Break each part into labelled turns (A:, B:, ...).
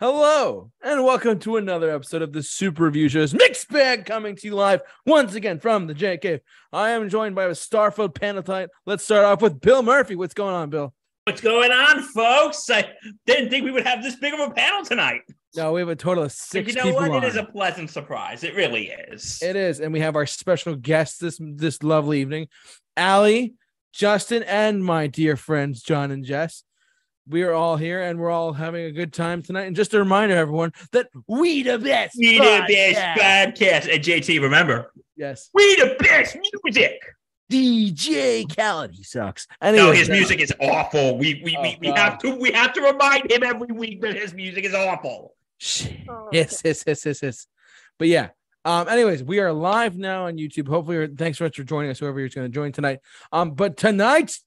A: Hello and welcome to another episode of the Super Review Show's Mixed Bag coming to you live once again from the J Cave. I am joined by a Starfield panel tonight. Let's start off with Bill Murphy. What's going on, Bill?
B: What's going on, folks? I didn't think we would have this big of a panel tonight.
A: No, we have a total of
B: But
A: six
B: you know
A: people
B: what?
A: on.
B: It is a pleasant surprise. It really is.
A: It is, and we have our special guests this this lovely evening, Allie, Justin, and my dear friends John and Jess. We are all here, and we're all having a good time tonight. And just a reminder, everyone, that we the best.
B: we the best
A: podcast.
B: podcast. And JT, remember,
A: Yes,
B: we the best music.
A: DJ Khaled. He sucks. uh, Anyway,
B: No, his music is awful. We we,
A: Oh,
B: we, we
A: God.
B: have to we have to remind him every week that his music is awful.
A: Shh. yes, yes, yes, yes, yes. But yeah. Um, anyways, we are live now on YouTube. Hopefully, you're- thanks so much for joining us, whoever you're going to join tonight. Um, but tonight's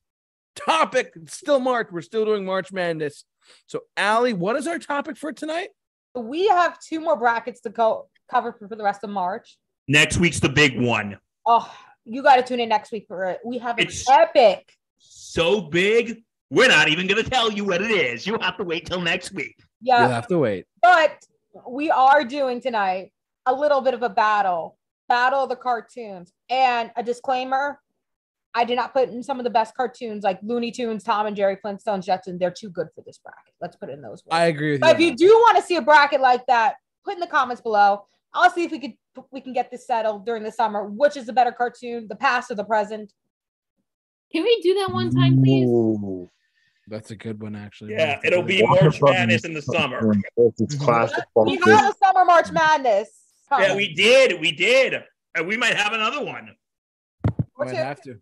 A: topic it's still March. We're still doing March Madness. So, Allie, what is our topic for tonight?
C: We have two more brackets to go cover for, for the rest of March.
B: Next week's the big one.
C: Oh, you got to tune in next week for it. We have an
B: It's-
C: epic.
B: So big, we're not even gonna tell you what it is. You have to wait till next week.
C: Yeah,
A: You'll have to wait.
C: but we are doing tonight a little bit of a battle, battle of the cartoons, and a disclaimer: I did not put in some of the best cartoons like Looney Tunes, Tom and Jerry, Flintstones, Jetson. They're too good for this bracket. Let's put it in those. Words.
A: I agree with you.
C: But if
A: on
C: you
A: that.
C: do want to see a bracket like that, put in the comments below. I'll see if we could we can get this settled during the summer. Which is the better cartoon, the past or the present?
D: Can we do that one time, please?
E: Ooh.
A: That's a good one, actually.
B: Yeah, it'll be
E: Walker
B: March
E: Brothers.
B: Madness in the summer.
E: It's classic.
C: We got a summer March Madness.
A: Oh.
B: Yeah, we did. We did. And we might have another one.
A: Might
C: All
A: have to.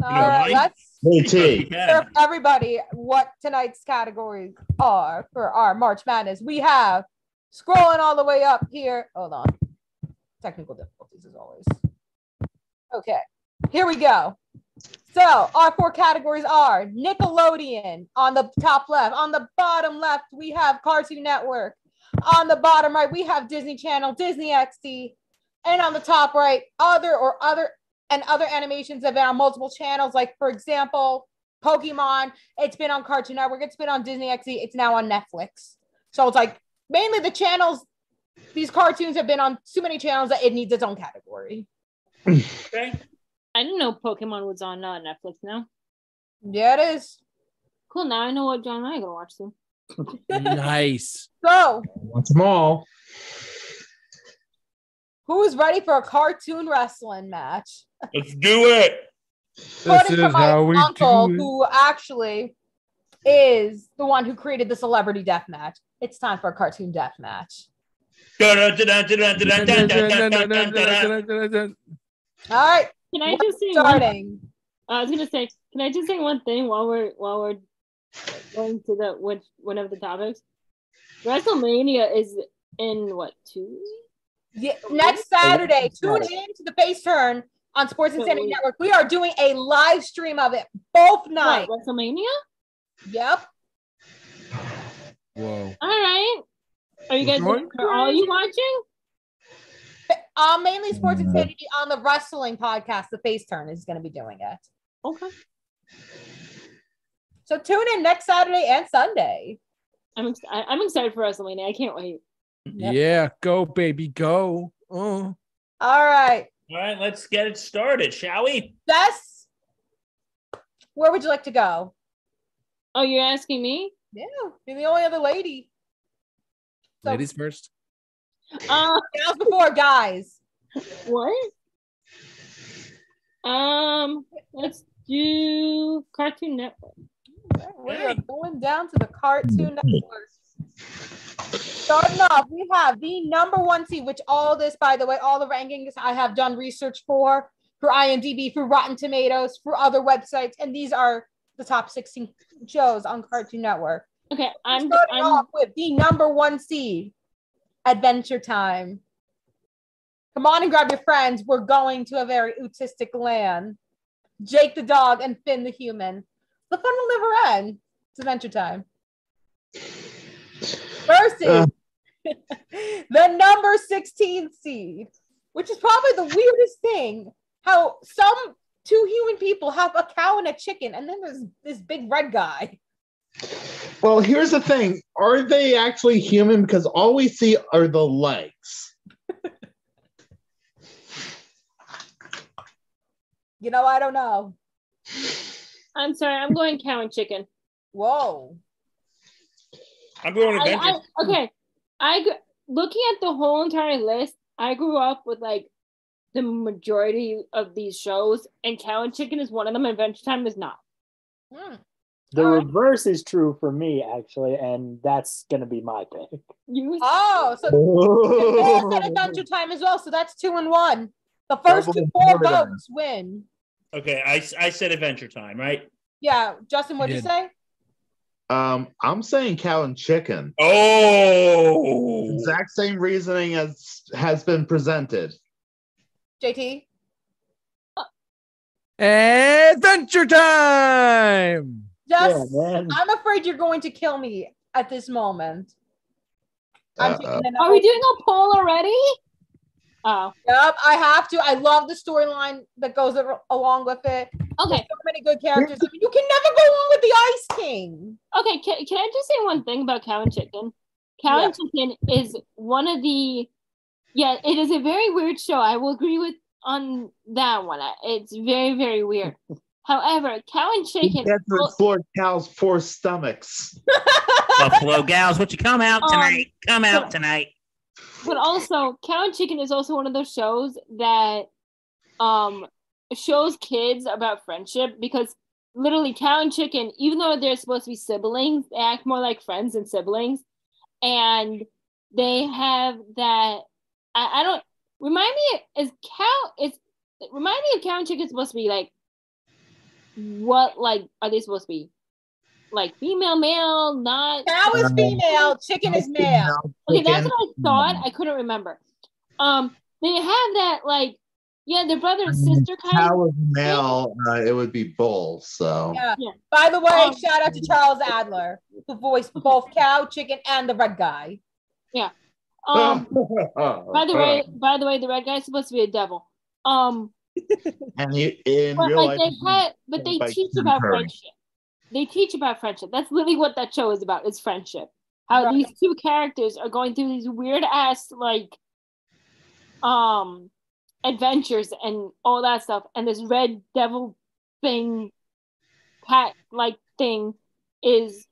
C: right, let's
E: Hey,
B: Because we
E: T.
B: can.
C: serve everybody what tonight's categories are for our March Madness. We have scrolling all the way up here. Hold on. Technical difficulties as always. Okay, here we go. So our four categories are Nickelodeon on the top left. On the bottom left, we have Cartoon Network. On the bottom right, we have Disney Channel, Disney XD. And on the top right, other or other and other animations that have been on multiple channels, like for example, Pokemon. It's been on Cartoon Network. It's been on Disney XD. It's now on Netflix. So it's like mainly the channels. These cartoons have been on so many channels that it needs its own category.
B: Okay.
D: I didn't know Pokemon was on uh, Netflix now.
C: Yeah, it is.
D: Cool. Now I know what John and I are gonna watch soon.
A: nice.
C: So
E: Watch them all.
C: who's ready for a cartoon wrestling match?
B: Let's do it.
C: Voting for my uncle, who actually is the one who created the celebrity death match. It's time for a cartoon death match. All right,
D: Can I just say? One, uh,
C: starting.
D: I was gonna say. Can I just say one thing while we're while we're going to the which one of the topics? WrestleMania is in what two?
C: Yeah, next Saturday, tune in to the face turn on Sports
D: Can't
C: Insanity
D: wait.
C: Network. We are doing a live stream of it both
D: What,
C: nights.
D: WrestleMania.
C: Yep.
A: Whoa.
D: All right. Are you guys?
A: Going?
D: Are all you watching?
C: Uh, mainly Sports Insanity on the wrestling podcast, the face turn is going to be doing it.
D: Okay.
C: So tune in next Saturday and Sunday.
D: I'm ex- I, I'm excited for WrestleMania. I can't wait.
A: Yeah, go, baby, go. Oh.
C: All right.
B: All right, let's get it started, shall we?
C: Jess, where would you like to go?
D: Oh, you're asking me?
C: Yeah, you're the only other lady. So,
A: Ladies first.
D: Uh,
C: gals before guys.
D: what? Um, let's do Cartoon Network.
C: We are going down to the Cartoon Network. Starting off, we have the number one seed, which all this, by the way, all the rankings I have done research for, for IMDb, for Rotten Tomatoes, for other websites, and these are the top 16 shows on Cartoon Network.
D: Okay,
C: I'm
D: I'm,
C: starting
D: I'm
C: off with the number one seed, Adventure Time. Come on and grab your friends. We're going to a very autistic land. Jake the dog and Finn the human. The fun will never end. It's Adventure Time. Versus
E: Uh.
C: the number 16 seed, which is probably the weirdest thing. How some two human people have a cow and a chicken, and then there's this big red guy.
E: Well, here's the thing: Are they actually human? Because all we see are the legs.
C: You know, I don't know.
D: I'm sorry. I'm going cow and chicken.
C: Whoa.
B: I'm going
D: I,
B: adventure.
D: I, okay. I gr- looking at the whole entire list. I grew up with like the majority of these shows, and cow and chicken is one of them. and Adventure Time is not.
C: Hmm.
F: The
C: All right.
F: reverse is true for me, actually, and that's going to be my pick.
D: You
C: Oh, so Andrea said Adventure Time as well. So that's two and one. The first two
E: Double
C: four
E: murder.
C: votes win.
B: Okay, I, I said adventure time, right?
C: Yeah, Justin, what'd
A: You
C: you
A: did.
C: say?
E: Um, I'm saying cow and chicken.
B: Oh,
E: Exact same reasoning as has been presented.
C: JT?
A: Adventure time.
F: Yeah,
C: Just,
F: man.
C: I'm afraid you're going to kill me at this moment. I'm
E: Uh,
C: taking an
D: are we doing a poll already? Oh,
C: Yep, I have to. I love the storyline that goes ar- along with it.
D: okay.
C: So many good characters. I mean, you can never go wrong with the Ice King.
D: Okay, can, can I just say one thing about cow and chicken? Cow and chicken is one of the yeah, it is a very weird show. I will agree with on that one. I- It's very very weird. However, cow and
E: we
D: chicken.
E: get to explore cow's four stomachs.
B: Buffalo gals, what you come out
D: Um,
B: tonight? Come
D: yeah.
B: out tonight.
D: but also cow and chicken is also one of those shows that um shows kids about friendship because literally cow and chicken even though they're supposed to be siblings they act more like friends than siblings and they have that i, I don't remind me is cow is remind me of cow and chicken supposed to be like what like are they supposed to be like female male not
C: Cow is female, chicken is male.
D: Okay, that's
E: Chicken.
D: what I thought. I couldn't remember. Um, they have that like, yeah, their brother and sister kind. of
E: Cow is male. Uh, it would be bull. So
C: Yeah.
D: Yeah.
C: By the way,
D: Um,
C: shout out to Charles Adler, who voiced both cow, chicken, and the red guy.
D: Um, by the way, by the way, the red guy's supposed to be a devil. Um,
E: and you, in
D: but
E: real
D: like
E: life,
D: they had, but they
E: Like
D: teach
E: Tim
D: about
E: Curry.
D: friendship. They teach about friendship. That's literally what that show is about. Is friendship. How
C: Right.
D: these two characters are going through these weird ass like, um, adventures and all that stuff. And this red devil thing, cat like thing, is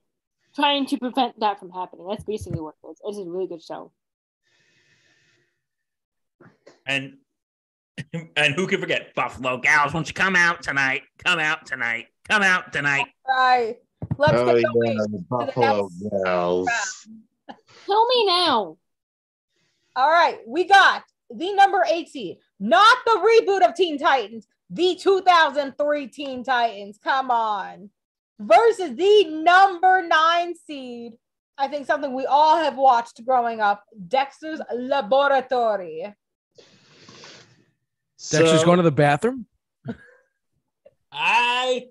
D: trying to prevent that from happening. That's basically what it is. It's a really good show.
B: And and who can forget Buffalo gals? Won't you come out tonight? Come out tonight. Come out tonight.
C: Right. Let's
E: oh,
C: get
E: yeah,
C: going.
E: the buffalo
C: next
E: gals.
D: Kill me now.
C: All right, we got the number eight seed, not the reboot of Teen Titans, the 2003 Teen Titans. Come on, versus the number nine seed. I think something we all have watched growing up, Dexter's Laboratory.
A: Dexter's
E: So-
A: going to the bathroom.
B: I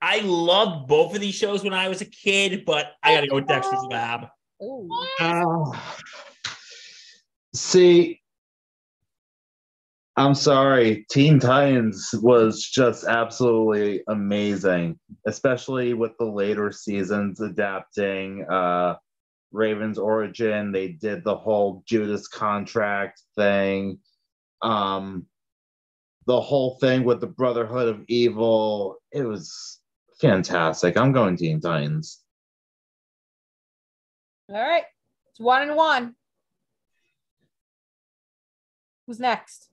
B: I loved both of these shows when I was a kid, but I gotta go with Dexter's Lab.
C: Ooh.
E: Ah. see, I'm sorry. Teen Titans was just absolutely amazing, especially with the later seasons adapting uh, Raven's origin. They did the whole Judas contract thing, um, the whole thing with the Brotherhood of Evil. It was fantastic. I'm going Teen Titans.
C: All right, it's one and one. Who's next?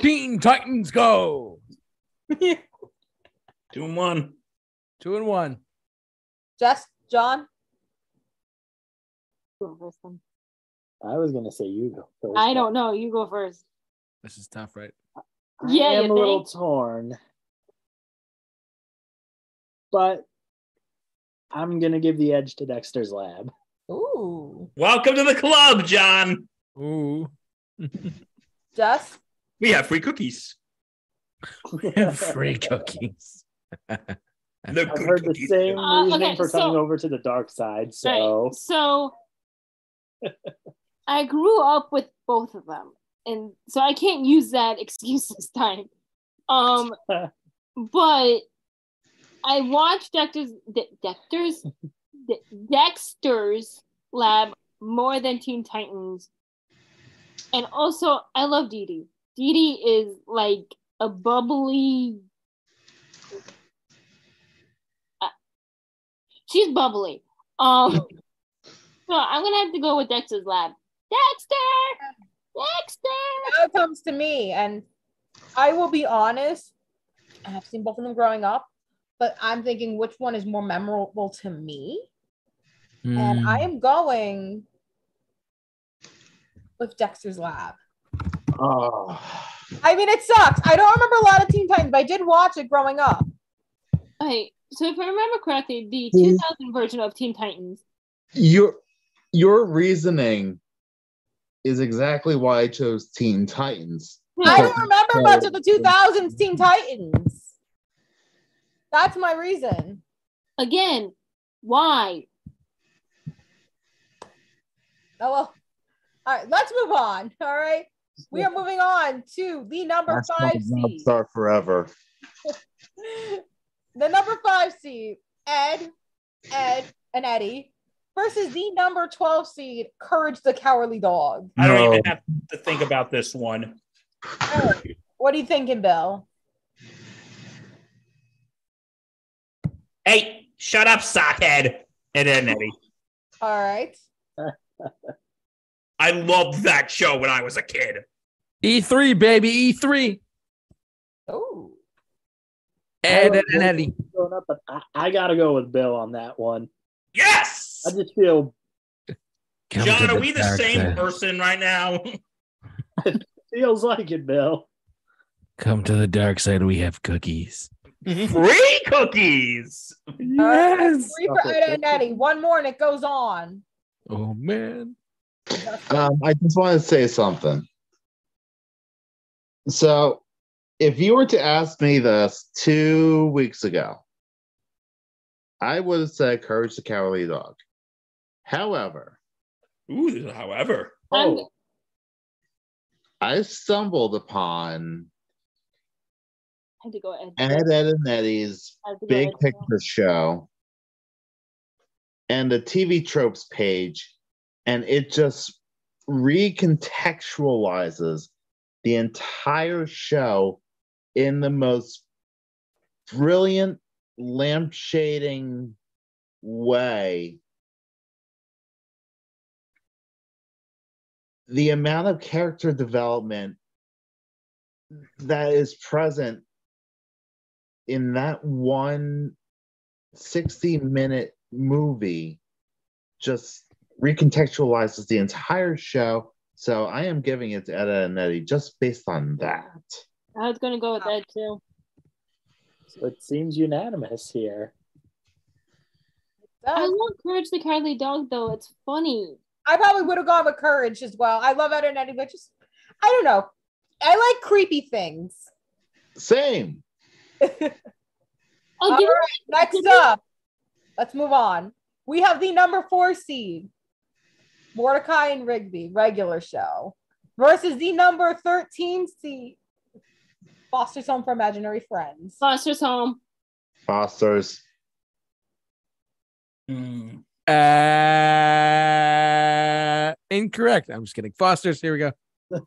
A: Teen Titans go.
B: Two and one.
A: Two and one.
C: Just John.
D: You go first then.
F: I was going to say you go first.
D: I don't know. You go first.
A: This is tough, right?
F: I
D: Yeah,
F: am
D: you
F: a little
D: think?
F: torn, but I'm gonna give the edge to Dexter's Lab.
C: Ooh,
B: Welcome to the club, John.
A: Ooh.
C: just
B: We have free cookies.
A: Free cookies.
B: The
F: I've
B: good
F: heard the
B: cookies.
F: same
D: Uh,
F: reasoning
D: okay,
F: for
D: so-
F: coming over to the dark side. So
D: Right. So I grew up with both of them. And so I can't use that excuse this time. Um but I watched Dexter's De- Dexter's De- Dexter's Lab more than Teen Titans. And also, I love Dee Dee. Dee Dee is like a bubbly. Uh, She's bubbly. Um, so I'm gonna have to go with Dexter's Lab. Dexter, Dexter.
C: now it comes to me, and I will be honest. I've seen both of them growing up, but I'm thinking which one is more memorable to me,
A: Hmm.
C: and I am going with Dexter's Lab.
E: Oh,
C: I mean, it sucks. I don't remember a lot of Teen Titans, but I did watch it growing up.
D: Okay, so if I remember correctly, the
E: Hmm.
D: 2000 version of Teen Titans.
E: your your reasoning is exactly why I chose Teen Titans.
D: Hmm.
C: I
E: Okay.
C: don't remember much of the 2000s Teen Titans. That's my reason.
D: Again, why?
C: Oh well. All right, let's move on. All right. We are moving on to the number
E: That's why
C: five
E: Bob
C: seed.
E: Star forever.
C: The number five seed, Ed, Ed, and Eddie versus the number 12 seed, Courage the Cowardly Dog.
B: I don't
E: No.
B: even have to think about this one.
C: Eric, what are you thinking, Bill?
B: Hey, shut up, sockhead. And then Eddie.
C: All right.
B: I loved that show when I was a kid.
A: E3, E baby, E3.
C: Oh.
A: Ed
F: I
A: and
F: don't know
A: Eddie.
F: what's going up, but I, I gotta go with Bill on that one.
B: Yes!
F: I just feel
B: John, are we the same person right now?
F: feels like it, Bill.
A: Come to the dark side. We have cookies.
F: Mm-hmm.
B: Free cookies!
C: All right, that's
A: Yes.
C: Three for Ed and Eddie. One more and it goes on.
A: Oh man.
E: Um, I just want to say something. So, if you were to ask me this two weeks ago, I would have said Courage the Cowardly Dog. However,
B: Ooh, there's a however.
D: I'm-
F: Oh,
E: I stumbled upon
D: I had to go Ed.
E: Ed, Ed, and Eddie's
D: I had to go
E: Big
D: Ed.
E: Picture Show and the TV Tropes page, and it just recontextualizes the entire show in the most brilliant, lampshading way. The amount of character development that is present in that one 60 minute movie just recontextualizes the entire show. So I am giving it to Etta and Eddie just based on that.
D: I was gonna go with Ed too.
F: so it seems unanimous here.
D: I
C: Uh,
D: love Courage the Cowardly Dog though. It's funny.
C: I probably would have gone with courage as well. I love Ed and Eddie, but just I don't know. I like creepy things.
E: Same.
D: I'll
C: All
D: Oh, give it
C: right, next up, let's move on. We have the number four seed, Mordecai and Rigby, regular show, versus the number 13 seed, Foster's Home for Imaginary Friends.
D: Foster's Home.
E: Fosters.
B: Hmm.
A: Uh, incorrect. I'm just kidding. Foster's. Here we go.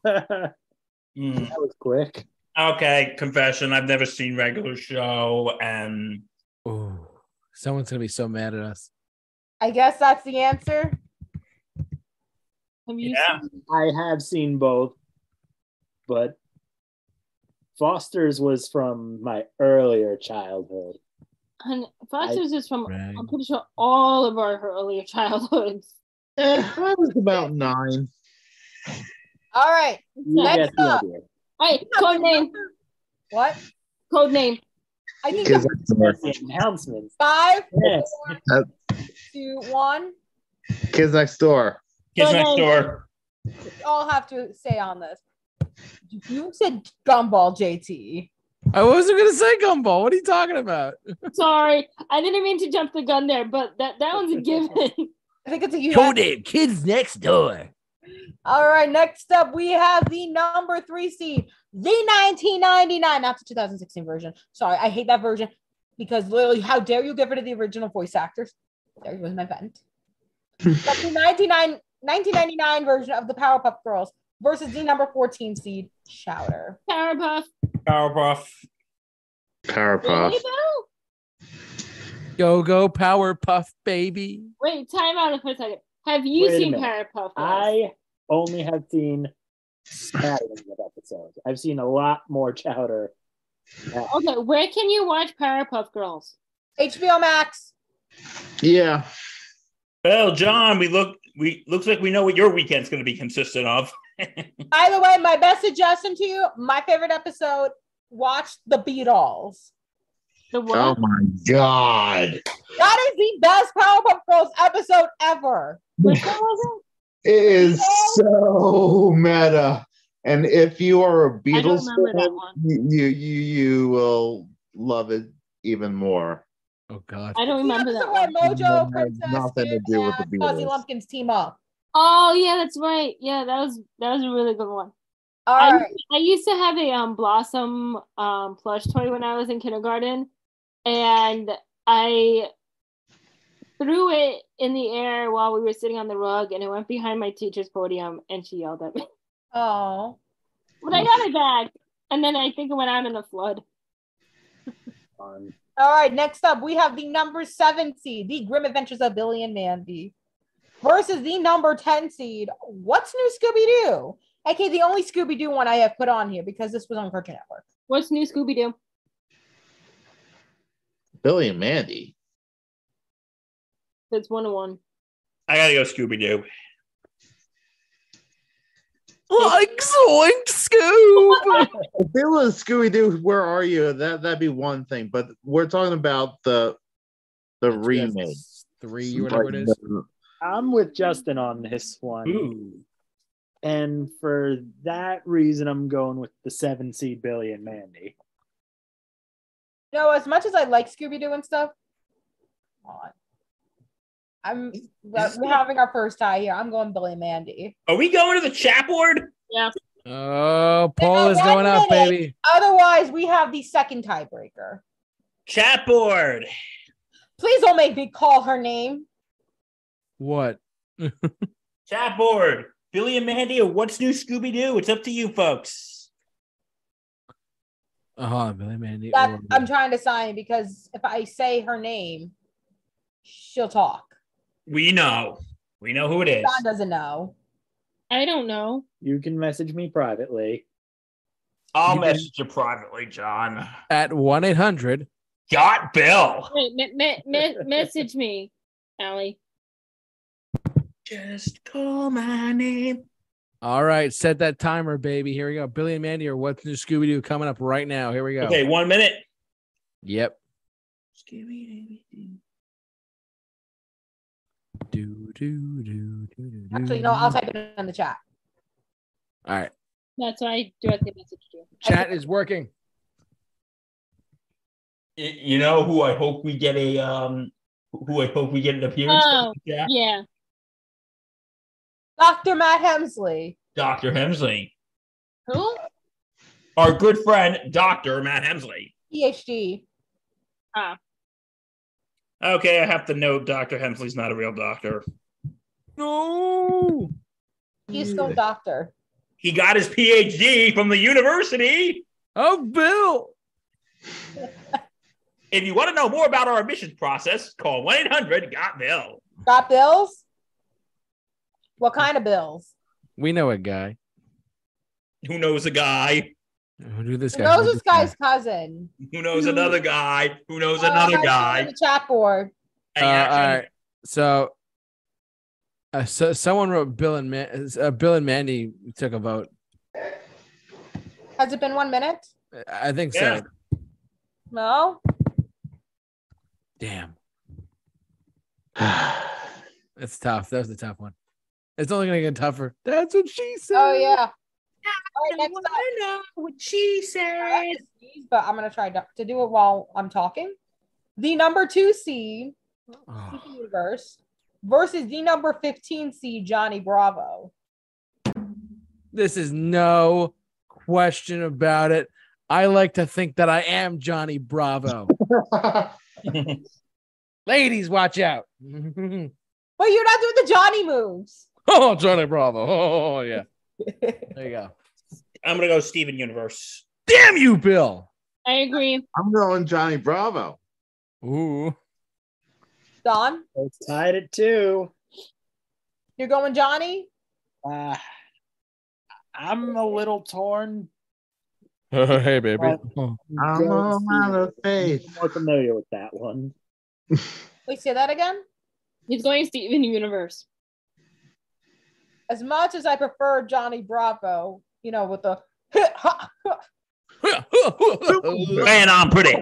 F: that
B: Hmm.
F: was quick.
B: Okay, confession. I've never seen regular show, and
A: Oh, someone's gonna be so mad at us.
C: I guess that's the answer.
D: Have you
B: yeah,
D: seen-
F: I have seen both, but Foster's was from my earlier childhood.
D: and Foster's is from
A: Right.
D: I'm pretty sure all of our earlier childhoods.
E: Eh, I was about nine.
C: All right.
F: You
D: Next
F: get the
C: up.
F: idea.
D: All right, code name.
C: What?
D: Code name.
C: I think
E: Because
C: the
F: That's the announcements.
C: five,
F: Yes.
C: four, two, one.
E: Kids next door.
B: Kids
D: Go
B: Next
D: ahead.
B: Door.
C: We all have to stay on this. You said gumball, JT.
A: I wasn't gonna say gumball. What are you talking about?
D: Sorry, I didn't mean to jump the gun there, but that that one's a given.
C: I think it's a you.
A: name: Kids Next Door.
C: All right, next up we have the number three seed, the 1999, not the 2016 version. Sorry, I hate that version because literally, how dare you give rid of the original voice actors? There was my vent. But the 99 1999 version of the Powerpuff Girls versus the number 14 seed Chowder.
D: Powerpuff.
B: Powerpuff.
E: Powerpuff.
D: Really, Bill?
A: Go go Powerpuff baby.
D: Wait, time out for a second. Have you
F: Wait a
D: seen
F: minute.
D: Powerpuff? Girls?
F: I only have seen patterns of episodes. I've seen a lot more chowder.
D: Okay, where can you watch Powerpuff Girls?
C: HBO Max.
E: Yeah.
B: Well, John, we look we looks like we know what your weekend's going to be consistent of.
C: By the way, my best suggestion to you, my favorite episode, watch The Beatles.
D: The what?
E: Oh my god.
C: That is the best Powerpuff Girls episode ever.
D: Which one was
E: It is so meta. And if you are a
D: it? I don't
E: Beatles
D: remember
E: fan,
D: that one.
E: you you you will love it even more.
A: Oh god.
D: I don't
C: It's the
D: remember that
C: episode
D: one.
C: where
E: That has
C: Mojo, Princess,
E: nothing to
C: Kid,
E: do with
C: and
E: The
C: Fuzzy
E: Beatles.
C: Lumpkins team up.
D: Oh yeah, that's right. Yeah, that was that was a really good one.
C: All
D: I,
C: right.
D: I used to have a um blossom um plush toy when I was in kindergarten, and I threw it in the air while we were sitting on the rug, and it went behind my teacher's podium, and she yelled at me.
C: Oh.
D: But I got it back, and then I think it went out in a flood.
F: Um,
C: All right, next up we have the number seven seed, the Grim Adventures of Billy and Mandy, versus the number ten seed, What's New Scooby Doo? Okay, the only Scooby Doo one I have put on here because this was on Cartoon Network.
D: What's new, Scooby Doo?
E: Billy and Mandy.
D: That's one on one.
B: I gotta go Scooby Doo.
A: Like Zoink Scoob.
E: If it was Scooby Doo, where are you? That that'd be one thing, but we're talking about the the remake.
A: Three or whatever it is.
F: I'm with Justin on this one.
B: Ooh.
F: And for that reason, I'm going with the seven seed Billy and Mandy.
C: You know, as much as I like Scooby Doo and stuff, come on. I'm we're we're having our first tie here. I'm going Billy and Mandy.
B: Are we going to the chat board?
A: Oh, Paul is
C: one
A: going up,
C: minute.
A: baby.
C: Otherwise, we have the second tiebreaker.
B: Chat board.
C: Please don't make me call her name.
A: What?
B: Chat board. Billy and Mandy, or what's new Scooby Doo? It's up to you folks.
A: Uh huh, Billy Mandy.
C: That
A: or-
C: I'm trying to sign because if I say her name, she'll talk.
B: We know. We know who it is.
C: John doesn't know.
D: I don't know.
F: You can message me privately.
B: I'll
A: You-
B: message you privately, John.
A: at 1 800.
B: Got Bill.
D: Wait, me- me- me- message me, Allie.
B: Just call my name.
A: All right, set that timer, baby. Here we go. Billy and Mandy or what's new Scooby Doo coming up right now. Here we go.
B: Okay, one minute.
A: Yep.
B: Scooby Doo.
A: Do, do, do, do, do,
C: Actually,
A: do.
C: no, I'll type it in the chat.
A: All right.
D: That's why directly messaged you.
A: Chat is working.
B: Y- You know who I hope we get a um who I hope we get an appearance
D: Oh.
B: from? Yeah.
D: Yeah.
C: Dr. Matt Hemsley.
B: Dr. Hemsley.
D: Who?
B: Our good friend, Dr. Matt Hemsley.
C: PhD.
B: Okay, I have to note Dr. Hemsley's not a real doctor.
A: No.
C: He's no doctor.
B: He got his PhD from the university.
A: Oh, Bill.
B: If you want to know more about our admissions process, call 1 800 Got Bill.
C: Got bills? What kind of bills?
A: We know a guy.
B: Who knows a guy?
A: Who knew this
C: Who
A: guy?
C: knows this guy's cousin?
B: Who knows another guy? Who knows
C: Oh,
B: another
C: I saw it
B: guy?
C: in The chat board.
B: Any
A: Uh,
B: action?
A: all right. So, uh, so someone wrote Bill and Man- uh, Bill and Mandy took a vote.
C: Has it been one minute?
A: I I think
B: Yeah.
A: so.
C: No?
A: Damn, that's tough. That was the tough one. It's only gonna get tougher. That's what she said.
C: Oh, yeah. All right, next up.
B: what she
C: I have
B: said.
C: to sneeze, But I'm going to try to to do it while I'm talking. The number two seed,
A: Oh,
C: Steven Universe, versus the number 15 seed, Johnny Bravo.
A: this is no question about it. I like to think that I am Johnny Bravo. Ladies, watch out.
C: But you're not doing the Johnny moves.
A: oh, Johnny Bravo. Oh, yeah. There you go.
B: I'm gonna go Steven Universe.
A: Damn you, Bill.
D: I agree.
E: I'm going Johnny Bravo.
A: Ooh.
C: Don,
F: It's tied at two.
C: you're going Johnny.
F: Uh, I'm a little torn.
A: hey, baby.
E: I'm all out of faith.
F: I'm more familiar with that one.
C: Wait, say that again.
D: He's going Steven Universe.
C: As much as I prefer Johnny Bravo, you know, with the I
B: Man, I'm pretty.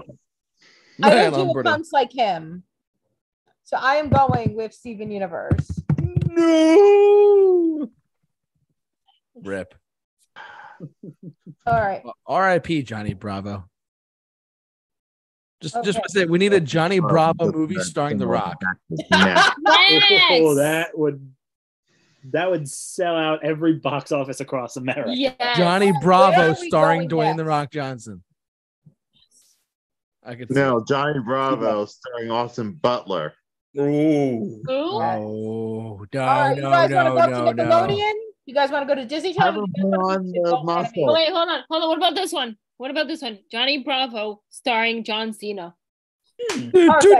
A: Man,
C: don't do
A: I'm
C: with
A: pretty.
C: punks like him. So I am going with Steven Universe.
A: No. Rip.
C: All right.
A: Oh, Uh, R.I.P. Johnny Bravo. Just, just
C: Okay.
A: want to say, we need a Johnny Bravo movie starring The Rock.
E: Yeah.
D: Yes.
F: Oh, that would that would sell out every box office across America.
D: Yes.
A: Johnny
C: Where
A: Bravo
C: are we
A: starring
C: going
A: Dwayne The
C: next?
A: Rock Johnson. I could see
E: No, Johnny Bravo starring Austin Butler.
B: Ooh.
D: Ooh.
A: Oh no,
C: All right.
A: no,
C: you guys
A: no,
C: want to go
A: no,
C: to
A: no.
C: Nickelodeon? You guys want to go to Disney Channel?
E: Have
C: You guys
E: them
C: wanna
E: on
C: go to
E: the
C: Adult Animation?
E: muscle.
D: Oh, wait, hold on. Hold on. What about this one? What about this one? Johnny Bravo starring John Cena.
C: Perfect.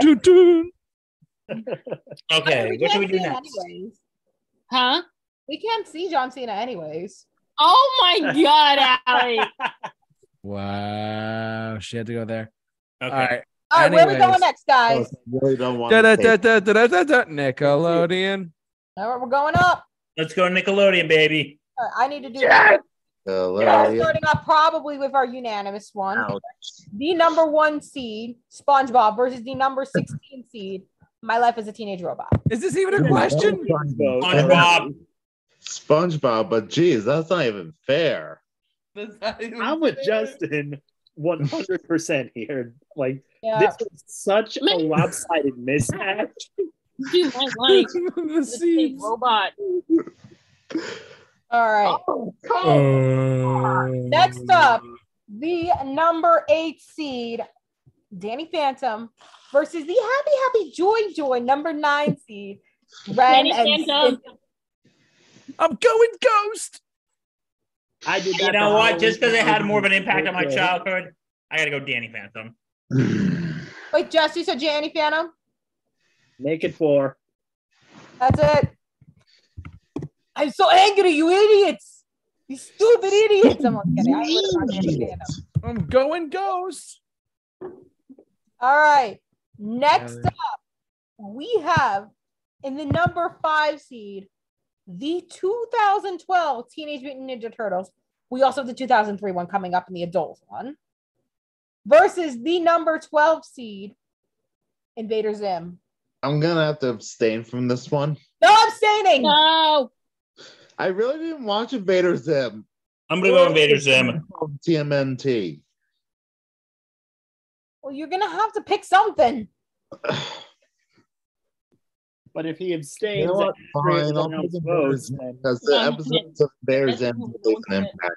A: Do, do, do.
B: Okay, what should
C: can't
B: we do
C: see him
B: next?
C: anyways.
D: Huh?
C: We can't see John Cena anyways.
D: Oh my god, Allie.
A: Wow, she had to go there.
B: Okay.
A: All right,
C: All right, where are we
A: Anyways.
C: going next,
E: I
C: guys?
E: really don't want
A: da, da,
E: to
A: da,
E: take
A: da, da, da, da. Nickelodeon.
C: All right, we're going up.
B: Let's go Nickelodeon, baby.
C: All right, I need to do
E: the
C: We're
E: Lily
C: starting off probably with our unanimous one.
E: out.
C: The number one seed, SpongeBob, versus the number 16 seed, My Life as a Teenage Robot.
A: Is this even a question?
F: uh,
B: SpongeBob.
E: SpongeBob, but geez, that's not even fair.
F: I'm with Justin 100% here. Like,
C: Yeah.
F: this was such a
D: Man.
F: lopsided mismatch.
D: Dude, my life.
A: the
D: This big
A: seeds.
D: robot.
C: All right.
A: Oh.
C: Next up. The number eight seed, Danny Phantom, versus the happy, happy Joy Joy, number nine seed, Ren
D: Danny
C: and
D: Phantom.
C: Sid-
A: I'm going ghost.
F: I did
B: You
F: that
B: know
F: for
B: what? Just because it had
F: Halloween.
B: more of an impact on my
F: Okay.
B: childhood, I gotta go Danny Phantom.
C: Wait, Jess, you said Danny Phantom?
F: Make it four.
C: That's it. I'm so angry, you idiots. You stupid idiots. I'm not kidding. I would've gone Danny Phantom.
A: I'm going ghost.
C: All right. Next
A: Yeah.
C: up, we have in the number five seed the 2012 Teenage Mutant Ninja Turtles. We also have the 2003 one coming up in the adult one versus the number 12 seed Invader Zim.
E: I'm gonna have to abstain from this one.
C: No abstaining.
D: No.
E: I really didn't watch Invader Zim.
B: I'm gonna go Invader Zim.
E: TMNT.
C: Well, you're gonna have to pick something.
F: But if he abstains,
E: You know what?
F: after
E: Fine, I'll
F: everyone
E: pick
F: else
E: Invader
F: votes,
E: Zim
F: then
E: because the episodes of Invader Zim didn't make an impact.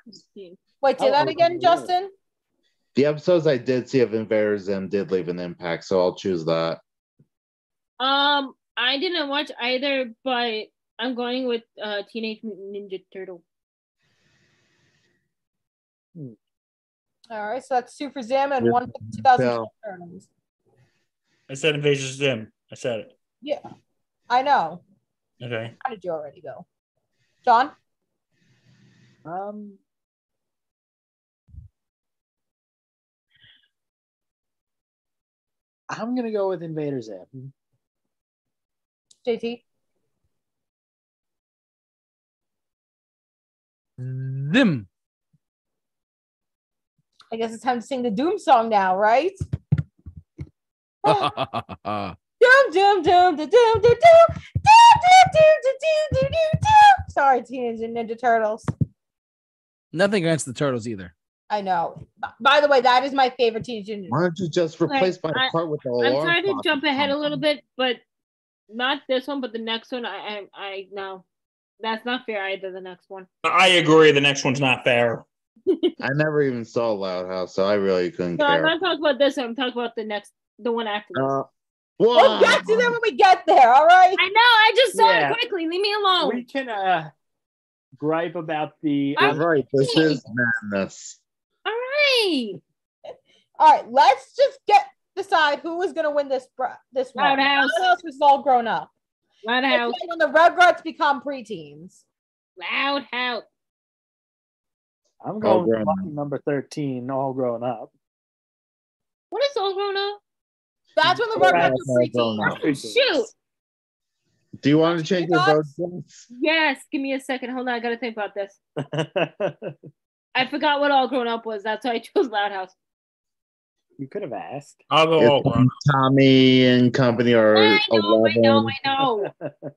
C: Wait, say
F: Oh,
C: that again,
F: yeah.
C: Justin.
E: The episodes I did see of Invader Zim did leave an impact, so I'll choose that.
D: Um, I didn't watch either, but I'm going with uh, Teenage Mutant Ninja Turtle.
C: All right, so that's two for Zim and
E: Yeah.
C: one for the 2012 Turtles.
B: I said Invader Zim. I said it.
C: I know.
B: Okay.
C: How did you already go, John?
F: um, I'm gonna go with Invader Zim.
C: JT?
A: Them.
C: I guess it's time to sing the Doom song now, right? Oh. Doom, doom, doom, da, doom, da, doom, doom, doom, doom, da, doom, doom, doom, doom. Sorry, Teenage Ninja Turtles.
A: Nothing against the turtles either.
C: I know. B- By the way, that is my favorite Teenage Ninja.
E: Why don't you just replace
D: Like,
E: my
D: I-
E: part with the
D: I'm
E: alarm
D: sorry to
E: clock or
D: jump ahead a
E: something?
D: little bit, but not this one, but the next one. I, I, I no, that's not fair either. The next one.
B: I agree. The next one's not fair.
E: I never even saw Loud House, so I really couldn't
D: No,
E: care.
D: I'm not talking about this one. I'm talking about the next, the one after this.
E: Uh,
C: We'll get to them when we get there. All right.
D: I know. I just saw
F: Yeah.
D: it quickly. Leave me alone.
F: We can uh, gripe about the.
E: You're
D: I'm-
E: right. This is madness.
D: All right.
C: All right. Let's just get decide who is going to win this br- this one.
D: Roundhouse.
C: Roundhouse was all grown up.
D: Loud
C: It's
D: house.
C: like when the Rugrats become preteens.
D: Loud house.
F: I'm going with
E: grown
F: lucky
E: up.
F: number 13, all grown up.
D: What is all grown up?
C: That's when the
E: Right,
C: Rugrats
E: that's
C: are
E: grown
C: preteens.
E: up.
D: Oh, Shoot.
E: Do you want to change your vote? James?
D: Yes. Give me a second. Hold on. I gotta think about this. I forgot what all grown up was. That's why I chose Loud House.
F: you could have asked.
B: I'll go all
A: Oh,
E: It's
B: grown
A: uh,
E: Tommy and company are
D: I know. I know.
E: 11.
D: I know.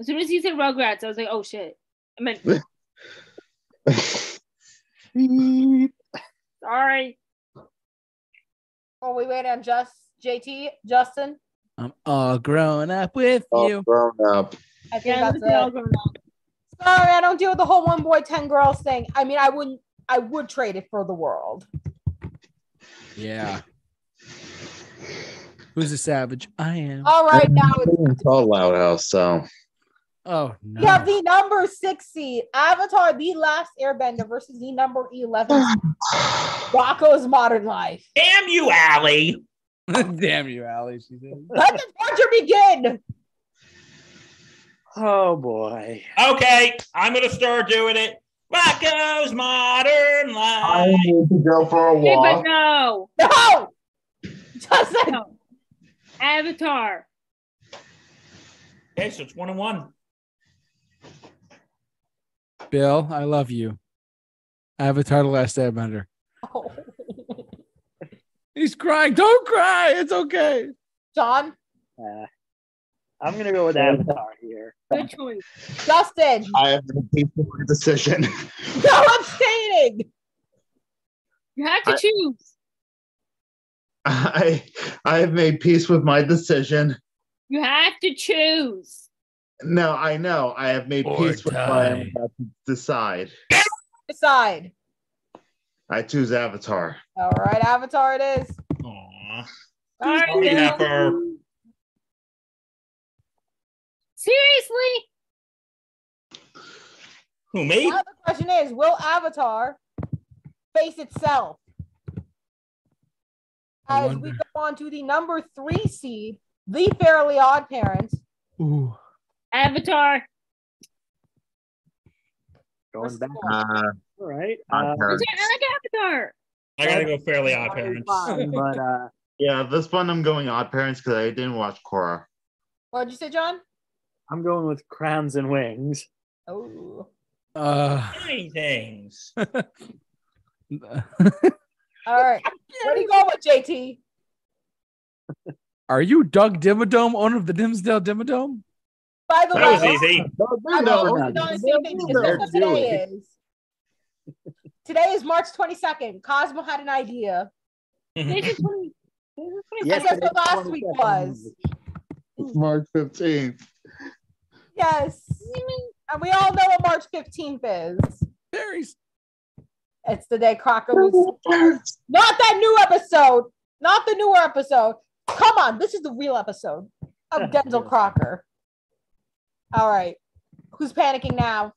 D: As soon as you said Rugrats, I was like, oh shit. I meant sorry.
C: Oh, we wait on just JT Justin.
A: I'm all grown up with
E: All
A: you.
E: grown up.
C: I think
D: Yeah, I
C: that's
D: was gonna say all
C: it.
D: grown up.
C: Sorry, I don't deal with the whole one boy ten girls thing. I mean, I wouldn't. I would trade it for the world.
A: Yeah. Who's a savage? I am.
C: All right, now it's
E: it's all loud house. So
A: Oh no.
C: We have the number six seed, Avatar: The Last Airbender versus the number eleven, seed, Rocco's Modern Life.
B: Damn you, Allie.
A: Damn you, Allie. She did.
C: Let the torture begin.
F: Oh boy.
B: Okay, I'm gonna start doing it. Rocco's modern
E: I
B: life.
E: need to go for a
D: Yeah, but
E: walk.
D: no.
C: No, Justin.
D: No. Avatar.
B: Okay, so it's one on one.
A: Bill, I love you. Avatar The Last Airbender.
C: Oh.
A: He's crying. Don't cry. It's okay.
C: John,
F: Uh, I'm gonna go with Avatar here.
D: Good choice.
C: Justin,
E: I have to keep my decision.
C: no abstaining.
D: You have to
E: I-
D: choose.
E: I I have made peace with my decision.
D: You have to choose.
E: No, I know. I have made
A: Or
E: peace with what I'm
A: die.
E: about to decide.
C: Decide.
E: I choose Avatar.
C: All right, Avatar it is.
B: Aww.
D: All right,
B: Sorry,
D: Bill.
B: Pepper.
D: Seriously?
B: Who me?
C: Now the question is, will Avatar face itself?
A: I
C: As we
A: wonder.
C: go on to the number three seed, the Fairly Odd Parents
A: Ooh.
D: Avatar.
F: Going
C: versus
F: back.
C: Soul.
E: Uh,
F: All right. Uh,
E: Avatar.
D: Yeah, I like Avatar.
B: I gotta go fairly odd parents.
F: but uh,
E: yeah, this one I'm going Odd Parents because I didn't watch Korra.
C: What'd you say, John?
F: I'm going with Crowns and Wings.
C: Oh,
A: Uh,
B: Tiny things.
C: all right. Where do you go with JT?
A: are you Doug Dimmadome, owner of the Dimsdale Dimmadome?
C: By the
B: That was
C: way,
B: easy.
E: No,
C: I'm
E: no,
C: also
E: no.
C: doing the same thing because
E: They're
C: that's what today is. Today is March 22nd. Cosmo had an idea.
B: Mm-hmm.
D: This is 20 this is 20
C: Yes. that's what last week was.
E: It's March 15th.
C: Yes. And we all know what March 15th is.
A: Terry's.
C: It's the day Crocker was. Not that new episode. Not the newer episode. Come on, this is the real episode of Denzel Crocker. All right, who's panicking now?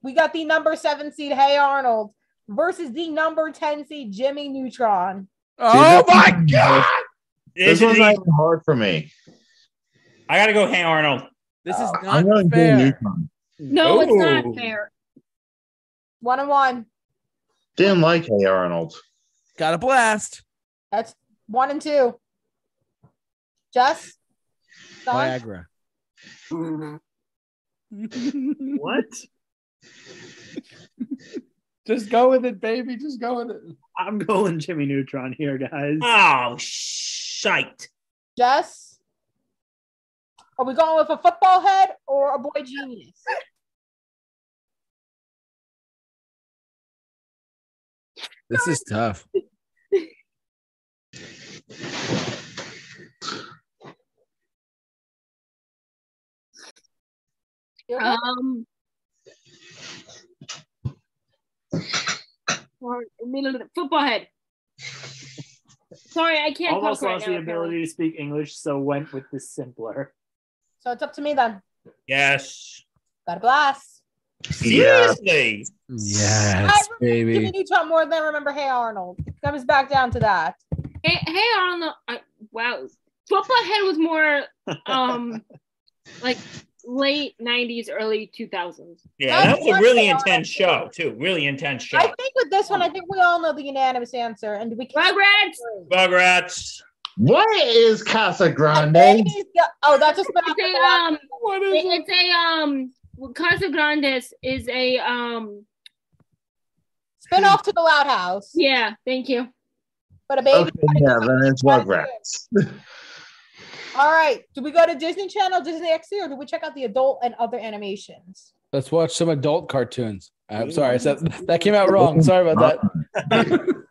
C: We got the number seven seed Hey Arnold versus the number ten seed Jimmy Neutron.
A: Oh my God.
B: This
E: This
B: is
E: one's not
B: easy.
E: even hard for me.
B: I gotta go. Hey Arnold.
A: This is
E: I'm
A: not
E: going Jimmy
A: fair.
E: Neutron.
D: No, it's
B: Ooh.
D: not fair.
C: One on one.
E: Didn't like Hey Arnold.
A: Got a blast.
C: That's one and two. Jess,
A: Oh,
C: Don,
A: Viagra.
F: What?
A: Just go with it, baby. Just go with it.
F: I'm going Jimmy Neutron here, guys.
C: Ah,
B: Oh shite.
C: Jess. Are we going with a football head or a boy genius?
A: This is tough.
C: You're good.
D: Um. or- Football head. Sorry, I can't
F: Almost
D: cook right
F: lost
D: now.
F: the ability to speak English, so went with the simpler.
C: So it's up to me then.
B: Yes.
C: God bless.
B: Seriously.
A: Yes,
C: Give
A: baby.
C: me Newton more than I remember. Hey Arnold. It comes back down to that.
D: Hey, hey, I don't know. I, wow, football head was more um like late '90s, early 2000s.
B: Yeah, that was a really intense
C: That's what I
B: show too. Really intense show.
C: I think with this one,
A: Oh.
C: I think we all know the unanimous answer, and we can.
D: Rugrats.
B: Rugrats.
E: What is Casa Grande?
C: Oh, that just went out.
D: It's
C: the
D: a um,
C: What
D: it- it's a um, Casa Grandes is a um,
C: Spin off to the Loud House,
D: yeah. Thank you.
C: but a baby.
E: Okay, yeah, then it's Rugrats.
C: All right, do we go to Disney Channel, Disney XD, or do we check out the adult and other animations?
A: Let's watch some adult cartoons. I'm sorry, I said that came out wrong. Sorry about
F: I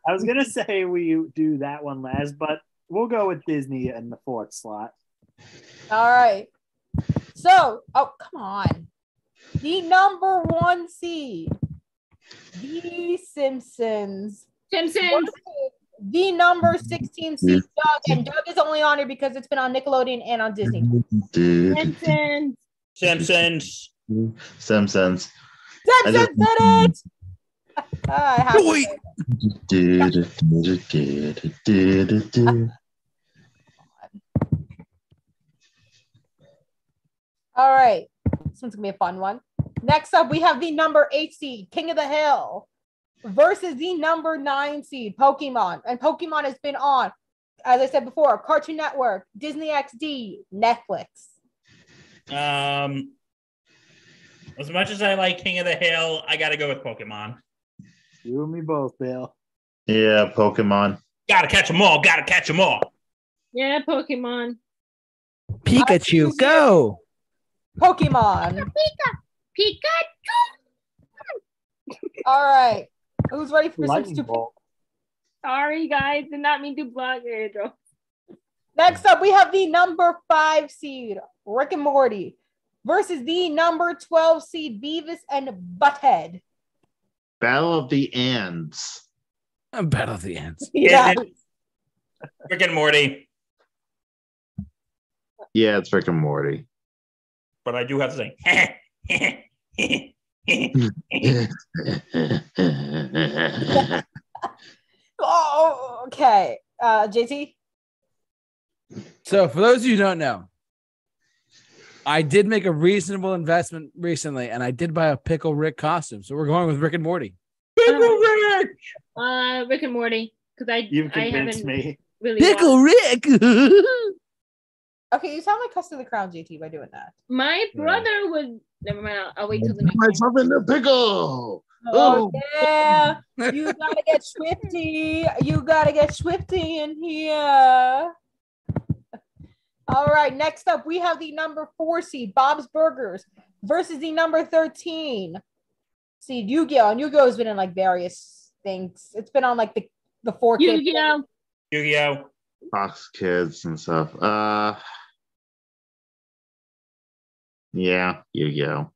F: was gonna say we do that one last, but we'll go with Disney in the fourth slot.
C: All right. So, oh come on, the number one seed, The Simpsons.
D: Simpsons.
C: The number 16 seed, Doug, and Doug is only on here because it's been on Nickelodeon and on Disney.
D: Simpsons.
B: Simpsons.
E: Simpsons. I
C: Simpsons
E: just-
C: did it! I have to
A: Boy.
C: say All right. This one's gonna be a fun one. Next up, we have the number eight seed, King of the Hill, versus the number nine seed, Pokemon. And Pokemon has been on, as I said before, Cartoon Network, Disney XD, Netflix.
B: Um, as much as I like King of the Hill, I got to go with Pokemon.
F: You and me both, Bill.
E: Yeah, Pokemon.
B: Got to catch them all. Got to catch them all.
D: Yeah, Pokemon.
A: that. Pikachu, go.
C: Pokemon.
D: Pika.
C: All right. Who's ready for some
F: Lightning
C: stupid?
F: bolt.
D: Sorry, guys. Did not mean to block your intro.
C: Next up, we have the number five seed, Rick and Morty, versus the number 12 seed, Beavis and Butthead.
E: Battle of the Ands.
A: I'm bad at the ends.
C: Yeah.
B: Is it Rick and Morty.
E: Yeah, it's Rick and Morty.
B: But I do have to say.
C: Oh, okay. Uh, JT?
A: So, for those of you who don't know, I did make a reasonable investment recently, and I did buy a Pickle Rick costume. So we're going with Rick and Morty.
D: Uh, Rick and Morty. Because I
F: You've
D: I
F: convinced
D: haven't
F: me.
D: really watched-
A: Pickle Rick.
C: Okay, you sound like Cuss to the Crown, JT, by doing that.
D: My brother would. Never mind. I'll, I'll wait till the next. one.
E: Myself in the pickle.
C: Oh,
E: Oh.
C: yeah. You gotta get swifty. You gotta get swifty in here. All right, next up, we have the number four seed, Bob's Burgers, versus the number 13 seed, Yu Gi Oh! And Yu Gi Oh! has been in like various things. It's been on like the, the 4
D: You you know,
B: Yu-Gi-Oh.
E: Fox Kids and stuff. Uh, yeah, Yu Gi Oh.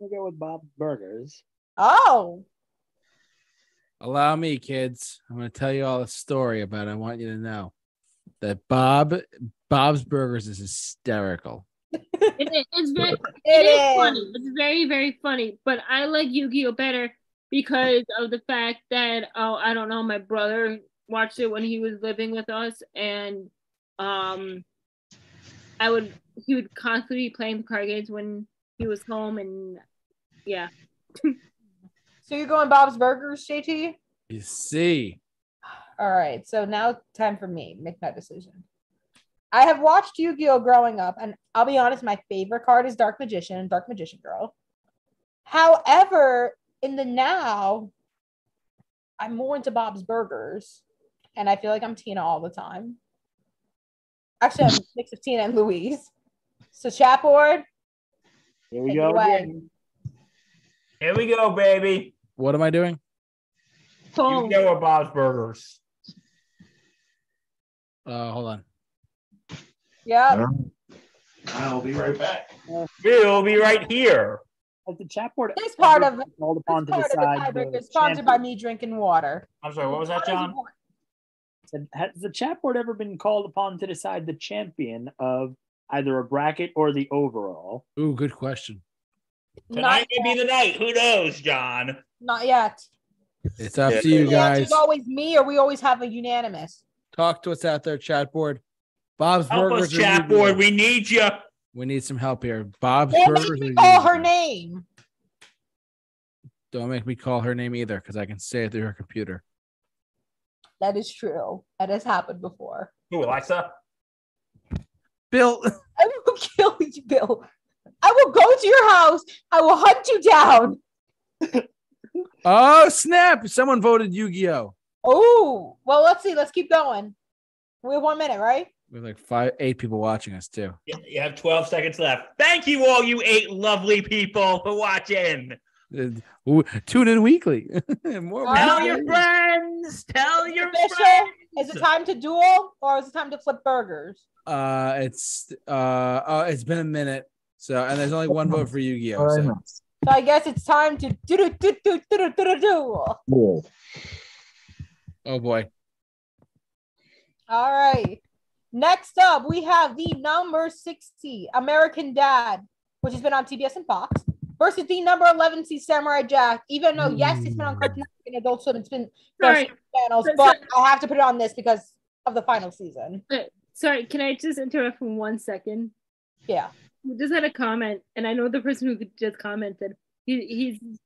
F: We'll go with Bob Burgers.
C: Oh,
A: Allow me, kids. I'm going to tell you all a story about. It. I want you to know that Bob Bob's Burgers is hysterical.
D: it, it- it's very,
C: it
D: it
C: is.
D: is funny. It's very, very funny. But I like Yu-Gi-Oh better because of the fact that oh, I don't know, my brother watched it when he was living with us, and um, I would he would constantly be playing the card games when he was home, and yeah,
C: So you're going Bob's Burgers, JT?
A: You see,
C: All right, so now time for me make my decision. I have watched Yu-Gi-Oh growing up, and I'll be honest, my favorite card is Dark Magician and Dark Magician Girl. However, in the now, I'm more into Bob's Burgers, and I feel like I'm Tina all the time. Actually, I'm a mix of Tina and Louise. So chapboard,
F: Here we
C: Take it
F: go.
C: away.
F: again.
B: Here we go, baby.
A: what am I doing?
C: Oh.
D: home.
B: Yu-Gi-Oh or Bob's Burgers.
A: Uh, hold on.
C: yeah.
E: I'll be right back.
B: We'll be right here.
F: As the chat board
C: This part of-
F: called
C: This
F: upon
C: part
F: to
C: of the
F: decide.
C: tiebreaker
F: the
C: is sponsored by
F: champion.
C: me drinking water.
B: I'm sorry. What was that, John?
F: Said, Has the chat board ever been called upon to decide the champion of either a bracket or the overall?
A: Ooh, good question.
C: Not,
B: Tonight may be the night. Who knows, John?
C: not yet.
A: It's up
E: Yeah.
A: to you
C: The answer
A: guys.
C: is always me, or we always have a unanimous.
A: Talk to us out there, chat board. Bob's
B: Help
A: Burgers.
B: us,
A: or
B: chat
A: New
B: board.
A: Deal?
B: We need you.
A: We need some help here. Bob's
C: Don't
A: Burgers.
C: make me
A: or
C: call
A: New
C: her
A: Deal?
C: name.
A: Don't make me call her name either, because I can say it through her computer.
C: That is true. That has happened before.
B: Who, Alexa?
A: Bill,
C: I will kill you, Bill. I will go to your house. I will hunt you down.
A: oh snap! Someone voted Yu-Gi-Oh.
C: Oh, well, let's see. Let's keep going. We have one minute, right?
A: We have like five, eight people watching us too.
B: You you have 12 seconds left. Thank you, all you eight lovely people for watching.
A: Uh, w- Tune in weekly. More
C: Tell
B: Tell
A: weekly.
B: your friends. Tell your
C: Official?
B: friends.
C: Is it time to duel or is it time to flip burgers?
A: Uh, it's uh, uh, it's been a minute. So, and there's only one vote for Yu-Gi-Oh. So.
C: So I guess it's time to do do do do do do do duel.
E: Cool.
A: Oh boy.
C: All right. Next up, we have the number 60, American Dad, which has been on TBS and Fox, versus the number 11 C Samurai Jack. Even though, yes, it's been on Cartoon Network and Adult Swim, it's been
D: Hmm. Sorry,
C: channels, but I have to put it on this because of the final season.
D: sorry. Can I just interrupt for one second?
C: Yeah.
D: We just had a comment, and I know the person who just commented. He, he's,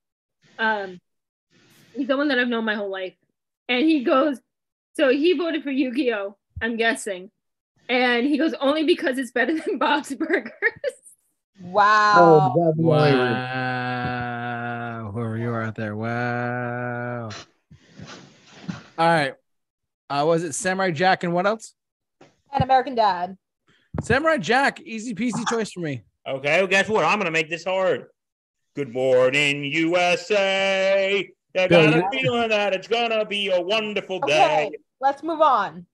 D: um, he's the one that I've known my whole life, and he goes, so he voted for Yu-Gi-Oh. I'm guessing, and he goes only because it's better than Bob's Burgers.
C: Wow.
A: Wow. Whoever you are out there. Wow. All right. Uh, was it Samurai Jack and what else?
C: And American Dad.
A: Samurai Jack, easy peasy choice for me.
B: Okay, well, guess what? I'm going to make this hard. Good morning, USA. I
A: Bill,
B: got
A: you-
B: a feeling that it's going to be a wonderful
C: Okay,
B: day.
C: let's move on.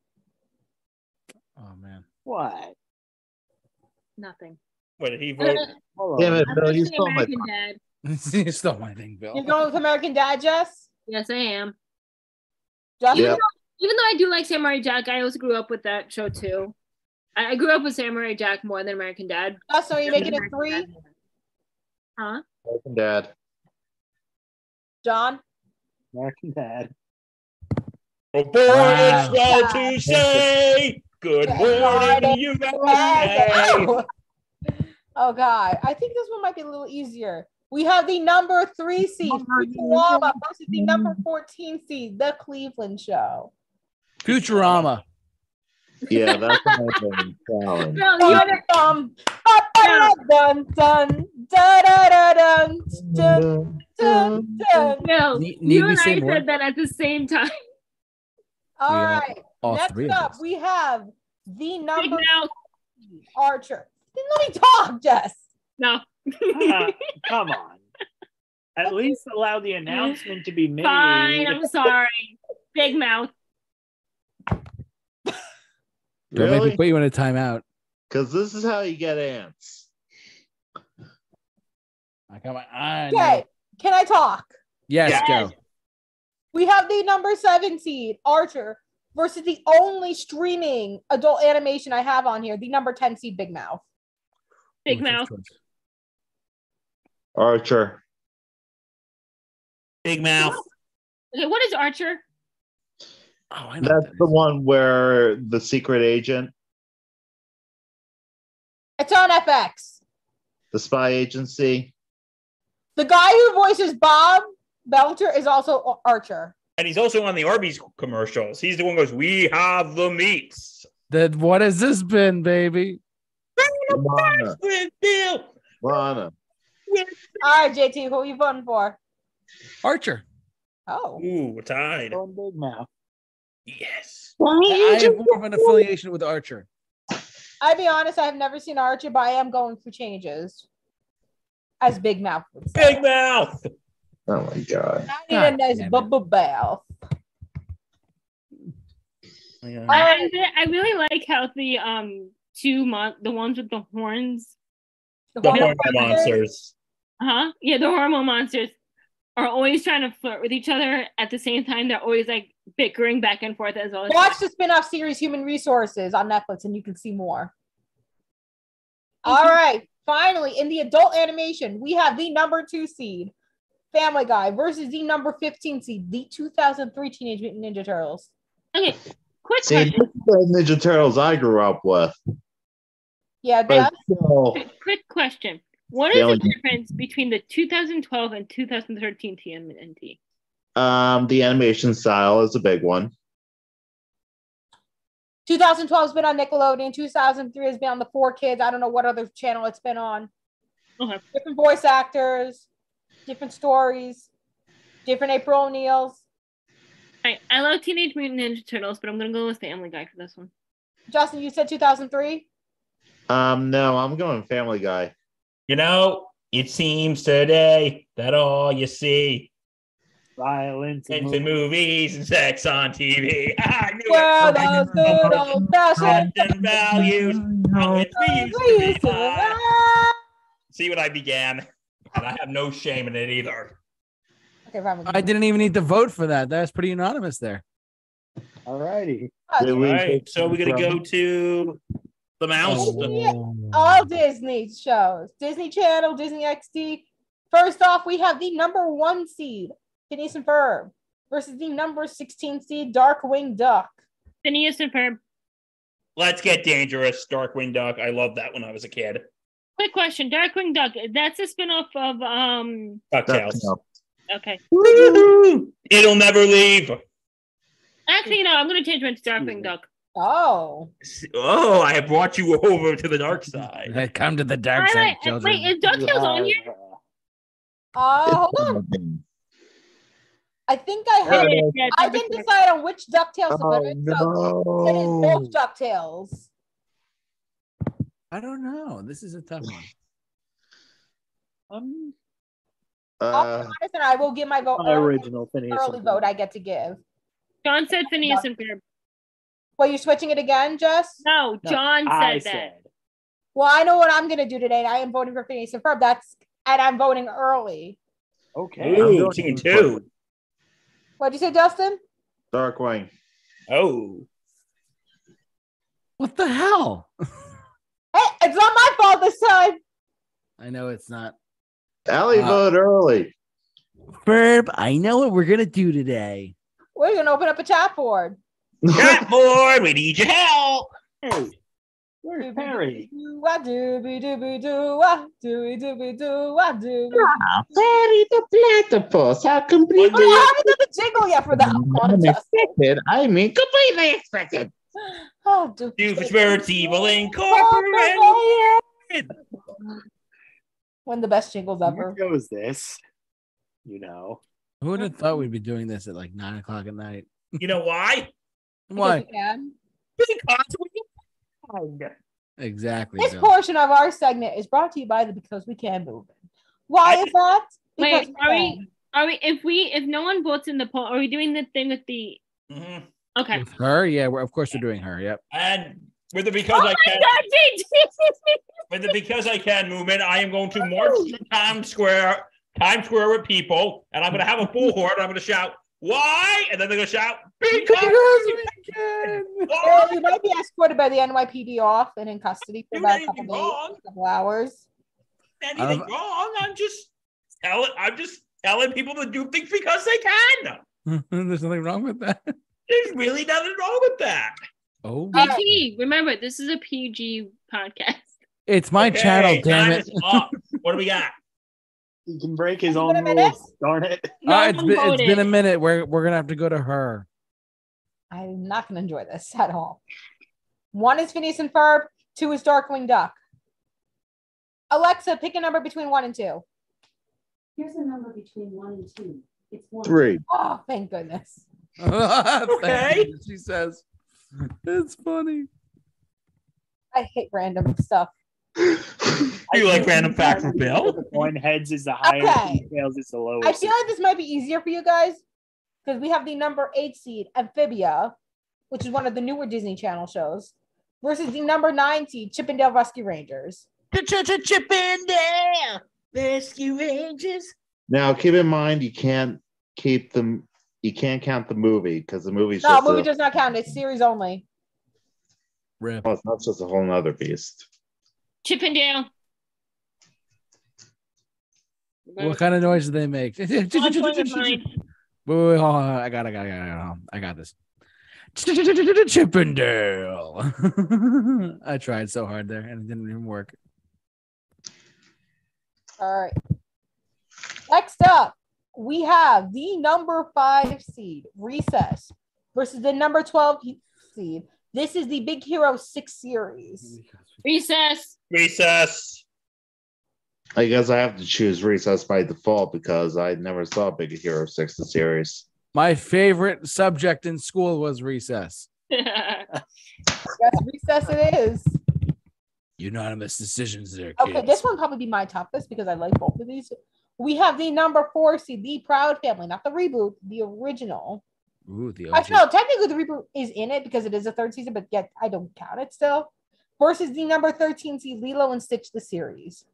A: Oh man.
F: What?
D: Nothing.
B: What did he vote?
C: Uh,
F: Hold
E: Damn
F: on.
E: it,
D: I'm
E: Bill, you
D: actually
E: stole my
D: American Dad.
A: you stole my thing, Bill.
C: You're going with American Dad, Jess?
D: Yes, I am.
C: Jess?
E: Yeah.
D: Even though I do like Samurai Jack, I also grew up with that show too. I, I grew up with Samurai Jack more than American Dad.
C: Jess, are you making it
D: American
C: three?
D: Dad. Huh?
E: American Dad.
C: John?
F: American Dad.
B: Oh, boy, it's well to say. Good morning, USA.
C: Oh. Oh, God. I think this one might be a little easier. We have the number three seed, Futurama, versus the number 14 seed, The Cleveland Show.
A: Futurama.
E: Yeah, that's amazing. Challenge.
D: No,
C: Dun,
D: you're
C: dun, dun, dun, dun, dun, dun,
A: Um,
C: dun.
D: Bill,
A: Ne- need
D: Oh, you
A: we
D: and I
A: say
D: said
A: more?
D: that at the same time.
C: All
A: We are
C: right.
A: All
C: Next
A: three of
C: up,
A: us.
C: we have the
D: Right
C: number
D: now,
C: Archer. Let me talk, Jess.
D: no.
F: Ah, come on. At least allow the announcement to be made.
D: Fine, I'm sorry. Big mouth.
A: Don't make me
E: Really?
A: quit you in a timeout.
E: Because this is how you get ants.
A: I got my eye. on you.
C: Okay, can I talk?
A: Yes,
B: Yes.
A: go.
C: We have the number seven seed, Archer, versus the only streaming adult animation I have on here, the number 10 seed, Big Mouth.
D: Big
A: Ooh, tough
D: mouth.
A: choice.
E: Archer.
B: Big mouth.
D: Okay, what is Archer?
A: Oh, I know. what
E: That's
A: that
E: the
A: is.
E: one where the secret agent,
C: It's on FX.
E: the spy agency.
C: The guy who voices Bob Belter is also Ar- Archer.
B: And he's also on the Arby's commercials. He's the one who goes, We have the meats.
A: That what has this been, baby?
E: Lana.
B: With Bill.
E: Lana.
C: All right, JT, who are you voting for?
A: Archer.
C: Oh,
B: Ooh, we're tied.
F: Going big mouth.
B: Yes.
A: I I have more of an affiliation with Archer.
C: I'll be honest, I have never seen Archer, but I am going for changes. As Big Mouth would say.
B: Big mouth.
E: Oh my god.
C: I need a
A: God
C: nice
A: damn it.
C: bubble bath.
D: I, I really like how the um two mon- the ones with the horns,
B: The hormone monsters.
D: huh? Yeah, the hormone monsters are always trying to flirt with each other. At the same time, they're always like bickering back and forth as well as
C: Watch the spin-off series Human Resources on Netflix and you can see more. All right. Finally, in the adult animation, we have the number two seed, Family Guy, versus the number 15 seed, the 2003 Teenage Mutant Ninja Turtles.
D: Okay, quick
E: See, this
D: question.
E: is the Ninja Turtles I grew up with.
C: Yeah,
E: But
C: Dan?
E: still,
D: Quick question. What
E: They
D: is
E: only-
D: the difference between the 2012 and 2013 TMNT?
E: um, the animation style is a big one.
C: 2012 has been on Nickelodeon. 2003 has been on the Four Kids. I don't know what other channel it's been on.
D: Okay.
C: Different voice actors, different stories, different April O'Neils.
D: I, I love Teenage Mutant Ninja Turtles, but I'm gonna go with Family Guy for this one.
C: Justin, you said 2003.
E: Um, no, I'm going Family Guy.
B: You know, it seems today that all you see
F: Violence.
B: is the movies and sex on TV. I knew
C: Well,
B: it.
C: those good old fashioned
B: Friends and values. how it's we used to
C: we
B: be.
C: used to
B: Ah,
C: love.
B: See what I began, and I have no shame in it either.
C: Okay, Ryan, we'll
A: I didn't even need to vote for that. That's pretty unanimous there.
F: All righty.
C: give
E: Did
C: you-
B: All
E: we-
B: right, so we're gonna go to the mouse.
C: Oh, All Disney shows, Disney Channel, Disney XD. First off, we have the number one seed, Phineas and Ferb, versus the number 16 seed, Darkwing Duck.
D: Phineas and Ferb.
B: Let's get dangerous, Darkwing Duck. I loved that when I was a kid.
D: Quick question. Darkwing Duck. That's a spinoff of um.
E: That's-
B: Cocktails.
E: no.
D: Okay.
B: Woo-hoo. It'll never leave.
D: Actually, no. I'm gonna change mine to Darkwing Duck.
C: Oh,
B: Oh, I have brought you over to the dark side.
A: Hey, Come to the dark
D: All
A: side,
D: right.
A: children.
D: Wait, is Ducktales on here?
C: uh, hold on. I think I
D: Yeah,
C: had.
D: yeah,
C: I
D: number
C: didn't
D: six.
C: decide on which Ducktales to put
E: Oh
C: it, so it is
E: no!
C: both Ducktales.
A: I don't know. This is a tough one.
F: Um,
E: Uh,
C: I'll be honest, and I will give my vote.
F: my
C: Early,
F: original Phineas.
C: Oh, early
F: and
C: vote
F: Ferb.
C: I get to give.
D: John said Phineas and Ferb.
C: Well, you're switching it again, Jess?
D: No,
F: No,
D: John said
F: I
D: that.
F: said.
C: Well, I know what I'm going to do today. and I am voting for Phineas and Ferb. That's and I'm voting early.
F: Okay. I'm
B: Ooh,
F: going
B: team
F: with-
B: two.
C: What'd you say, Justin?
E: Darkwing.
B: Oh.
A: What the hell?
C: Hey, it's not my fault this time.
A: I know it's not.
E: Allie
A: Uh,
E: voted early.
A: Ferb, I know what we're gonna do today.
C: We're going to open up a chat board.
B: Chat board, we need your help.
F: Hey, where's Perry?
C: Doo-wah, dooby, dooby, doo-wah, dooby, dooby, dooby, dooby.
E: Perry the platypus. How
C: But
E: completely
C: I haven't done the jingle yet for that one, Justin.
E: I mean, completely expected.
C: Oh, doo-
B: Do for spirits evil incorporated.
C: Corporated. One of the best jingles
F: Where
C: ever.
F: goes this? You know.
A: Who would have thought we'd be doing this at like nine o'clock at night?
B: You know why?
A: Why?
C: Because we can.
B: Because we can.
A: Exactly.
C: This
A: Bill.
C: portion of our segment is brought to you by the Because We Can movement. Why is that?
D: Wait,
C: Because we
D: are we-
C: can.
D: Are we? If we, if no one votes in the poll, are we doing the thing with the?
B: Mhm.
D: Okay.
A: With her? Yeah, we're, of course we're doing her. Yep.
B: And with the because I can with the because I can movement, I am going to march to Times Square, Times Square with people, and I'm gonna have a bullhorn, and I'm gonna shout, why? And then they're gonna shout, because
C: Well,
B: why?
C: you might be escorted by the NYPD off and in custody for
B: You
C: about a
B: didn't
C: couple
B: do
C: days,
B: wrong.
C: a couple hours.
B: anything
A: I've-
B: wrong. I'm just telling I'm just telling people to do things because they can.
A: There's nothing wrong with that.
B: There's really nothing wrong with that.
A: Oh,
C: Uh,
D: PG. Remember, this is a PG podcast.
A: it's my
B: Okay,
A: channel. Damn
B: time
A: it. Uh,
B: is up. What do we got?
F: He can break his
C: Has it
F: own
C: been a minute?
F: rules. Darn it.
D: No
A: Uh, it's
D: one
A: been, it's been a
D: voted.
A: minute. We're we're gonna have to go to her.
C: I'm not going to enjoy this at all. One is Phineas and Ferb, two is Darkwing Duck. Alexa, pick a number between one and two.
G: Here's a number between one and two. It's one.
E: Three.
C: Oh, thank goodness.
A: Thank
B: Okay.
A: you, She says, "It's funny."
C: I hate random stuff.
B: Do you like random fact with Bill?
F: One heads is the highest,
C: Okay.
F: and tails is the lowest.
C: I feel like this might be easier for you guys because we have the number eight seed, Amphibia, which is one of the newer Disney Channel shows, versus the number nine seed, Chippendale Rescue Rangers.
B: Chip in there. Rescue Rangers.
E: Now, keep in mind, you can't keep them. You can't count the movie because the movie's
C: No,
E: just,
C: movie
E: a,
C: does not count. It's series only.
A: Rip.
E: oh, it's not just a whole nother beast.
D: Chippendale.
A: What kind of noise do they make? wait, wait,
D: Lost one
A: wait,
D: of mine.
A: hold on. I got, I got, I got, I got, I got this. Chippendale. I tried so hard there and it didn't even work.
C: All right. Next up, we have the number five seed, Recess, versus the number 12 seed. This is the Big Hero 6 series.
E: Mm-hmm.
D: Recess.
B: Recess.
E: I guess I have to choose Recess by default because I never saw Big Hero Six the series.
A: My favorite subject in school was recess.
C: Yes, Recess it is.
A: Unanimous decisions there, kids.
C: Okay, this one probably be my toughest because I like both of these. We have the number four seed, the Proud Family, not the reboot, the original.
A: Ooh, the OG.
C: Actually, no, technically the reboot is in it because it is a third season, but yet I don't count it still. Versus the number 13 seed, Lilo and Stitch, the series.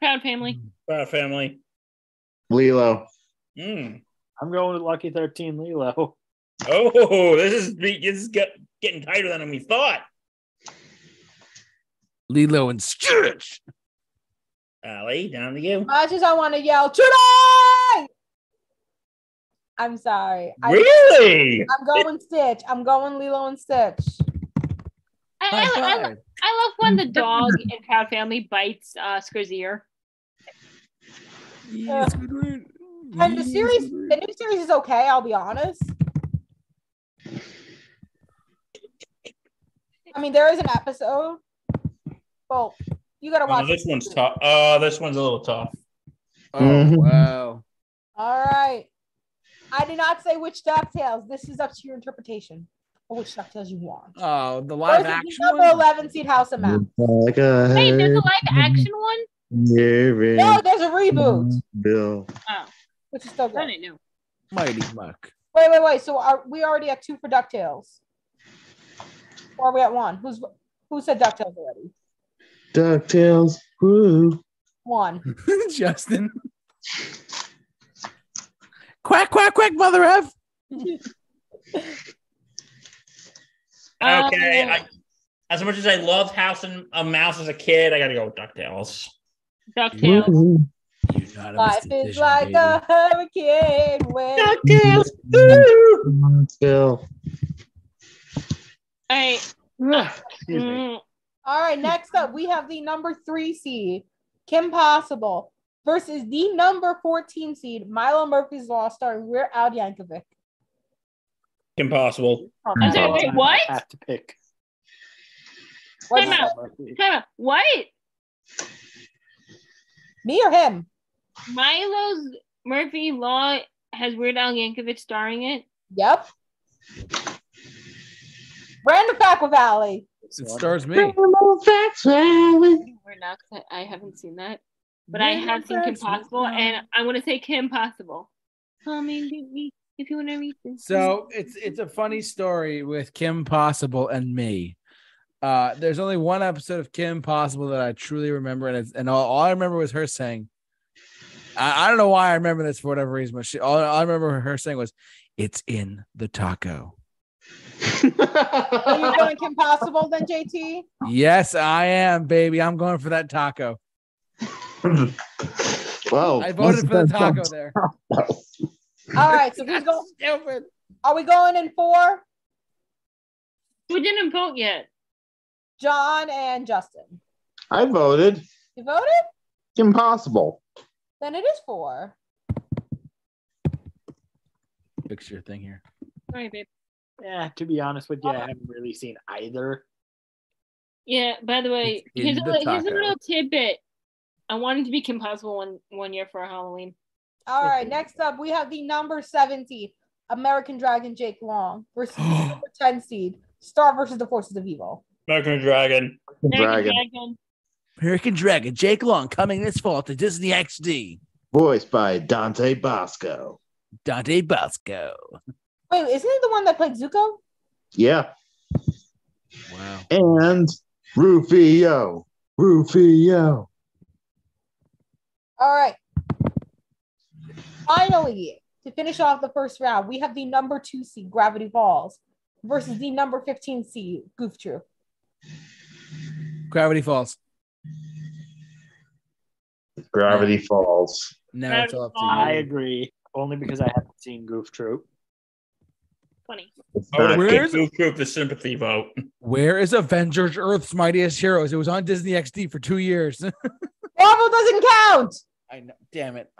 D: Proud family.
B: Proud uh, family.
E: Lilo,
B: Mm.
F: I'm going with Lucky 13 Lilo.
B: Oh, this is be- this is get, getting tighter than we thought.
A: Lilo and Stitch.
B: Allie, down to you.
C: Much as I want to yell, tonight! I'm sorry. I,
B: Really?
C: I'm going Stitch. I'm going Lilo and Stitch.
D: I,
A: High
D: I, I,
A: five.
D: I love when the dog in Proud Family bites uh, Squir's ear.
A: Yeah,
C: Ugh.
A: Squidward.
C: And the
A: Yeah,
C: series,
A: Squidward.
C: the new series is okay, I'll be honest. I mean, there is an episode. Well, you gotta watch
B: Oh, this one's tough. Oh, this one's a little tough.
A: Oh
E: Mhm.
A: wow.
C: All right. I did not say which DuckTales. This is up to your interpretation of which DuckTales you want.
A: Oh, the live
C: Versus
A: action.
C: the number
A: one?
C: 11 seed House of Mouse.
E: like a
D: Wait, there's a live action one?
E: Mary
C: No, there's a reboot,
E: Bill.
D: Oh,
C: which is still good.
D: I didn't know.
A: Mighty Muck.
C: Wait, wait, wait. So are we already at two for DuckTales? Or are we at one? Who's who said DuckTales already?
E: Ducktales. Woo.
C: One.
A: Justin. Quack quack quack, mother F.
C: Oh,
B: Okay.
D: Um,
B: I, as much as I loved House and a Mouse as a kid, I gotta go with DuckTales.
D: DuckTales.
E: Woo.
C: Life is like a hurricane when
E: DuckTales. Bill.
D: All right.
F: Excuse me.
D: Mm,
C: All right, next up we have the number three seed, Kim Possible, versus the number 14 seed, Milo Murphy's Law, starring Weird Al Yankovic.
B: Impossible.
D: I'm sorry,
F: All
D: wait,
F: time
D: what?
F: I have to pick.
C: What's
D: Time out.
C: that?
D: time out. What?
C: Me or him?
D: Milo's Murphy Law has Weird Al Yankovic starring it.
C: Yep. Random fact with Allie.
A: It
F: So um, I'm-
A: stars me.
D: We're not. 'cause I I haven't seen that, but I have seen Kim Possible, and I want to say Kim Possible. Come and get me if you want to read this.
A: So it's it's a funny story with Kim Possible and me. Uh, there's only one episode of Kim Possible that I truly remember, and it's, and all, all I remember was her saying, I, "I don't know why I remember this for whatever reason, but she all, all I remember her saying was, it's in the taco."
C: Are you going Kim Possible then, JT?
A: Yes, I am, baby. I'm going for that taco.
E: Whoa.
A: I voted for the taco there.
C: All right, so who's going?
A: Stupid.
C: Are we going in four?
D: we didn't vote yet.
C: John and Justin.
E: I voted.
C: You voted?
E: Impossible.
C: Then it is four.
A: Fix your thing here.
D: All right, babe.
F: Yeah, to be honest with you,
D: Uh,
F: I haven't really seen either.
D: Yeah. By the way,
A: It's in
D: here's a,
A: the
D: little- here's a
A: taco.
D: little tidbit. I wanted to be Kim Possible one one year for Halloween.
C: All right, next up we have the number 70, American Dragon Jake Long versus the number 10 seed, Star versus the Forces of Evil.
B: American Dragon.
D: Dragon.
E: Dragon.
D: Dragon.
A: American Dragon, Jake Long, coming this fall to Disney XD.
E: Voiced by Dante Bosco.
A: Dante Bosco.
C: Wait, isn't it the one that played Zuko?
E: Yeah.
A: Wow.
E: And Rufio. Rufio.
C: All right. Finally, to finish off the first round, we have the number two seed, Gravity Falls, versus the number 15 seed, Goof Troop.
A: Gravity Falls.
E: Gravity Falls.
A: Now it's all
D: uh,
A: up to
F: I
A: you.
F: agree. Only because I haven't seen Goof Troop.
D: Funny.
E: It's
B: I
A: Oh,
B: would
E: not
A: Where
B: give
A: is-
B: Goof Troop the sympathy vote.
A: Where is Avengers Earth's Mightiest Heroes? It was on Disney XD for two years.
C: Marvel doesn't count.
A: I know. Damn it.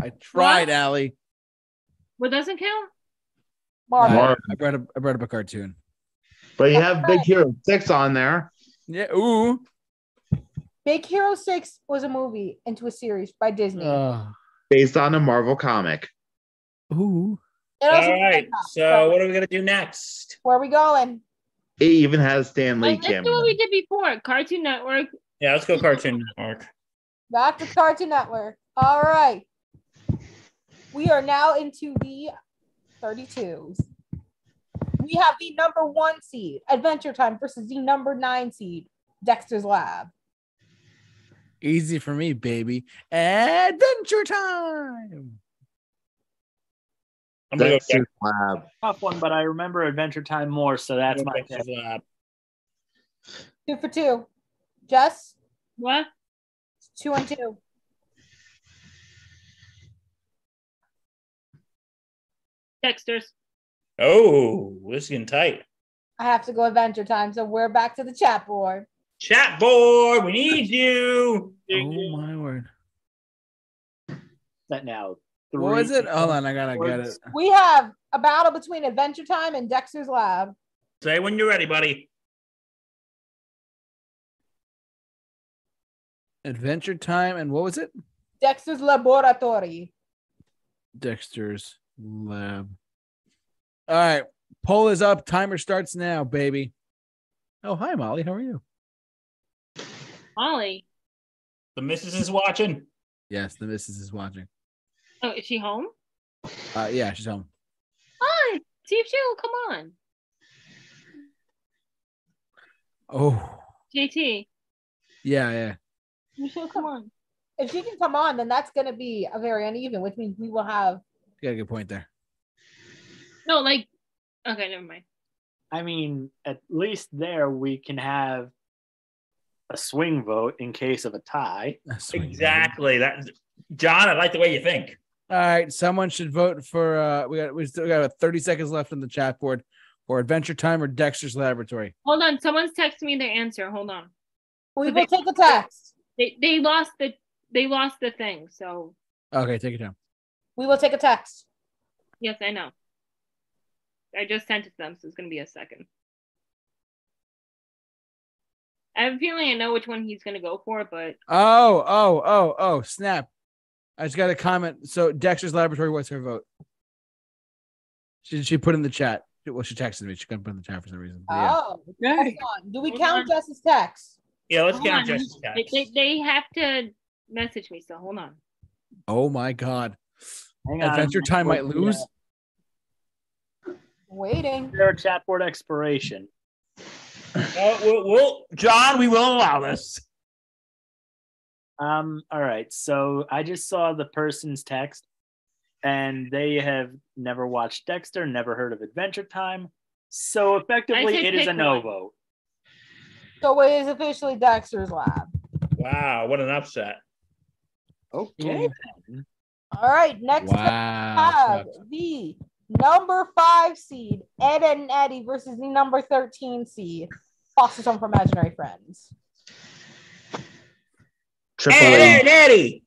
A: I tried,
D: What?
A: Allie.
D: What doesn't count?
C: Marvel.
A: I,
E: Marvel.
A: I brought up, I brought up a cartoon.
E: But you have Big Hero Six on there.
A: Yeah. Ooh.
C: Big Hero 6 was a movie into a series by Disney.
A: Uh,
E: based on a Marvel comic.
A: ooh.
C: It also-
B: All right. So what are we gonna do next?
C: where are we going?
E: It even has Stan
D: Like,
E: Lee
D: let's do what
E: cameo.
D: we did before. Cartoon Network.
B: Yeah, let's go Cartoon Network.
C: Back to Cartoon Network. All right. We are now into the 32s. We have the number one seed, Adventure Time, versus the number nine seed, Dexter's Lab.
A: Easy for me, baby. Adventure time.
B: I'm gonna
E: That's
B: go
E: his lab.
F: Tough one, but I remember Adventure Time more, so that's my pick.
B: Dexter's Lab.
C: Two for two. Jess,
D: What?
C: two and two.
D: Dexter's.
B: Oh, this is getting tight.
C: I have to go Adventure Time, so we're back to the chat board.
B: Chat board, we need you.
A: Oh my word.
F: That now.
A: What was it? Hold on, I gotta get it.
C: We have a battle between Adventure Time and Dexter's Lab.
B: Say when you're ready, buddy.
A: Adventure Time and what was it?
C: Dexter's Laboratory.
A: Dexter's Lab. All right, poll is up. Timer starts now, baby. Oh, hi, Molly. How are you?
D: Molly.
B: The missus is watching.
A: Yes, the missus is watching.
D: Oh, is she home?
A: Uh, yeah, she's home.
D: Oh, see if she'll come on.
A: Oh,
D: JT,
A: yeah, yeah.
D: see if she'll come on.
C: If she can come on, then that's going to be a very uneven, which means we will have.
A: You got a good point there.
D: No, like, okay, never mind.
F: I mean, at least there we can have a swing vote in case of a tie.
A: That's sweet, baby.
B: Exactly. That John, I like the way you think.
A: All right, someone should vote for. Uh, we got we still got about thirty seconds left on the chat board for Adventure Time or Dexter's Laboratory.
D: Hold on. Someone's texting me their answer. Hold on.
C: We will take a text.
D: They they lost the they lost the thing. So
A: Okay, take it down.
C: We will take a text.
D: yes, I know. I just sent it to them, so it's gonna be a second. I have a feeling I know which one he's gonna go for, but
A: Oh, oh, oh, oh! Snap! I just got a comment. So Dexter's Laboratory, what's her vote? She she put in the chat. Well, she texted me. She couldn't put in the chat for some reason. But yeah.
C: Oh, hold on. Do we
D: Hold
C: count Jess's text?
B: Yeah, let's
D: Hold
B: count
D: on.
B: Jess's
D: they,
B: text.
D: they, they have to message me. So hold on.
A: Oh my God!
F: Hang on.
A: Adventure Time might lose.
C: Waiting.
F: Their chat board expiration.
B: Uh, we'll, we'll- John, we will allow this.
F: Um, all right. So I just saw the person's text, and they have never watched Dexter, never heard of Adventure Time. So effectively,
D: said
F: it is a
D: pick
F: no
D: one.
F: vote.
C: So it is officially Dexter's Lab.
B: Wow, what an upset.
F: Okay.
C: All right, next up we
A: Wow!
C: have the number five seed, Ed Ed, and Eddie, versus the number 13 seed, Foster's Home for Imaginary Friends.
E: Triple A.
B: Eddie.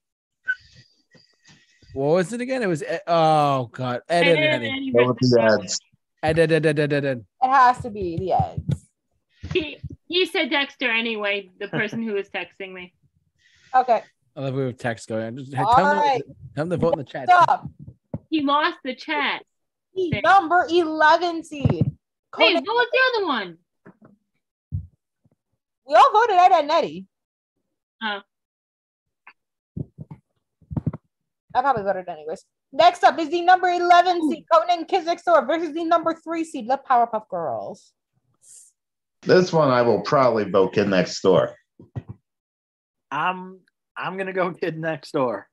A: What was it again? It was Ed- oh God! Ed, Ed, Ed, Ed,
E: Go with the ads.
A: Ed, Ed, Ed, Ed, Ed, Ed, Ed.
C: It has to be the Eds.
D: He, he said Dexter anyway, the person who was texting me.
C: Okay,
A: I love we have text going. Just tell
C: all
A: them,
C: right.
A: tell them to vote in the chat.
C: Next up,
D: He lost the chat.
C: the number 11 seed.
D: Wait,
C: Conan-
D: what was the other one?
C: we all voted Ed Ed, and Eddie.
D: Oh.
C: I probably voted anyways. Next up is the number 11 seed, Conan Kids Next Door, versus the number three seed, the Powerpuff Girls.
E: This one I will probably vote Kid Next Door.
F: I'm I'm gonna go kid next door.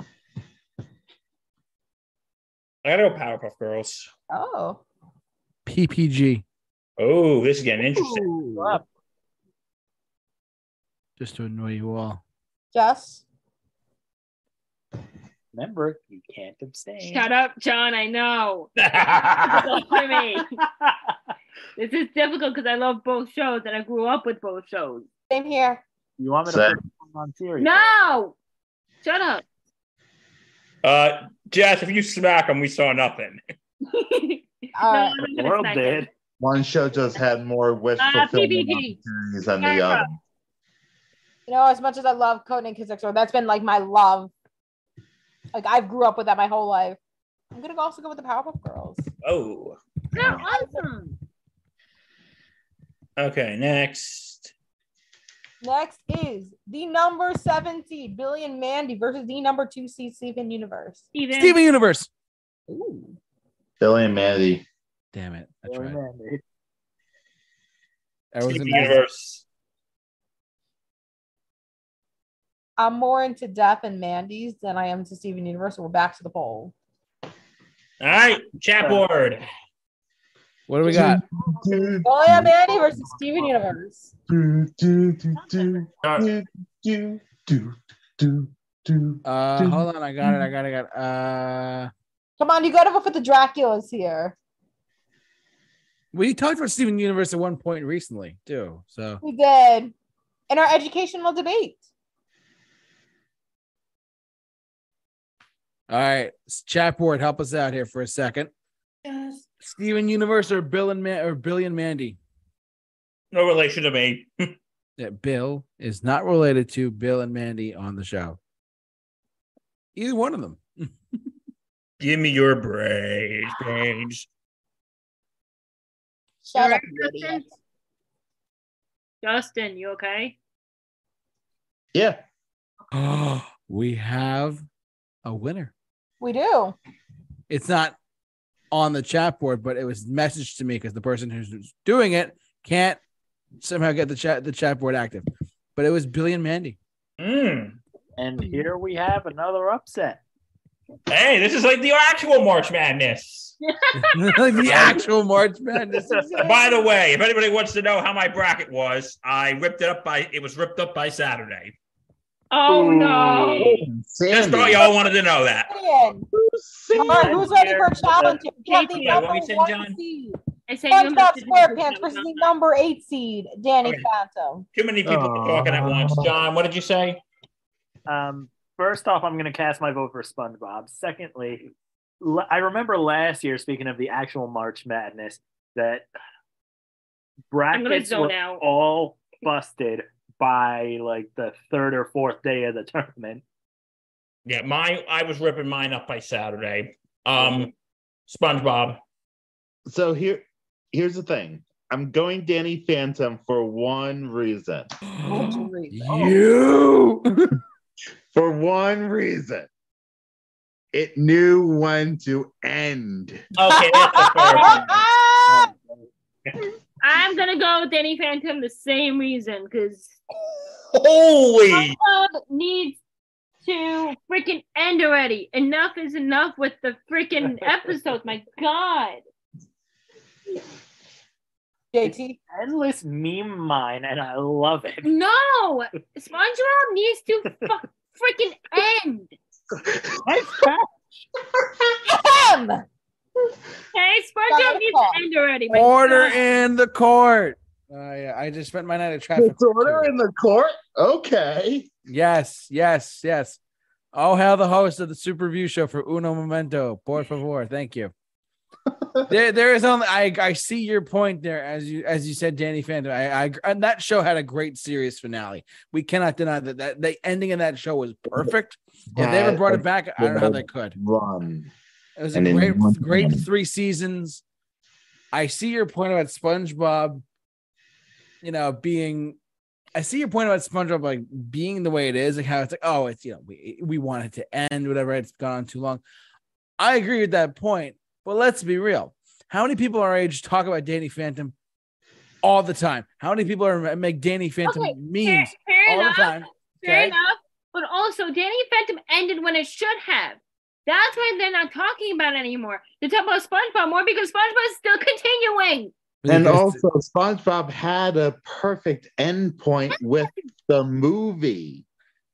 B: I gotta go Powerpuff Girls.
C: Oh,
A: PPG.
B: Oh, this is getting interesting.
A: Just to annoy you all.
C: Jess.
F: Remember, you can't abstain.
D: Shut up, John. I know.
B: I
D: Don't look at me. This is difficult because I love both shows and I grew up with both shows.
C: Same here.
F: You want me to
E: Same.
F: put them on series?
D: No! Shut up.
B: Uh, Jess, if you smack them, we saw nothing.
C: All right.
D: I'm
F: The
D: gonna
F: world
D: smack
F: did.
D: him.
E: One show just had more wish
D: Ah,
E: fulfillment
D: PPG.
E: opportunities than the other.
C: You know, as much as I love Conan Kizixor, that's been like my love. Like I've grew up with that my whole life. I'm gonna go also go with the Powerpuff Girls.
B: Oh,
D: They're awesome.
B: okay. Next.
C: Next is the number seven seed Billion Mandy versus the number two seed Steven Universe.
D: Steven.
A: Steven Universe.
C: Ooh.
E: Billy and Mandy.
A: Damn it. That's
F: Or
A: right.
F: Mandy.
A: Everyone's gonna be-
B: Universe.
C: I'm more into Depp and Mandy's than I am to Steven Universe. So we're back to the poll.
B: All right, chat board.
A: What do we got?
E: Do,
C: Billion Mandy versus Steven Universe.
E: do, do, do, do,
B: All right.
E: do, do, do, do, do.
A: Uh hold on, I got it. I got it. I got it. Uh
C: Come on, you gotta vote for the Draculas here.
A: we talked about Steven Universe at one point recently, too. So
C: We did in our educational debate.
A: all right. s- Chat board, help us out here for a second.
G: Yes.
A: Steven Universe or Bill and Man or Billy and Mandy.
B: No relation to me.
A: that Bill is not related to Bill and Mandy on the show. Either one of them.
B: Give me your brains, brains.
C: Shut
D: All
C: up,
D: right,
C: you idiot.
D: Justin. Justin, you okay?
E: Yeah.
A: we have a winner.
C: We do.
A: It's not on the chat board, but it was messaged to me because the person who's doing it can't somehow get the chat the chat board active. But it was Billy and Mandy.
B: Mm.
F: And here we have another upset.
B: Hey, this is like the actual March Madness.
A: like the actual March Madness.
B: By the way, if anybody wants to know how my bracket was, I ripped it up by it was ripped up by Saturday.
D: Oh no.
B: Just thought
E: Sandy.
B: y'all wanted to know that.
C: Brilliant. All right, who's ready for a challenge? We have the
D: Wait,
B: what
C: number
B: we said, John?
C: one seed,
D: I say you
C: SpongeBob
D: have to-
C: SquarePants versus the number eight seed, Danny
B: Okay.
C: Phantom.
B: Too many people
F: Aw.
B: talking at once. John, what did you say?
F: Um, first off, I'm going to cast my vote for SpongeBob. Secondly, l- I remember last year, speaking of the actual March Madness, that
D: I'm gonna
F: brackets
D: zone
F: were
D: out.
F: all busted by like the third or fourth day of the tournament.
B: Yeah, my I was ripping mine up by Saturday. Um, SpongeBob.
E: So here, here's the thing. I'm going Danny Phantom for one reason.
A: you
E: For one reason. It knew when to end.
B: Okay, that's the fair one.
F: Um,
D: I'm gonna go with Danny Phantom the same reason because
B: Holy!
D: SpongeBob needs to freaking end already. Enough is enough with the freaking episodes. My God.
C: JT.
F: Endless meme mine, and I love it.
D: No, SpongeBob needs to fuck, freaking end.
C: Ahem!
D: Okay,
C: Got
D: SpongeBob
C: it,
D: needs
C: Paul.
D: to end already. my
A: Order
D: God.
A: in the court. Uh, yeah, I just spent my night at traffic.
E: Disorder in the court? Okay.
A: Yes, yes, yes. Oh, hell, the host of the Super View Show for Uno Momento. Por favor, thank you. there, there is only I, I see your point there as you as you said, Danny Phantom. I, I and that show had a great series finale. We cannot deny that that the ending of that show was perfect. If they ever brought it back, I don't know how they could.
E: Run.
A: It was a
E: And then
A: great,
E: one-
A: great three seasons. I see your point about SpongeBob, you know, being. I see your point about SpongeBob like being the way it is, like how it's like, oh, it's you know, we we want it to end, whatever. It's gone on too long. I agree with that point, but let's be real. How many people our age talk about Danny Phantom all the time? How many people are make Danny Phantom
D: Okay, Fair,
A: memes
D: fair
A: all the
D: enough.
A: time?
D: Fair
A: okay?
D: enough. But also, Danny Phantom ended when it should have. That's why they're not talking about it anymore. They're talking about SpongeBob more because SpongeBob is still continuing.
E: And
A: Because-
E: also, SpongeBob had a perfect endpoint with the movie.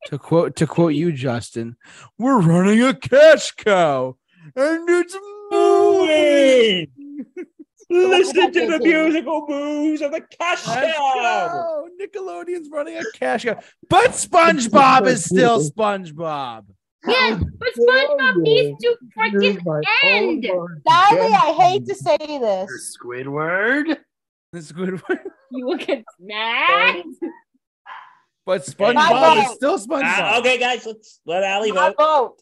A: to quote to quote you, Justin, we're running a cash cow, and it's moving.
B: Booing! Listen to the musical boos of the cash
A: Let's
B: cow. Uh,
A: go. Nickelodeon's running a cash cow, but SpongeBob is still SpongeBob.
D: Yes, but SpongeBob needs to freaking end.
C: Sadly, I hate to say this.
F: Squidward.
A: That's a good one.
D: You will get smacked.
A: But
C: Bye-bye.
A: SpongeBob is still SpongeBob.
B: Uh, okay, guys, let's let Ali
C: I
B: vote.
C: vote.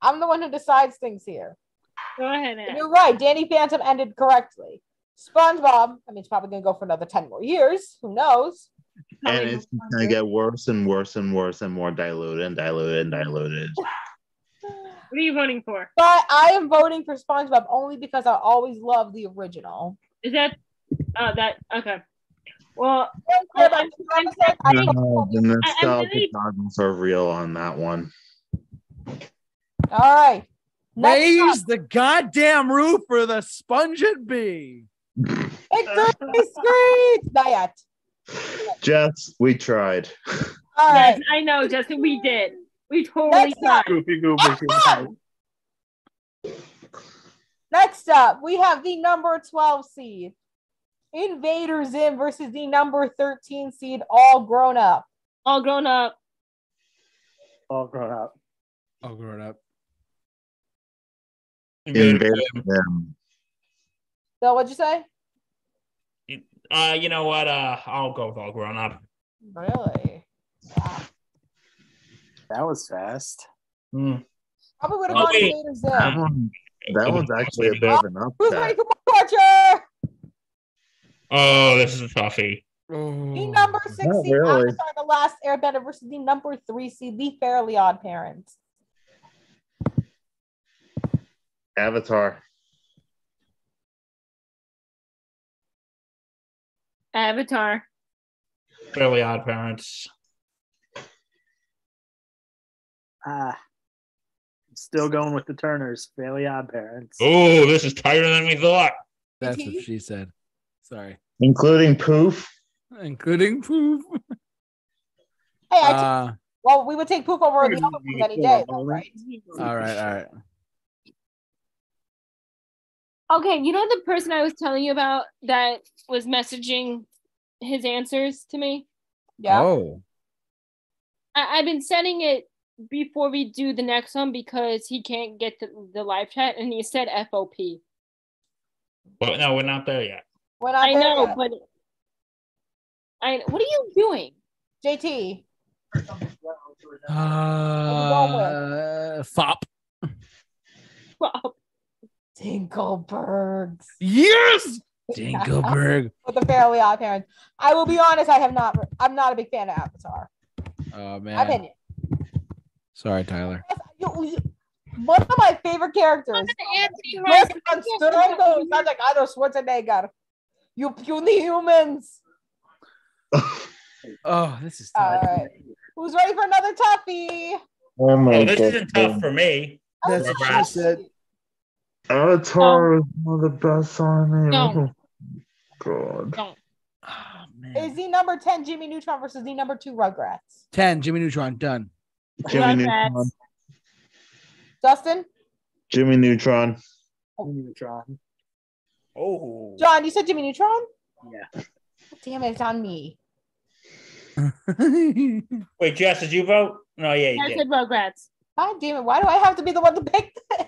C: I'm the one who decides things here.
D: Go ahead
C: And
D: and
C: You're right. Danny Phantom ended correctly. SpongeBob, I mean, it's probably going to go for another 10 more years. Who knows?
E: And it's going to get worse and worse and worse and more diluted and diluted and diluted.
D: what are you voting for?
C: But I am voting for SpongeBob only because I always love the original.
D: Is that oh that okay. Well,
C: Don't care about the content, I don't
E: No, Oh, the nostalgic
D: really-
E: goggles are real on that one.
C: All right. Next up,
A: Raise the goddamn roof for the sponge and bee.
C: Victory Screech. Not yet.
E: Jess, we tried.
C: All
D: yes,
C: right.
D: I know, Justin, we did. We totally
C: Next up.
D: tried.
F: Goofy Goober.
C: Next up, we have the number 12 seed. Invader Zim versus the number 13 seed, all grown up.
D: All grown up.
F: All grown up.
A: Oh, grown up.
E: Invaded them.
C: So what'd you say?
B: Uh, you know what? Uh, I'll go with all grown up.
C: Really?
F: That was fast.
B: Mm.
C: Probably would have
B: Oh,
C: gone
B: wait.
C: Invader
E: That,
C: Zim.
E: one, that one's actually a bit of an
C: Who's
E: upset.
C: ready for more torture?
B: Oh, this is a toughie.
C: The
A: Oh.
C: number six
E: Not
C: seed,
E: really.
C: Avatar The Last Airbender versus the number three seed, the Fairly Odd Parents.
E: Avatar.
D: Avatar.
B: Fairly odd parents.
F: Ah. Still going with the Turners. Fairly odd parents.
B: Oh, this is tighter than we thought.
A: That's what she said. Sorry.
E: Including Poof.
A: Including poof.
C: Hey, I took-
A: Uh,
C: well, we would take poop over the other ones any day, though, right?
A: all right, all right.
D: Okay, you know the person I was telling you about that was messaging his answers to me?
C: Yeah.
A: Oh.
D: I- I've been sending it before we do the next one because he can't get the, the live chat and he said FOP.
B: But no, we're not there yet.
C: When I
D: I know,
C: know,
D: but I what are you doing?
C: JT,
A: Uh, fop.
D: Well,
C: Tinklebergs
A: Yes. Dingleberg.
C: with the Fairly Odd Parents. I will be honest, I have not. I'm not a big fan of Avatar.
A: Oh
C: I've
A: man.
C: been.
A: Sorry, Tyler.
C: One of my favorite characters.
D: Anthony
C: Yes,
D: Hopkins-
C: on Strongo, sounds like Arnold Schwarzenegger. You puny humans.
A: Oh, this is
C: All
A: tough.
C: right. Who's ready for another toughie?
E: Oh my
B: Oh, this isn't tough for me.
A: That's
C: Oh,
B: what she
C: gosh.
A: said.
E: Avatar is one of the best anime. Oh
D: No.
E: God.
A: Oh,
C: Is
A: man.
C: the number 10 Jimmy Neutron versus the number two Rugrats?
A: Ten. Jimmy Neutron done.
E: Jimmy
D: Rugrats.
E: Neutron.
C: Justin?
E: Jimmy Neutron.
F: Neutron.
B: Oh,
C: John, you said Jimmy Neutron?
F: Yeah.
C: Damn it, it's on me.
B: wait, Jess, did you vote? No, yeah, you
D: I
B: did.
D: said Rugrats.
C: God damn it. Why do I have to be the one to pick the,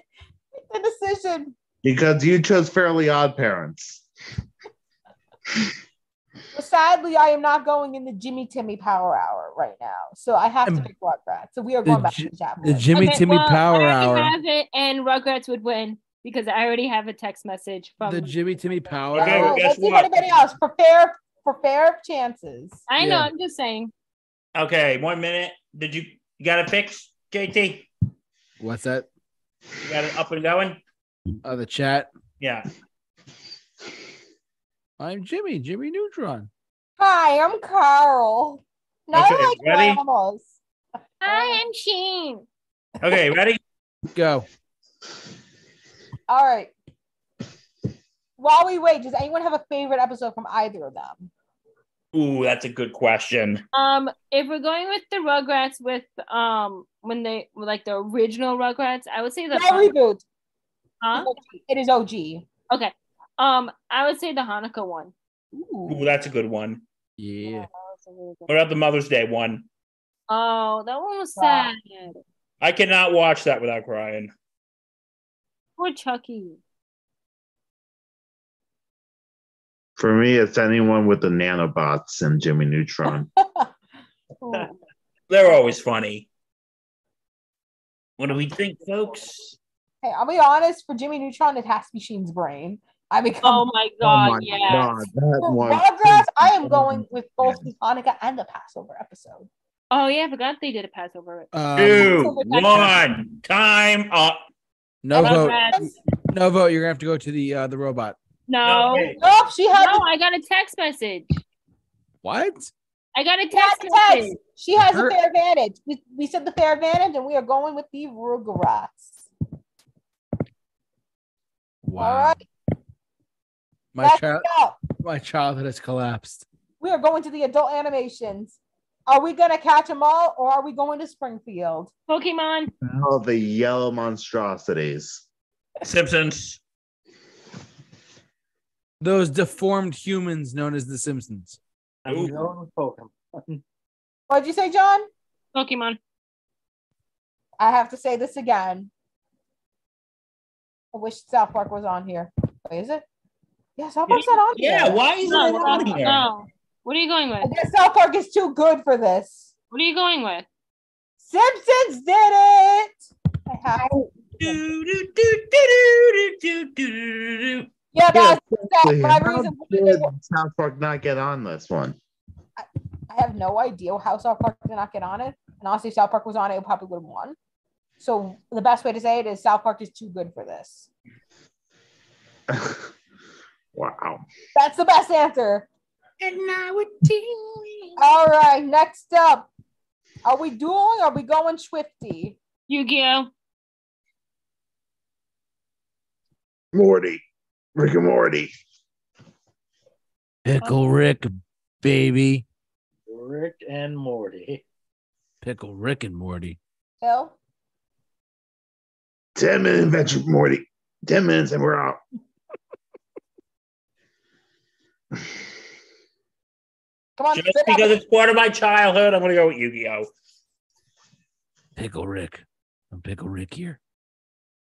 C: make the decision?
E: Because you chose Fairly Odd Parents.
C: Well, sadly, I am not going in the Jimmy Timmy Power Hour right now. So I have to
A: Um,
C: pick Rugrats. So we are
A: the
C: going back
A: Ji-
C: to the chat.
A: the
C: board.
A: Jimmy
D: Okay,
A: Timmy
D: well,
A: Power
D: I already
A: Hour.
D: have it, and Rugrats would win because I already have a text message from.
A: The Jimmy Timmy Power
C: All
B: Okay,
A: Hour.
B: well,
C: right,
B: guess
C: let's see if
B: what?
C: anybody else. Prepare for fair chances.
D: I know.
A: Yeah.
D: I'm just saying.
B: Okay, one minute. Did you, you got it fixed, JT?
A: What's that?
B: You got it up and going?
A: Uh, the chat.
B: Yeah.
A: I'm Jimmy. Jimmy Neutron.
C: Hi, I'm Carl. Now
B: Okay,
C: I like
B: ready?
C: animals.
D: Uh, Hi, I'm Shane.
B: Okay, ready?
A: Go.
C: All right. While we wait, does anyone have a favorite episode from either of them?
B: Ooh, that's a good question.
D: Um, if we're going with the Rugrats, with um, when they like the original Rugrats, I would say the
C: No reboot.
D: huh?
C: It is OG.
D: Okay. Um, I would say the Hanukkah one.
B: Ooh, that's a good one.
A: Yeah.
D: That was a really
B: What
D: good-
B: about the Mother's Day one?
D: Oh, that one was
C: Wow.
D: sad.
B: I cannot watch that without crying.
D: Poor Chucky.
E: For me, it's anyone with the nanobots and Jimmy Neutron.
C: Oh Ooh.
B: They're always funny. What do we think, folks?
C: Hey, I'll be honest. For Jimmy Neutron, it has to be Sheen's brain. I
D: Oh
C: become
D: my god,
E: my
D: yeah.
E: God,
D: Oh,
E: that
C: For
E: one.
C: Rugrats. I am going with both the Hanukkah and the Passover episode.
D: Oh yeah, I forgot they did a Passover.
A: Um,
B: Two,
D: Um,
B: one, time up.
A: no
D: Rugrats.
A: vote. No vote. You're gonna have to go to the uh, the robot.
D: No.
B: No.
C: Nope, she had
D: No,
C: the,
D: I got a text message.
A: What?
D: I got a
C: she had
D: text
C: the
D: message.
C: text. She has
A: Her-
C: a fair advantage. We, we said the fair advantage, and we are going with the Rugrats. All
A: Wow.
C: right,
A: My
C: let's
A: child,
C: go.
A: my childhood has collapsed.
C: We are going to the adult animations. Are we gonna catch them all, or are we going to Springfield?
D: Pokemon.
E: All the yellow monstrosities.
B: Simpsons.
A: Those deformed humans known as the Simpsons.
F: I'm
B: Ooh.
F: going with Pokemon.
C: What'd you say, John?
D: Pokemon.
C: I have to say this again. I wish South Park was on here. Wait, is it? Yeah, South Park's not on
B: Yeah,
C: here.
B: why isn't it
D: No,
B: on
D: no,
B: here?
D: no. Oh, What are you going
C: I
D: with?
C: guess South Park is too good for this.
D: What are you going with?
C: Simpsons did it. I have-
B: Do, do, do, do, do, do, do, do, do.
C: Yeah, that's that. My
E: How
C: reason.
E: did South Park not get on this one?
C: I have no idea how South Park did not get on it. And honestly, if South Park was on it, it probably would have won. So the best way to say it is South Park is too good for this.
E: wow.
C: That's the best answer.
B: And I would do.
C: All right, next up. Are we dueling or are we going Swifty?
D: Yu-Gi-Oh.
E: Morty. Rick and Morty.
A: Pickle Rick, baby.
F: Rick and Morty.
A: Pickle Rick and Morty.
C: Bill?
E: 10 minute adventure with Morty. 10 minutes and we're out.
C: Come on,
B: Just
C: spit out
B: because it's part of my childhood, I'm going to go with Yu Gi Oh!
A: Pickle Rick. I'm Pickle Rick here.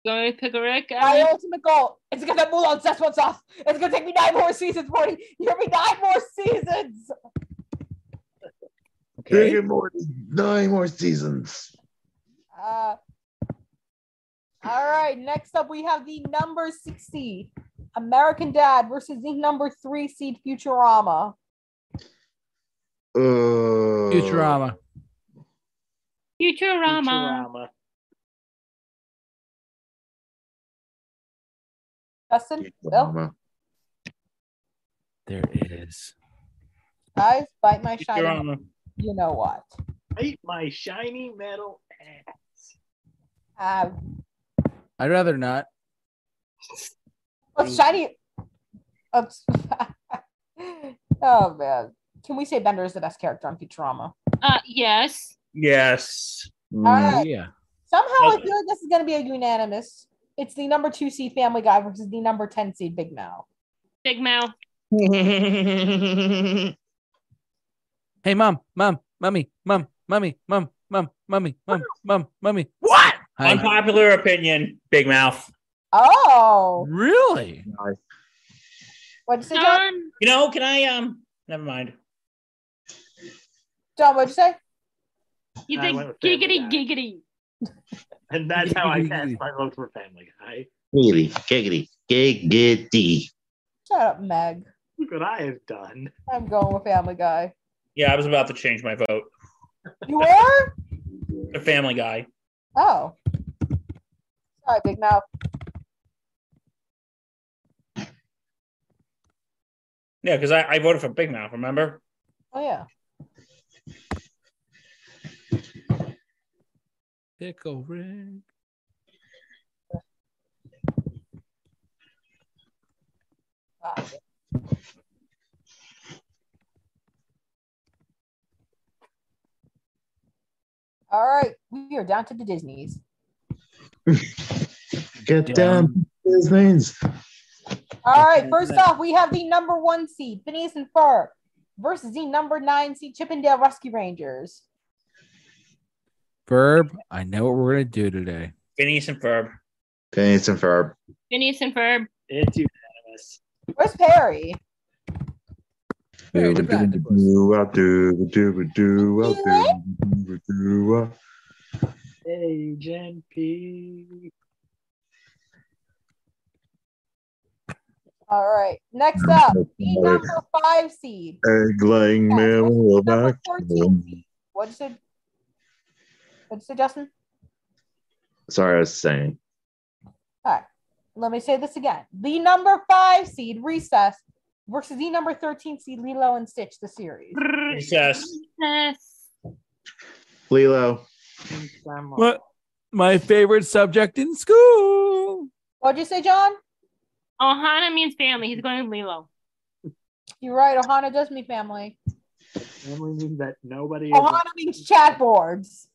D: Going with Pickle Rick.
C: My
D: Alex?
C: ultimate goal is to get that Mulan Szechuan sauce. It's gonna take me nine more seasons, Morty. You hear me? Nine more seasons.
E: Rick and Morty. Nine more seasons.
C: Uh, all right. Next up, we have the number six seed, American Dad versus the number three seed, Futurama.
E: Uh,
A: Futurama.
D: Futurama.
C: Justin, Bill,
E: Futurama.
A: There it is.
C: guys, bite my
B: You're
C: shiny.
B: on.
C: You know what?
F: Eat my shiny metal ass.
C: Uh,
A: I'd rather not.
C: what's shiny? Oops. oh man. Can we say Bender is the best character on Futurama?
D: Uh, yes.
B: Yes.
E: Mm.
A: Oh, Yeah.
C: Somehow I
B: Okay.
C: feel like this is going to be a unanimous. It's the number two seed Family Guy versus the number 10 seed Big Mouth.
D: Big Mouth.
A: Hey, mom, mom, mummy, mom, mummy, mom, mom, mummy, mom, mom, mummy. What? Hi.
B: Unpopular opinion, Big Mouth.
C: Oh,
A: Really?
E: Nice.
C: what'd you say, John?
D: John.
B: You know, can I, um, never mind.
C: John, what'd you say?
D: You
F: I
D: think
F: went with Family
D: giggity giggity.
F: And that's how I cast my vote for Family Guy.
E: Giggity, giggity, giggity.
C: Shut up, Meg.
F: Look what I have done.
C: I'm going with Family Guy.
B: Yeah, I was about to change my vote.
C: You were?
B: The Family Guy.
C: Oh. Sorry, Big Mouth.
B: Yeah, because I, I voted for Big Mouth, remember?
C: Oh, yeah.
A: Pickle Rick.
C: God. All right, we are down to the Disneys.
E: Get
F: Yeah.
E: down, Disney's.
C: All right,
F: Yeah,
C: first
F: but-
C: off, we have the number one seed, Phineas and Ferb, versus the number nine seed, Chippendale Rescue Rangers.
A: Verb, I know what we're gonna do today.
B: Phineas and Ferb.
E: Phineas and Ferb.
D: Phineas and Ferb.
F: It's unanimous.
C: Where's Perry?
A: Yeah,
E: Hey,
A: we're
E: do-
A: back.
E: do- do- uh, do- do- do- uh, do- do- uh.
F: Agent P.
C: All right, next up, the number five seed.
E: Egg laying man will
C: Number
E: back.
C: 14 seed. What is it? What is it, Justin?
E: Sorry, I was saying.
C: Let me say this again. The number five seed, Recess, versus the number 13 seed, Lilo and Stitch, the series.
B: Recess.
D: Yes.
E: Lilo,
A: What? My favorite subject in school.
C: What'd you say, John?
D: Ohana means family. He's going to Lilo.
C: You're right. Ohana does mean family.
F: Family means that nobody. is-
D: Oh,
C: Ohana means chat boards.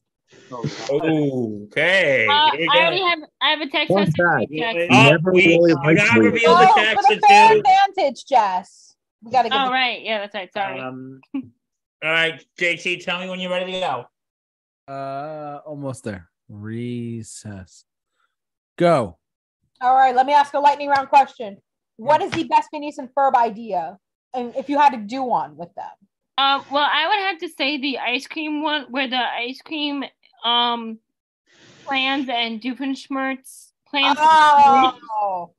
F: Oh, wow.
B: Okay.
D: Uh,
B: Here we
D: I
B: go.
D: already have. I have a text
E: Fun
D: message.
E: fact.
D: Jackson.
B: Oh,
E: never
B: we-
E: really
B: do
E: liked
B: not
E: Lilo.
B: reveal the
C: Oh,
B: text
C: for the fan
B: until.
C: vantage, Jess. We gotta get.
D: Oh
C: the-
D: right, yeah, that's right. Sorry.
F: Um,
B: All right, JC, tell me when you're ready to go.
A: Uh, almost there. Recess. Go.
C: All right, let me ask a lightning round question. What is the best Phineas and Ferb idea, and if you had to do one with them?
D: Um, well, I would have to say the ice cream one, where the ice cream um plans and Doofenshmirtz plans.
C: Oh,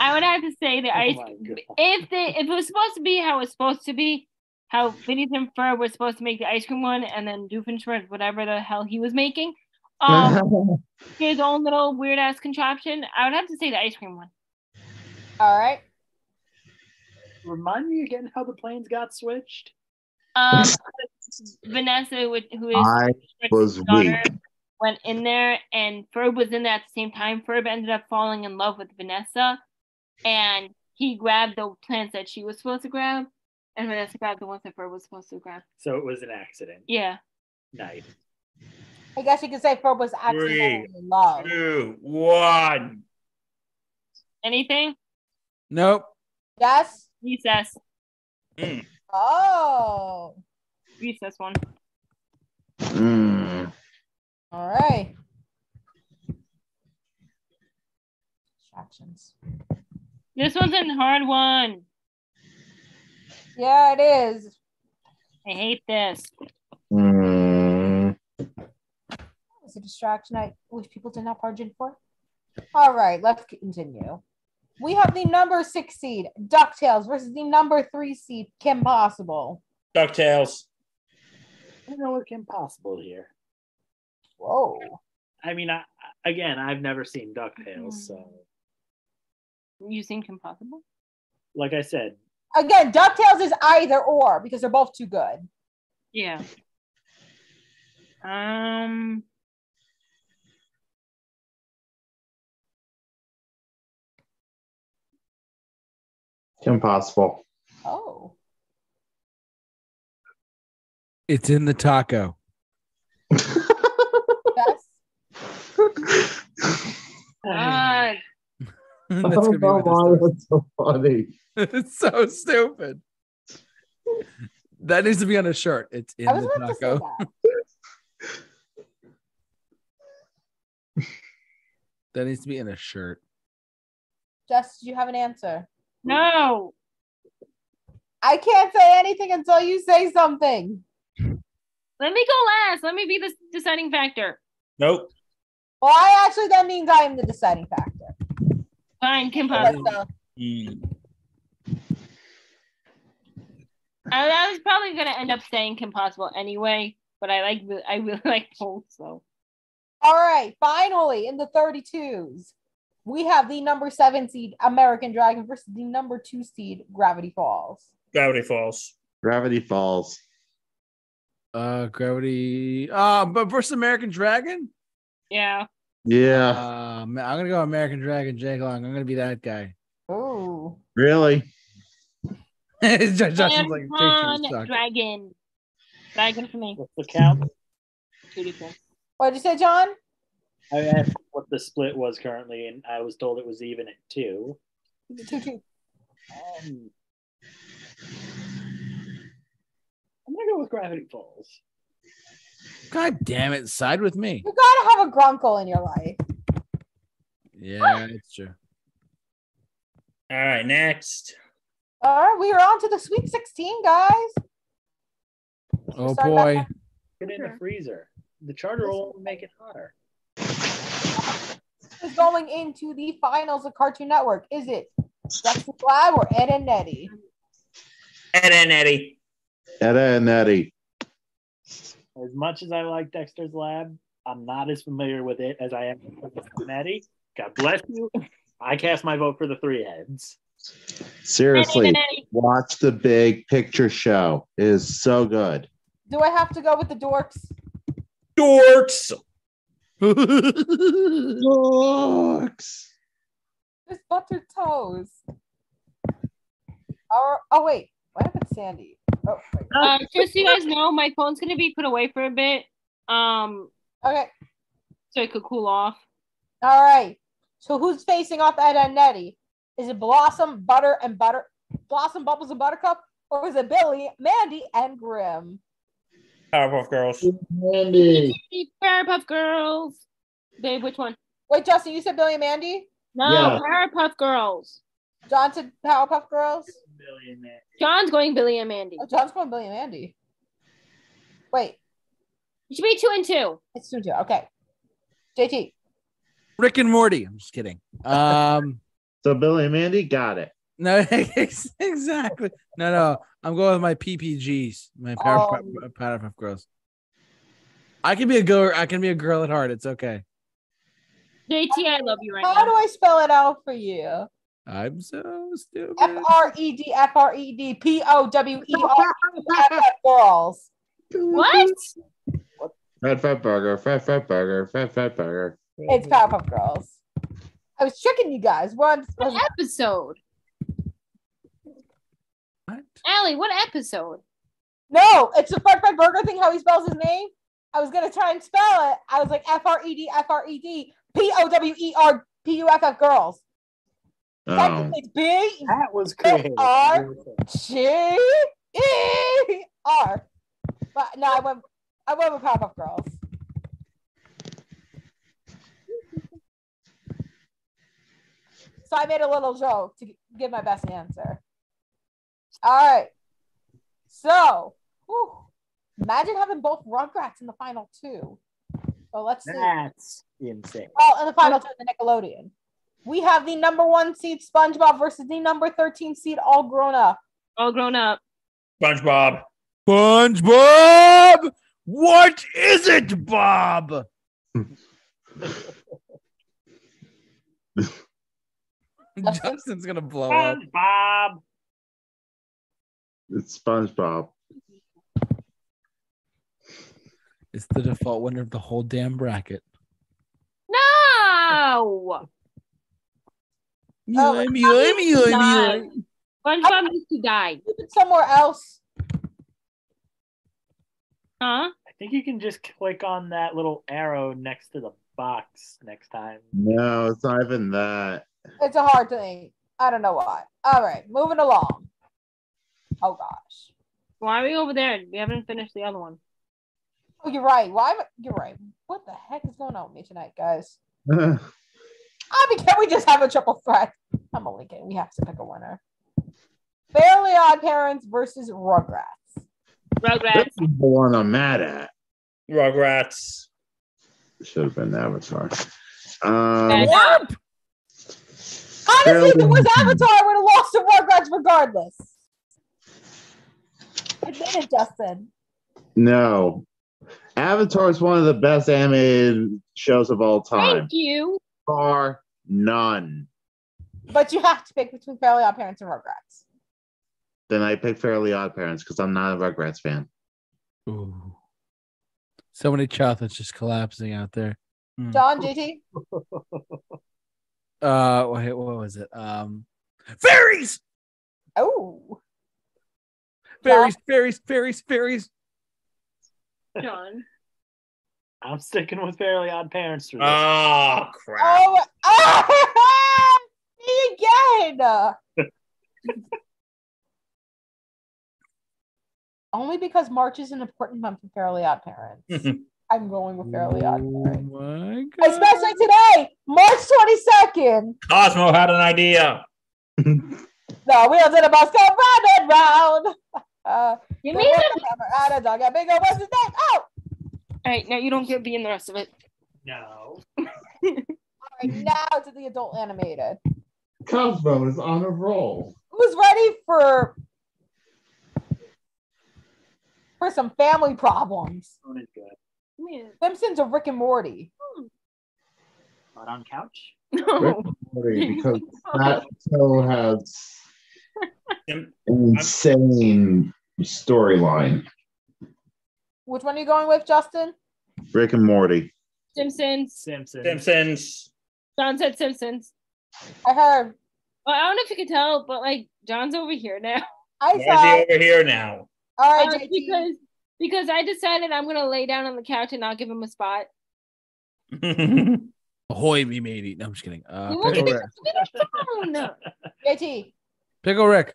D: I would have to say the
F: Oh
D: ice.
F: my God.
D: If they, if it was supposed to be how it's supposed to be, how Phineas and Ferb was supposed to make the ice cream one, and then Doofenshmirtz, whatever the hell he was making, um, his own little weird ass contraption. I would have to say the ice cream one.
C: all right.
F: remind me again how the planes got switched.
D: Um, Vanessa, with- who is
E: I
D: Rick's
E: was
D: daughter,
E: weak.
D: Went in there, and Ferb was in there at the same time. Ferb ended up falling in love with Vanessa, and he grabbed the plants that she was supposed to grab, and Vanessa grabbed the ones that Ferb was supposed to grab.
F: So it was an accident.
D: Yeah.
F: Night.
C: I guess you could say Ferb was actually
B: Three.
C: in love.
B: Two, one.
D: Anything?
A: Nope.
C: Yes.
D: Recess.
C: Oh,
D: Recess one.
E: Mm.
C: all right. Distractions.
D: This one's a hard one.
C: Yeah, it is.
D: I hate this.
E: Mm.
C: It was a distraction I wish people did not barge in for. All right, let's continue. We have the number six seed, DuckTales, versus the number three seed, Kim Possible.
B: Ducktales.
F: I don't know what can possible here.
C: Whoa.
F: I mean, I, again, I've never seen Ducktales, so
D: Mm. You think impossible?
F: like I said,
C: Again, DuckTales is either or because they're both too good.
D: Yeah. Um.
E: Impossible.
C: Oh.
A: It's in the taco.
C: Yes.
D: God.
A: That's
E: I
A: gonna
E: don't
A: be
C: Oh,
E: know
A: what this
E: why
A: is. it's
E: that's so funny.
A: so stupid. That needs to be on a shirt. It's in
C: I was
A: the
C: about to say
A: taco.
C: that.
A: That needs to be in a shirt.
C: Jess, do you have an answer?
D: No.
C: I can't say anything until you say something.
D: Let me go last. Let me be the deciding factor.
B: Nope.
C: Well, I actually, that means I am the deciding factor.
D: Fine, Kim
C: But,
D: Possible.
C: uh,
B: Mm.
D: I, I was probably gonna end up saying Kim Possible anyway, but I like I really like both, so
C: All right, finally in the 32s, we have the number seven seed American Dragon versus the number two seed Gravity Falls.
B: Gravity Falls.
E: Gravity Falls.
A: Uh gravity. Uh but versus American Dragon?
D: yeah.
E: Yeah.
A: Uh, I'm gonna go American Dragon Jake Long. I'm gonna be that guy.
C: Ooh. Ooh.
E: Really?
A: Justin's like,
D: Dragon,
A: "Take two, suck."
D: dragon. Dragon for me.
F: What's the count?
D: Two different.
C: What'd you say, John?
F: I asked what the split was currently, and I was told it was even at two.
C: Two, two.
F: Um, I'm gonna go with Gravity Falls.
A: God damn it! Side with me.
C: You gotta have a grunkle in your life.
A: Yeah, that's true.
B: All right, next.
C: All right, we are on to the Sweet 16, guys.
A: Oh
C: Sorry
A: boy,
C: about
F: Put it in the freezer. The charter will only make it hotter.
C: Who's going into the finals of Cartoon Network? Is it Dexter Glad or Ed and Nettie?
B: Ed and Eddie.
E: Etta and Eddie.
F: As much as I like Dexter's Lab, I'm not as familiar with it as I am with Maddie. God bless you. I cast my vote for the three heads.
E: Seriously,
D: Dragon, Eddie.
E: watch the big picture show. It is so good.
C: Do I have to go with the dorks?
B: Dorks.
E: Dorks.
C: Just butter toes. Our, oh, wait. What happened, to Sandy? Oh, wait.
D: Uh, just so you guys know, my phone's gonna be put away for a bit, um,
C: Okay.
D: so it could cool off.
C: All right. So who's facing off Ed and Nettie? Is it Blossom, Butter, and Butter? Blossom, Bubbles, and Buttercup? Or is it Billy, Mandy, and Grim?
B: Powerpuff Girls.
E: Mandy.
D: Powerpuff Girls. Babe, which one?
C: Wait, Justin, you said Billy and Mandy?
D: No,
E: Yeah.
D: Powerpuff Girls.
C: John said Powerpuff Girls?
F: Billionaire.
D: John's going Billy and Mandy.
C: Oh, John's going Billy and Mandy. Wait,
D: It should be two and two.
C: it's two two. Okay. JT.
A: Rick and Morty. I'm just kidding. Um,
E: So Billy and Mandy got it.
A: no, exactly. No, no. I'm going with my PPGs, my Powerpuff,
C: Oh.
A: Powerpuff Girls. I can be a girl. I can be a girl at heart. It's okay.
D: JT, I love you right
C: How do
D: now.
C: I spell it out for you?
A: I'm so stupid.
C: F R E D F R E D P O W E R F F Girls.
D: What?
E: Fat Fat Burger, Fat Fat Burger, Fat Fat Burger.
C: It's Powerpuff Girls. I was tricking you guys. We're on
D: What episode?
A: What?
D: Allie, what episode?
C: No, it's the Fred Fred Burger thing, how he spells his name. I was gonna try and spell it. I was like F R E D F R E D P O W E R P U F F girls.
E: Oh.
C: Technically it's B
F: That was creative.
C: are- G E R. But no, I went I went with Powerpuff Girls. So I made a little joke to give my best answer. All right. So, whew, imagine having both Rugrats in the final two. So let's see.
F: That's insane.
C: Well, in the final two, the Nickelodeon. We have the number one seed SpongeBob versus the number 13 seed All Grown Up.
D: All grown up.
B: SpongeBob.
A: SpongeBob. What is it, Bob? Justin's gonna blow up.
F: SpongeBob.
E: It's SpongeBob.
A: It's the default winner of the whole damn bracket.
D: No.
C: Oh,
A: Yoy, yoy, yoy,
D: not.
A: yoy.
D: SpongeBob needs to die.
C: Keep it somewhere else.
D: Huh?
F: I think you can just click on that little arrow next to the box next time.
E: No, it's not even that.
C: It's a hard thing. I don't know why. All right, moving along. Oh gosh.
D: Why are we over there? We haven't finished the other one.
C: Oh, you're right. Why? am I- You're right. What the heck is going on with me tonight, guys? I mean, can we just have a triple threat? I'm only kidding. We have to pick a winner. Fairly Odd Parents versus Rugrats.
E: That's
D: Rugrats.
E: the one I'm mad at.
B: Rugrats.
E: Should have been Avatar. Um,
D: What?
C: Honestly, if it was
E: Fairly-
C: Avatar, I would have lost to Rugrats regardless. Admit it, Justin.
E: no. Avatar is one of the best animated shows of all time.
D: Thank you.
E: Bar none.
C: But you have to pick between Fairly Odd Parents and Rugrats.
E: Then I pick Fairly Odd Parents because I'm not a Rugrats fan.
A: Ooh. So many chocolates just collapsing out there.
C: John, JT,
A: Uh, wait, what was it? Um, Fairies!
C: Oh,
A: Fairies, fairies, fairies, fairies.
D: John.
F: I'm sticking with Fairly Odd Parents. For this.
B: Oh crap!
C: oh, oh! me again. Only because March is an important month for Fairly Odd Parents. I'm going with Fairly Odd
A: Oh
C: Parents,
A: my god.
C: especially today, March 22nd.
D: Oh.
B: Cosmo had an idea.
C: The wheels in the bus go round and round. Uh,
D: You
C: the
D: mean that?
C: horse and hammer and a dog and bingo, what's his name? Oh,
D: All right, now you don't get be in the rest of it.
F: No.
C: All right, now to the adult animated.
E: Cosmo is on a roll.
C: Who's ready for for some family problems?
F: Phone is good.
D: Come here.
C: Simpsons or Rick and Morty?
F: Not on couch.
D: No.
E: Sorry, Because that show has insane storyline.
C: Which one are you going with, Justin?
E: Rick and Morty.
D: Simpsons.
F: Simpsons.
B: Simpsons.
D: John said Simpsons.
C: I heard.
D: Well, I don't know if you could tell, but like John's over here now.
C: I
B: Why is he
C: saw.
B: over here now?
C: All
D: Uh,
C: right, JT.
D: because because I decided I'm gonna lay down on the couch and not give him a spot.
A: Ahoy, me matey. No, I'm just kidding. Uh,
D: You won't
A: Pickle
D: get
A: Rick.
D: Get him down.
C: JT.
A: Pickle Rick.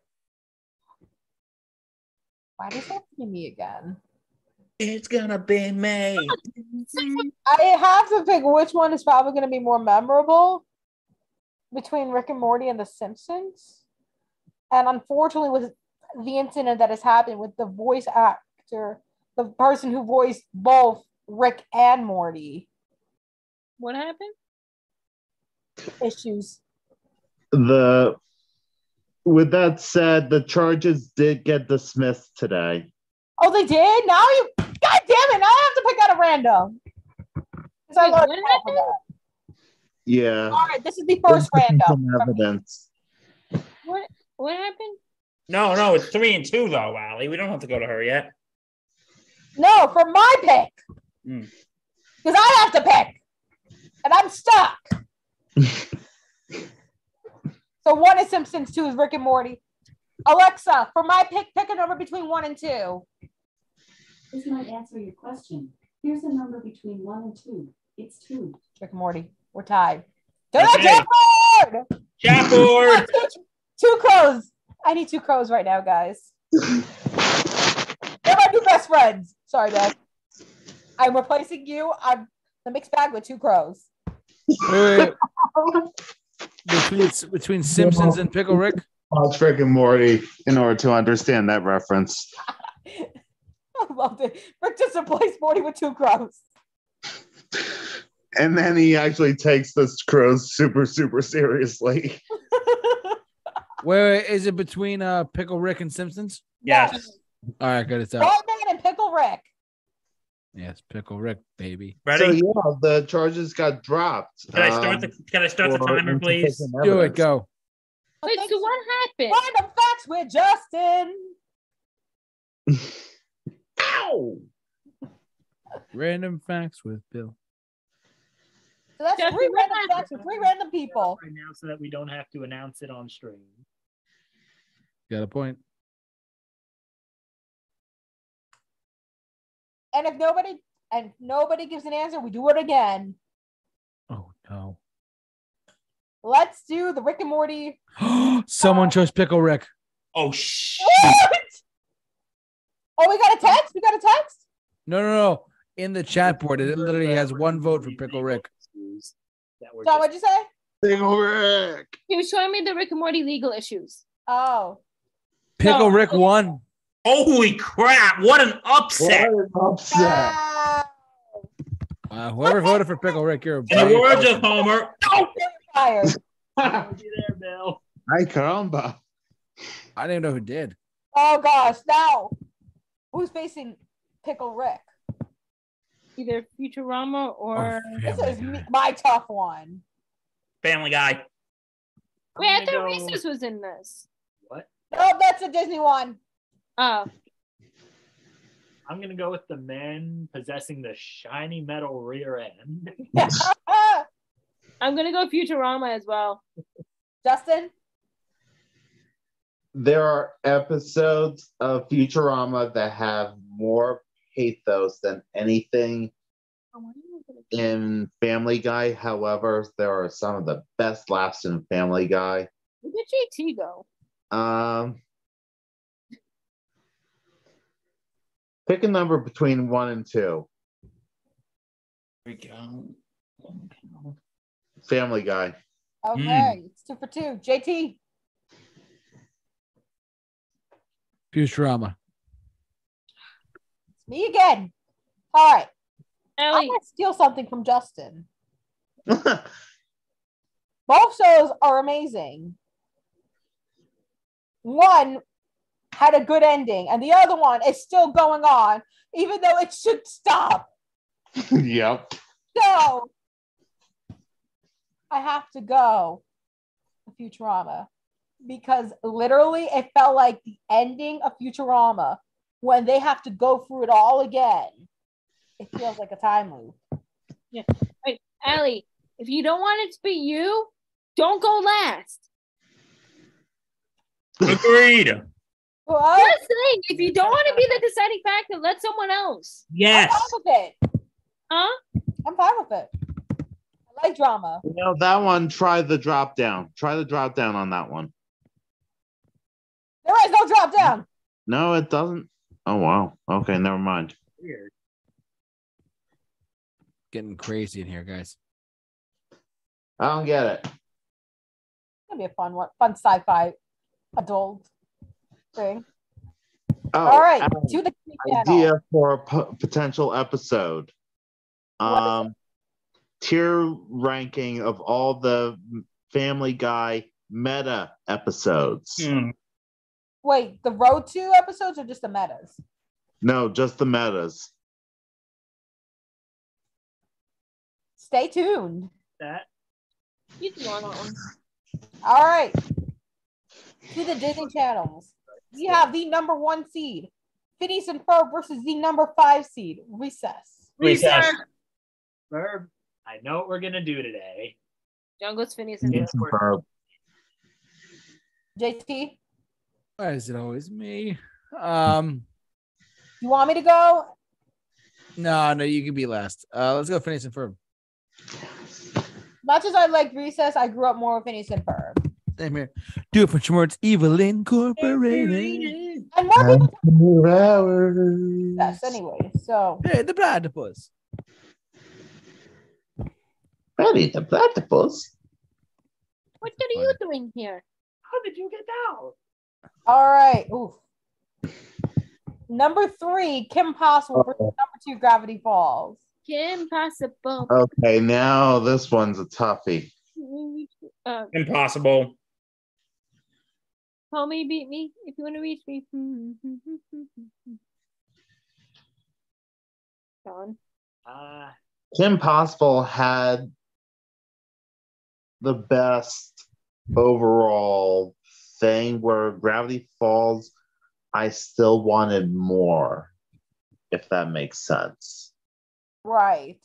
C: Why does that be me again?
B: it's gonna be me.
C: I have to pick which one is probably going to be more memorable between Rick and Morty and The Simpsons. And unfortunately, with the incident that has happened with the voice actor, the person who voiced both Rick and Morty
D: What happened?
C: issues.
E: The with that said, the charges did get dismissed today.
C: Oh, they did? Now you, god damn it, now I have to pick out a random. So I
D: Wait,
C: learned
D: what
C: all of
D: happened?
C: that.
E: Yeah.
C: All right, this is the first
E: Insufficient
C: random.
E: evidence.
D: What what happened?
B: No, no, it's three and two though, Allie. We don't have to go to her yet.
C: No, for my pick.
B: Hmm.
C: Because I have to pick. And I'm stuck. so one is Simpsons, two is Rick and Morty. Alexa, for my pick, pick a number between one and two.
G: This might answer your question. Here's a number between one and two. It's two.
C: Rick and Morty, we're tied. To
B: Okay.
C: the chalkboard!
B: Chatboard.
C: Two- Two crows. I need two crows right now, guys. They're my new best friends. Sorry, Dad. I'm replacing you. I'm the mixed bag with two crows.
A: Wait, wait, wait. between, between Simpsons and Pickle Rick.
E: Watch Rick and Morty in order to understand that reference.
C: I loved it. Rick just replaced Morty with two crows.
E: And then he actually takes this crow's super, super seriously.
A: Wait, wait, is it between uh Pickle Rick and Simpsons?
B: Yes.
A: All right, good. It's out.
C: Bald Man and Pickle Rick.
A: Yes, Pickle Rick, baby.
E: So
B: Ready?
E: yeah, the charges got dropped.
B: Can I start the
E: um,
B: Can I start the
E: for
B: timer, please?
E: insufficient
A: Do it.
E: evidence.
A: Go.
D: Wait, so what happened?
C: Random facts with Justin.
E: Ow!
A: Random facts with Bill.
C: So that's
D: Justin,
C: three
D: what
C: random
D: happened?
C: facts with three random people.
F: Right now, so that we don't have to announce it on stream.
A: Got a point.
C: And if nobody and nobody gives an answer, we do it again.
A: Oh no.
C: Let's do the Rick and Morty.
A: Someone chose Pickle Rick.
B: Oh shit!
C: Oh, we got a text. We got a text.
A: No, no, no. In the chat board, it literally has one vote for Pickle Rick.
F: That were
C: John,
F: just-
C: what'd you say?
E: Single Rick!
D: He was showing me the Rick and Morty legal issues.
C: Oh,
A: Pickle Rick won.
B: Holy crap! What an upset!
E: What an upset.
C: Wow.
A: Uh, whoever voted for Pickle Rick, you're a
B: In the
A: brave
B: words
A: person.
B: of Homer, no.
C: Fire.
E: Hi,
F: Be there, Bill.
E: Caramba.
A: I didn't know who did.
C: Oh gosh, now who's facing Pickle Rick?
D: Either Futurama or
A: Oh,
C: This
A: Family
C: is me-
A: Guy.
C: my tough one.
B: Family Guy.
F: Oh, I'm
D: Wait, I
F: gonna
D: thought
F: go-
D: Reese's was in this.
F: What?
C: Oh, that's a Disney one.
D: Oh,
F: I'm gonna go with the man possessing the shiny metal rear end.
C: Ah,
D: I'm gonna go Futurama as well.
C: Justin,
E: there are episodes of Futurama that have more pathos than anything
D: Oh,
E: in Family Guy. However, there are some of the best laughs in Family Guy.
D: Where did JT go?
E: Um, pick a number between one and two.
B: we go.
E: Family Guy.
C: Okay, it's two for two. JT,
A: Futurama.
C: it's me again. All right, I'm
D: Ellie,
C: gonna steal something from Justin. Both shows are amazing. One had a good ending, and the other one is still going on, even though it should stop.
E: yep.
C: So I have to go with Futurama because literally it felt like the ending of Futurama when they have to go through it all again. It feels like a time loop.
D: Ellie, if you don't want it to be you, don't go last.
B: Agreed.
C: Well,
D: Just saying, if you don't want to be the deciding factor, let someone else.
C: I'm
B: Yes.
C: fine with it.
D: Huh?
C: I'm fine with it. I like drama.
E: You know, that one, try the drop down. Try the drop down on that one.
C: There is no drop down.
E: No, it doesn't. Oh, wow. Okay, never mind.
F: Weird.
A: Getting crazy in here, guys.
E: I don't get it.
C: It's gonna be a fun one, fun sci-fi adult thing.
E: Oh,
C: all right,
E: Alan,
C: to the channel.
E: idea for a po- potential episode. Um, tier ranking of all the Family Guy meta episodes.
B: Hmm.
C: Wait, the road two episodes or just the metas?
E: No, just the metas.
C: Stay tuned.
F: That
D: You can go on that one.
C: All right. To the Disney channels. We have the number one seed, Phineas and Ferb versus the number five seed, Recess.
B: Recess.
F: verb. I know what we're gonna do today.
D: Jungle's Phineas and
F: It's
D: Ferb.
F: work.
C: JT,
A: Why is it always me? Um,
C: you want me to go?
A: no, no, you can be last. Uh, let's go finish and firm.
C: Much as I like Recess, I grew up more with Phineas and Ferb.
A: Same here. Do it for Schwartz Evil Incorporated.
C: And more people talk about
E: hours.
C: Recess anyway. So
A: Hey, the platypus.
E: Ready the platypus.
D: What are you doing here?
F: How did you get out?
C: all right. Oof. Number three, Kim Possible versus
E: Oh,
C: number two, Gravity Falls.
D: Kim Possible.
F: Uh,
E: Okay, now this one's a toughie.
D: Uh,
B: Impossible.
D: homie, beat me if you want to reach me. Gone.
F: Uh,
E: Kim Possible had the best overall thing where Gravity Falls, I still wanted more, if that makes sense.
C: Right.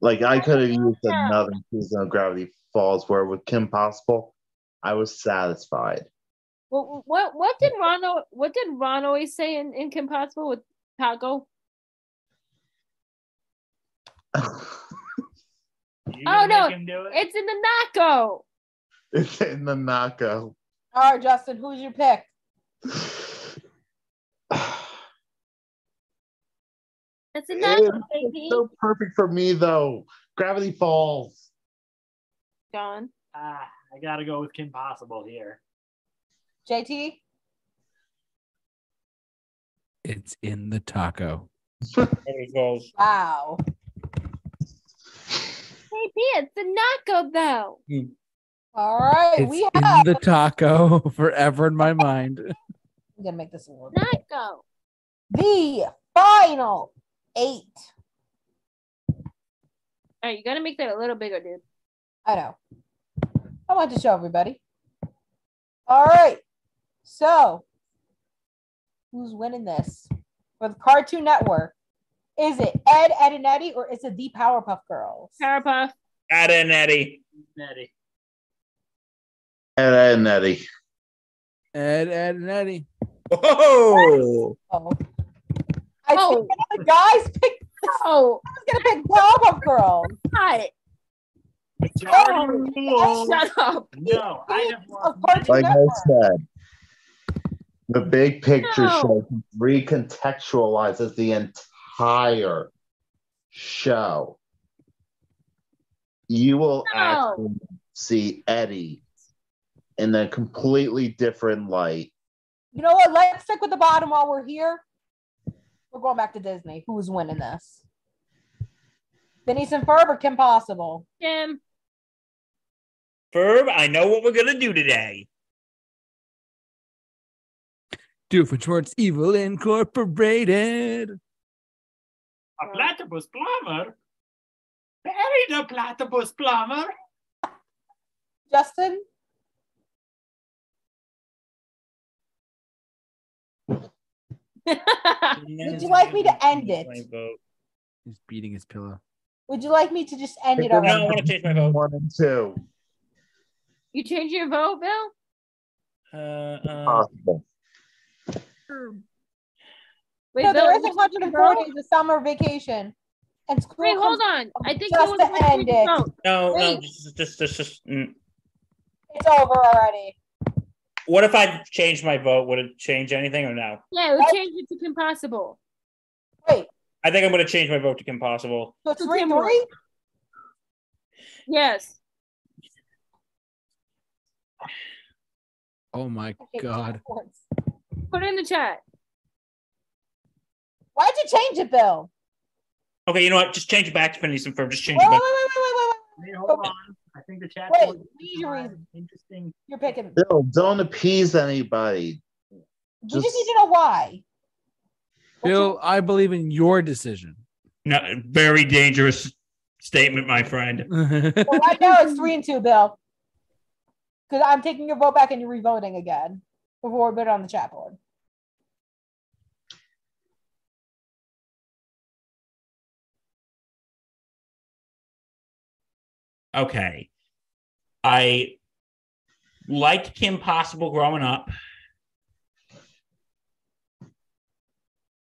E: Like, I could have
D: Yeah.
E: used another season of Gravity Falls where with Kim Possible, I was satisfied.
D: What, what what did Ron al- what did Ron always say in, in Kim Possible with Taco?
F: you
D: Oh,
F: gonna
D: no.
F: Make him do it?
D: It's in the Naco.
E: it's in the knockout.
C: All right, Justin, who's your pick?
D: It's in
E: It-
D: Naco,
E: it's
D: baby.
E: so perfect for me though. Gravity Falls.
D: Gone.
F: Ah, I gotta go with Kim Possible here.
C: JT?
A: It's in the taco.
B: Gravity Falls.
C: Wow.
D: Baby, it's the Naco though.
C: All right,
A: It's
C: we
A: in
C: have.
A: the taco forever in my mind.
C: I'm gonna make this a little bit.
D: Naco.
C: The final eight.
D: All right, you gotta make that a little bigger, dude.
C: I know. I want to show everybody. All right. So, who's winning this for the Cartoon Network? Is it Ed, Ed and Eddie, or is it the Powerpuff Girls?
D: Powerpuff.
B: Add in Eddie.
F: Eddie.
E: Ed, Ed and Eddie.
A: Ed, Ed, and Eddie.
B: Oh,
C: Oh. I
D: Oh.
C: think the guys picked. I
D: Oh,
C: was gonna pick Bravo Girl.
D: hi.
F: Majority rule.
D: Oh, Shut up.
F: No, I have lost.
C: Of course.
E: Like I
C: Network.
E: said, the big picture
D: No.
E: show recontextualizes the entire show. You will
D: No.
E: actually see Eddie in a completely different light.
C: You know what? Let's stick with the bottom while we're here. We're going back to Disney. Who's winning this? Phineas and Ferb or Kim Possible?
D: Jim.
B: Ferb, I know what we're gonna do today.
A: Doofenshmirtz Evil Incorporated.
F: A platypus plumber? Buried a platypus plumber?
C: Justin? Would you like me to end it?
B: My vote.
A: He's beating his pillow.
C: Would you like me to just end it
E: No.
B: No, I
C: already?
B: want to change my vote.
E: One and two,
D: you changed your vote, Bill?
B: Uh, uh,
E: possible.
D: Wait,
C: No, there
D: Bill,
C: is
D: you changed your vote?
C: 104 days of summer vacation. And school
D: Wait, hold
C: comes-
D: on. I think
C: um, Just
D: Bill
C: to
D: was supposed to
C: end
D: change his
C: it.
D: vote.
B: no, no,
D: Wait.
B: just, just, just, just. mm.
C: it's over already.
B: What if I changed my vote? Would it change anything or no?
D: Yeah, it was changed it to Kim Possible.
C: Wait,
B: I think I'm gonna change my vote to Kim Possible.
C: so it's
D: So
C: 3
D: Tim
C: 3?
D: Yes.
A: Oh my God.
D: Put it in the chat.
C: Why'd you change it, Bill?
B: Okay, you know what? Just change it back to Phineas and Ferb. Just
C: Wait,
B: change
C: wait,
B: it
C: wait, wait,
B: back.
C: wait, wait, wait.
F: Hey, hold on. I think the chat.
C: Wait,
F: board-
C: we need your reason.
F: Interesting.
C: You're picking.
E: Bill, don't appease anybody.
C: We just
E: Just-
C: need to know why. What's your-
A: Bill, I believe in your decision.
B: No, very dangerous statement, my friend.
C: Well, right now it's three and two, Bill. Because I'm taking your vote back and you're revoting again before we put it on the chat board.
B: Okay, I liked Kim Possible growing up,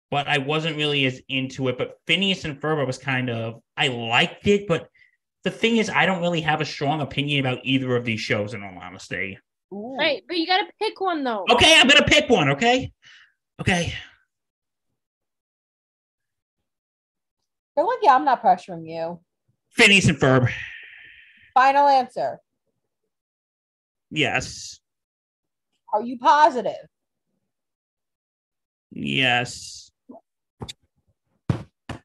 B: but I wasn't really as into it. But Phineas and Ferb, I was kind of I liked it, but the thing is, I don't really have a strong opinion about either of these shows. In all honesty,
C: Ooh.
D: Right, but you gotta pick one though.
B: okay, I'm gonna pick one. Okay, okay.
C: They're like, yeah, I'm not pressuring you.
B: Phineas and Ferb.
C: Final answer.
B: Yes.
C: Are you positive?
B: Yes.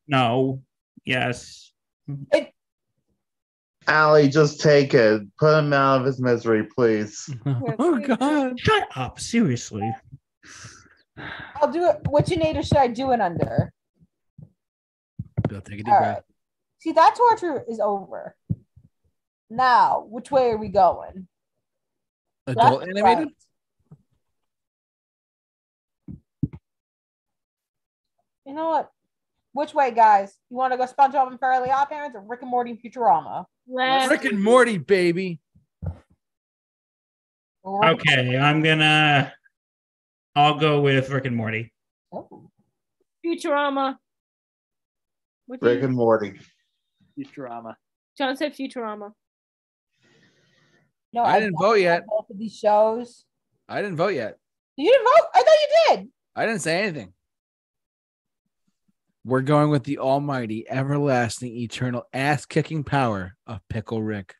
B: No. Yes.
E: Allie, just take it. Put him out of his misery, please.
A: oh God.
B: Shut up. Seriously.
C: I'll do it. Which nader should I do it under?
A: Bill, take a deep
C: All
A: breath.
C: right. See, that torture is over. Now, which way are we going?
A: Adult
C: Left,
A: animated?
C: right? You know what? Which way, guys? You want to go SpongeBob and Fairly Odd Parents or Rick and Morty and Futurama?
D: Left.
A: Rick and Morty, baby.
C: Rick and
B: Okay. I'm gonna. I'll go with Rick and Morty.
C: Oh.
D: Futurama. What do
E: Rick
D: you-
E: and Morty.
F: Futurama.
D: John said Futurama.
C: No,
A: I didn't vote yet.
C: Both of these shows.
A: I didn't vote yet.
C: You didn't vote? I thought you did.
A: I didn't say anything. We're going with the almighty, everlasting, eternal, ass kicking power of Pickle Rick.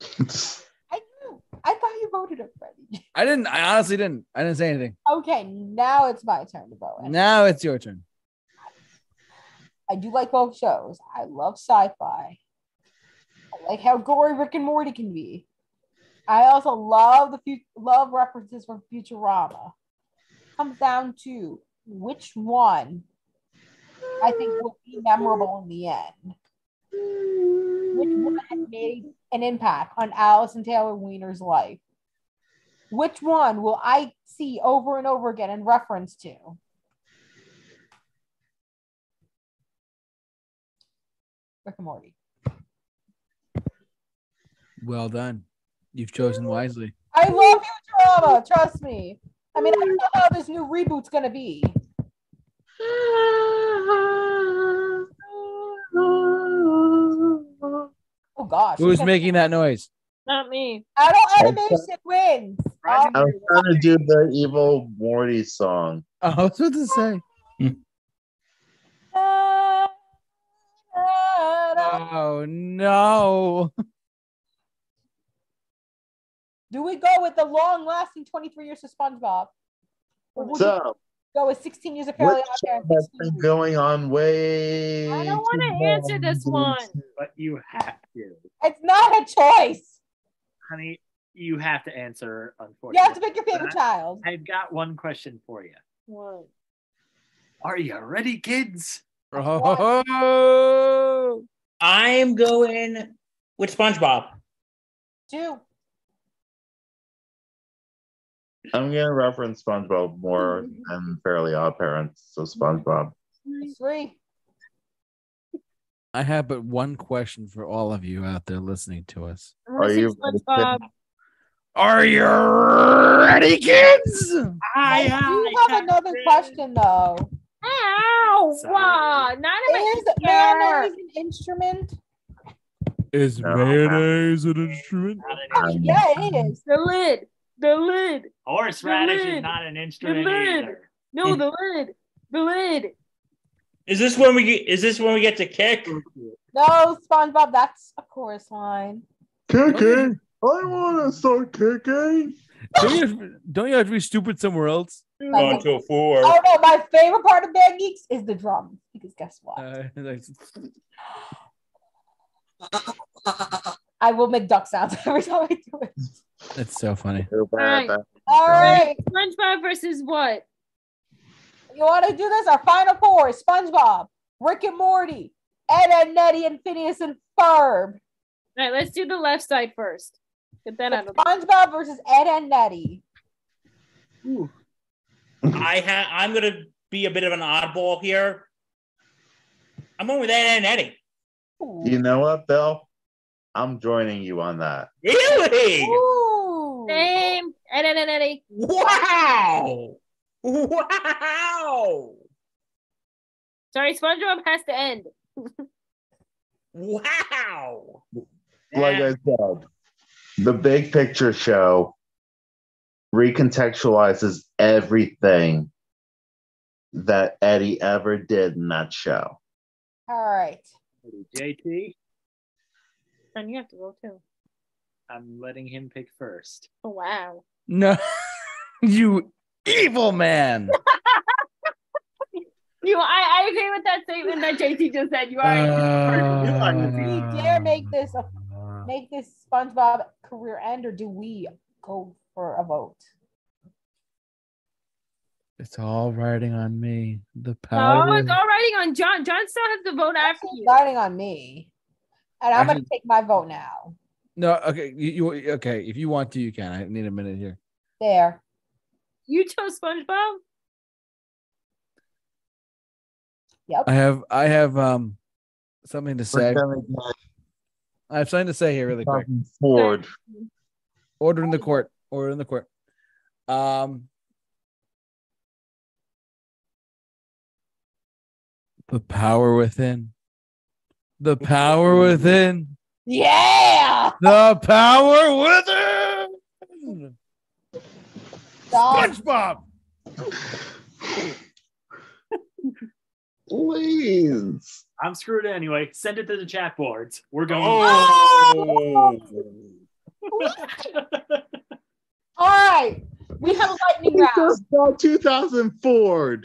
C: I knew. I thought you voted already.
A: I didn't, I honestly didn't. I didn't say anything.
C: Okay, now it's my turn to vote. And
A: Now it's your turn.
C: I do like both shows. I love sci-fi. I like how gory Rick and Morty can be. I also love the fu- love references from Futurama. Comes down to which one I think will be memorable in the end. Which one has made an impact on Allison Taylor Weiner's life? Which one will I see over and over again in reference to? Rick and Morty.
A: Well done. You've chosen wisely.
C: I love Futurama. Trust me. I mean, I don't know how this new reboot's gonna be. Oh gosh.
A: Who's
C: okay.
A: making that noise?
D: Not me.
C: Adult animation wins.
F: Roger.
E: I was trying to do the evil Morty song.
A: Oh, I was about to say.
C: Oh, da, da, da.
A: Oh no.
C: Do we go with the long-lasting 23 years of SpongeBob, or would you
E: So,
C: go with 16 years of
E: what
C: Fairly Odd
E: show
C: Parents?
E: has been going on way?
D: I don't wanna
E: too
D: answer
E: long,
D: this
E: dude?
D: one.
F: But you have to,
C: It's not a choice.
F: honey. You have to answer,
C: You have to
F: unfortunately.
C: pick your favorite child.
F: I've got one question for you.
D: What?
F: Are you ready, kids?
A: Oh.
B: I'm going with SpongeBob.
C: Two.
E: I'm gonna reference SpongeBob more
D: Mm-hmm.
E: than Fairly Odd Parents, so SpongeBob.
C: Three.
A: I have but one question for all of you out there listening to us.
D: I wanna
E: Are
D: see
E: you-
D: SpongeBob.
A: Are you ready, kids?
C: I do have another question though.
D: Ow!
F: Sorry.
D: Wow! Not in my
C: Is mayonnaise an instrument?
A: Is
E: No.
A: mayonnaise an instrument?
E: Um,
C: Yeah, it is.
D: The lid. The lid.
F: Horseradish
D: The lid.
F: is not an instrument
D: lid.
F: either.
D: No, the lid. The lid.
B: Is this when we get, is this when we get to kick?
C: No, SpongeBob, that's a chorus line.
E: Kicking! I wanna start kicking!
A: Don't you, have, don't you have to be stupid somewhere else?
B: Going to a four.
C: Oh no, my favorite part of Bad Geeks is the drum. Because guess what?
A: Uh, that's-
C: I will make duck sounds every time I do it.
A: that's so funny.
C: All right.
D: SpongeBob versus what?
C: You want to do this? Our final four is SpongeBob, Rick and Morty, Ed and Nettie, and Phineas and Ferb.
D: All right, let's do the left side first. Get that out of the
C: SpongeBob versus Ed and Nettie.
B: I ha- I'm going to be a bit of an oddball here. I'm going with Ed and Eddie.
C: Ooh.
E: You know what, Bill? I'm joining you on that.
B: Really?
C: Ooh.
D: Same. Eddie, Eddie, Eddie.
B: Wow! Wow!
D: Sorry, SpongeBob has to end.
B: Wow!
E: Like I said, the big picture show recontextualizes everything that Eddie ever did in that show.
C: All right.
F: JT,
D: And you have to go too.
F: I'm letting him pick first.
D: Oh, wow.
A: No, you evil man.
D: You, I, I agree with that statement that JT just said. You
A: Uh,
D: are.
C: We dare make this a, make this SpongeBob career end, or do we go for a vote?
A: It's all riding on me. The power.
D: no, it's all writing on John. John still has to vote after
C: She's
D: you.
C: Starting on me, and I'm going
A: Actually-
C: to take my vote now.
A: no, okay. You, you okay? If you want to, you can. I need a minute here.
C: There.
D: You chose SpongeBob?
A: I have I have um something to
E: We're
A: say.
E: gonna get
A: I have something to say here really quick.
E: something forward.
A: Order in the court. Order in the court. Um The power within. The power within.
C: Yeah.
A: The power within.
C: Done.
A: SpongeBob.
E: Please.
F: I'm screwed anyway. Send it to the chat boards. We're going.
B: Oh!
C: All right. We have a lightning
E: We
C: round.
E: just got 2004.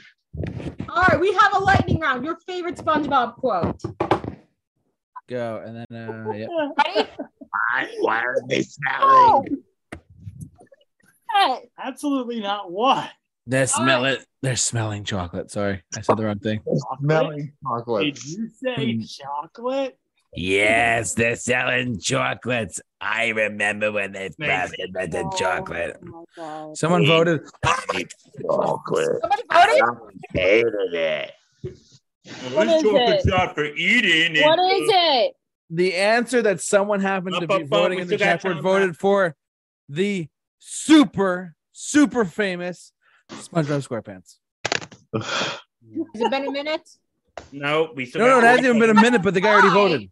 C: All right, we have a lightning round. Your favorite SpongeBob quote.
A: Go and then uh yep.
C: Ready?
E: Why are they
C: Go.
E: smelling?
D: Hey,
F: Absolutely not. What?
A: They smell it. They're smelling chocolate. Sorry. I said the wrong thing.
E: Smelling chocolate.
F: Did you say chocolate?
A: Hmm. Yes, they're selling chocolates. I remember when they
F: Makes-
A: first invented
D: Oh, my God.
A: Someone voted.
E: Chocolate.
C: Somebody voted.
E: I hated it.
D: What
B: Let's
D: is
B: talk
D: it?
B: a shot for eating.
D: What is it?
A: The answer that someone happened to
B: Up,
A: be
B: up, up,
A: voting
B: we
A: in the
B: still got
A: chat board
B: time
A: voted for the super, super famous SpongeBob SquarePants.
C: Has it been a minute?
B: No, we still
A: No, no, it
B: got-
A: hasn't even been a minute, but the guy already
D: Why?
A: voted.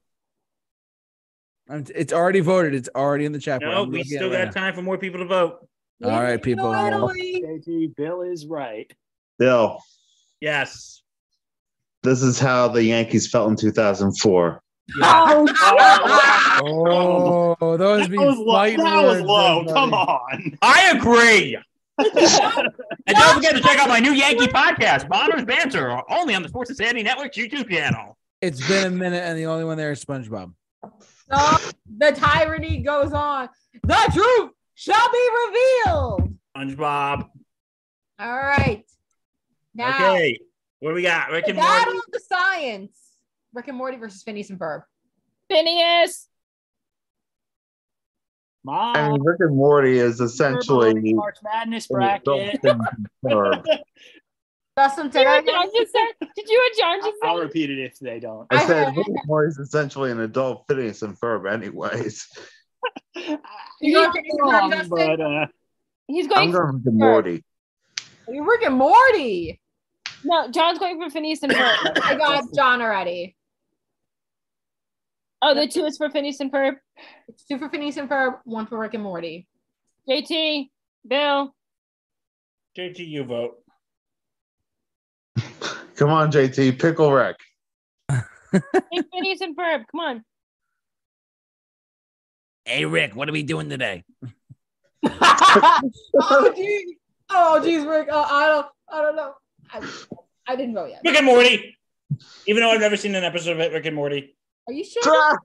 A: I'm- It's already voted. It's already in the chat.
B: No, we still got time for more people to vote.
A: All right, people.
C: Italy.
F: JT, Bill is right.
E: Bill,
B: Yes.
E: this is how the Yankees felt in 2004.
D: Oh,
F: Oh,
A: Oh, those
F: that
A: be
F: was low.
A: fighting
F: That was
A: words,
F: low.
A: everybody.
F: Come on.
B: I agree. and don't forget to check out my new Yankee podcast, Bonner's Banter, only on the Sports Insanity Network's YouTube channel.
A: It's been a minute, and the only one there is SpongeBob.
C: No, the tyranny goes on. The truth shall be revealed.
B: SpongeBob.
C: All right. Now,
B: Okay. What do we got? Rick
C: the
B: and Morty.
C: battle of the science. Rick and Morty versus Phineas and Ferb.
D: Phineas.
E: I
F: Mom,
E: mean, Rick and Morty is essentially.
F: March Madness bracket.
E: I
C: That's some
D: Did you
C: today.
D: and John just say? Did you and John
F: I-
D: just
F: I'll
D: say?
F: repeat it if they don't.
C: I
E: said
C: heard-
E: Rick and Morty is essentially an adult Phineas and Ferb, anyways.
C: You know what Phineas and Ferb
D: wrong,
C: does
F: But uh,
D: He's
E: I'm
D: going.
E: going to Morty.
C: You're Rick and Morty.
D: no, John's going for Phineas and Ferb.
C: I got John already.
D: Oh, the two is for Phineas and Ferb.
C: It's two for Phineas and Ferb, one for Rick and Morty.
D: JT, Bill.
B: JT, you vote.
E: Come on, JT, pickle Rick.
D: Think Phineas and Ferb. Come on.
A: Hey, Rick, what are we doing today?
C: oh geez. Oh geez, Rick. Oh, I don't. I don't know. I, I didn't vote yet.
B: Rick and Morty. Even though I've never seen an episode of it, Rick and Morty.
C: Are you sure?
E: Tra-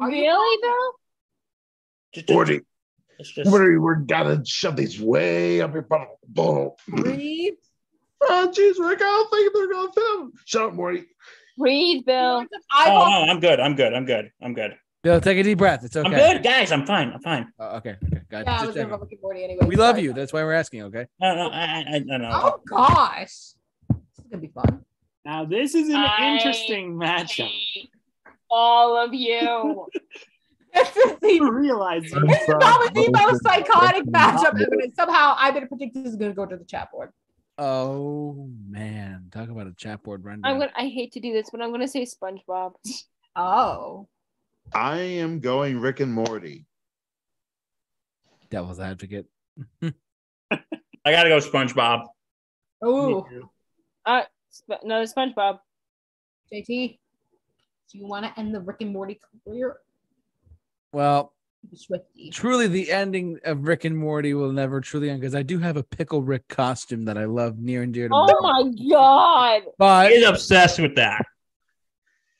C: Are you-
D: really, Bill?
B: Just,
E: Morty,
B: it's just-
E: Morty, we're gonna shove these way up your bottle.
C: Breathe.
E: Oh, jeez, Rick, I don't think they're gonna film. Shut up, Morty.
D: Breathe, Bill.
C: I
B: oh,
C: vote.
B: no, I'm good. I'm good. I'm good. I'm good.
A: Bill, take a deep breath. It's
B: I'm
A: okay.
B: good, guys. I'm fine. I'm fine.
A: Oh, okay. okay. Got it.
C: Yeah, I
A: Just
C: was gonna
A: checking.
C: vote Rick and Morty anyway.
A: we love you. That's why we're asking. Okay.
B: No, no, I, I, I no, no.
C: Oh gosh, this is gonna be fun.
F: now this is an
D: I-
F: interesting matchup.
D: All of you.
C: This is
F: I
C: the,
F: realize
E: I'm
C: this is
E: sorry.
C: probably the most psychotic matchup
E: Morty.
C: ever. And somehow I better predict this is gonna go to the chat board.
A: Oh man, talk about a chat board
D: I'm
A: rundown.
D: gonna. I hate to do this, but I'm gonna say SpongeBob.
C: Oh,
E: I am going Rick and Morty.
A: Devil's advocate.
B: I gotta go SpongeBob.
C: oh,
D: Uh, Sp- no, SpongeBob.
C: JT, do you want to end the Rick and Morty career?
A: Well,
C: Swifty.
A: truly, the ending of Rick and Morty will never truly end because I do have a pickle Rick costume that I love near and dear to
D: Oh
A: my. heart.
D: my god.
A: But
B: He's obsessed with that.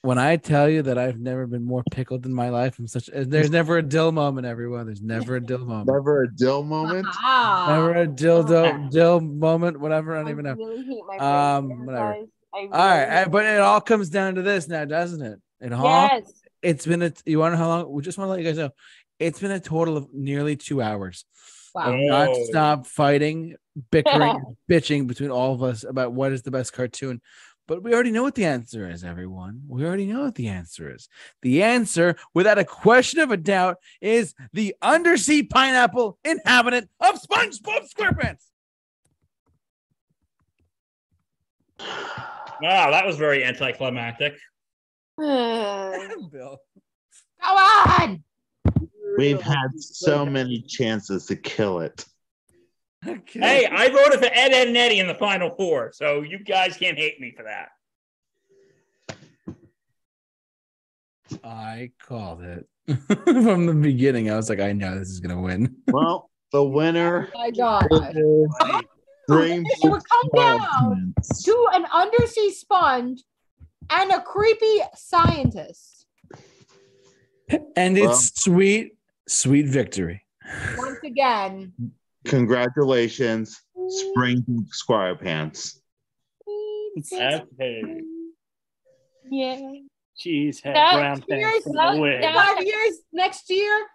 A: when I tell you that I've never been more pickled in my life, I'm such. There's never a dill moment, everyone. There's never a dill moment.
E: Never a dill moment.
C: Ah,
A: Never a dildo dill moment. Whatever. I don't even know.
D: really hate my
A: Um,
D: brain,
A: whatever.
D: guys. I really
A: All right, I-
D: hate
A: but it all comes down to this now, doesn't it? It all
D: Yes.
A: it's been a you want to know how long? We just want to let you guys know it's been a total of nearly two hours.
C: Wow.
A: Of not
B: Whoa.
A: stop fighting, bickering, and bitching between all of us about what is the best cartoon. But we already know what the answer is, everyone. We already know what the answer is. The answer, without a question of a doubt, is the undersea pineapple inhabitant of SpongeBob SquarePants.
B: Wow, that was very anticlimactic.
D: Ugh.
A: Bill.
C: Go on.
E: We've had so many chances to kill it.
A: Okay.
B: Hey, I voted for Ed, Ed, and Eddie in the final four, so you guys can't hate me for that.
A: I called it from the beginning. I was like, I know this is gonna win.
E: Well, the winner
C: My God.
E: is
C: It
E: Rainbow
C: would come down
E: Squadrons.
C: to an undersea sponge and a creepy scientist.
A: And
E: Well-
A: it's sweet, sweet victory.
C: Once again,
E: Congratulations, Spring Squire Pants.
B: Okay.
D: Yeah.
F: cheese head
D: That-
F: brown pants.
C: that-
F: all the way.
D: that-
C: five years next year,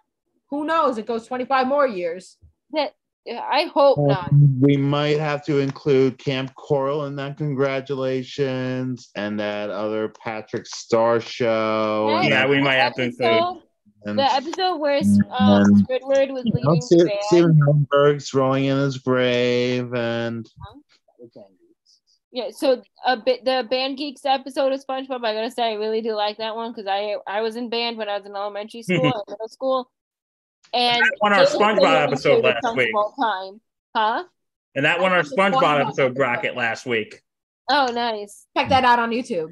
C: who knows? It goes 25 more years.
D: That I hope not.
E: We might have to include Camp Coral in that congratulations and that other Patrick Star show.
D: Hey,
E: and
B: Yeah, we might have to
D: episode,
E: And
D: The episode where
A: Mm-hmm.
D: um, Squidward was
E: you know,
D: leaving
E: Ste-
D: the band.
E: Steven Hillenburg's rolling in his grave, and
D: Yeah, so a bit the band geeks episode of SpongeBob. I gotta say, I really do like that one because I I was in band when I was in elementary school and middle school, and
B: won our
D: it was
B: SpongeBob
D: my
B: episode
D: favorite
B: last
D: songs
B: week.
D: of all time, huh?
B: And that won our SpongeBob episode bracket last week.
D: Oh, nice.
C: Check that out on YouTube.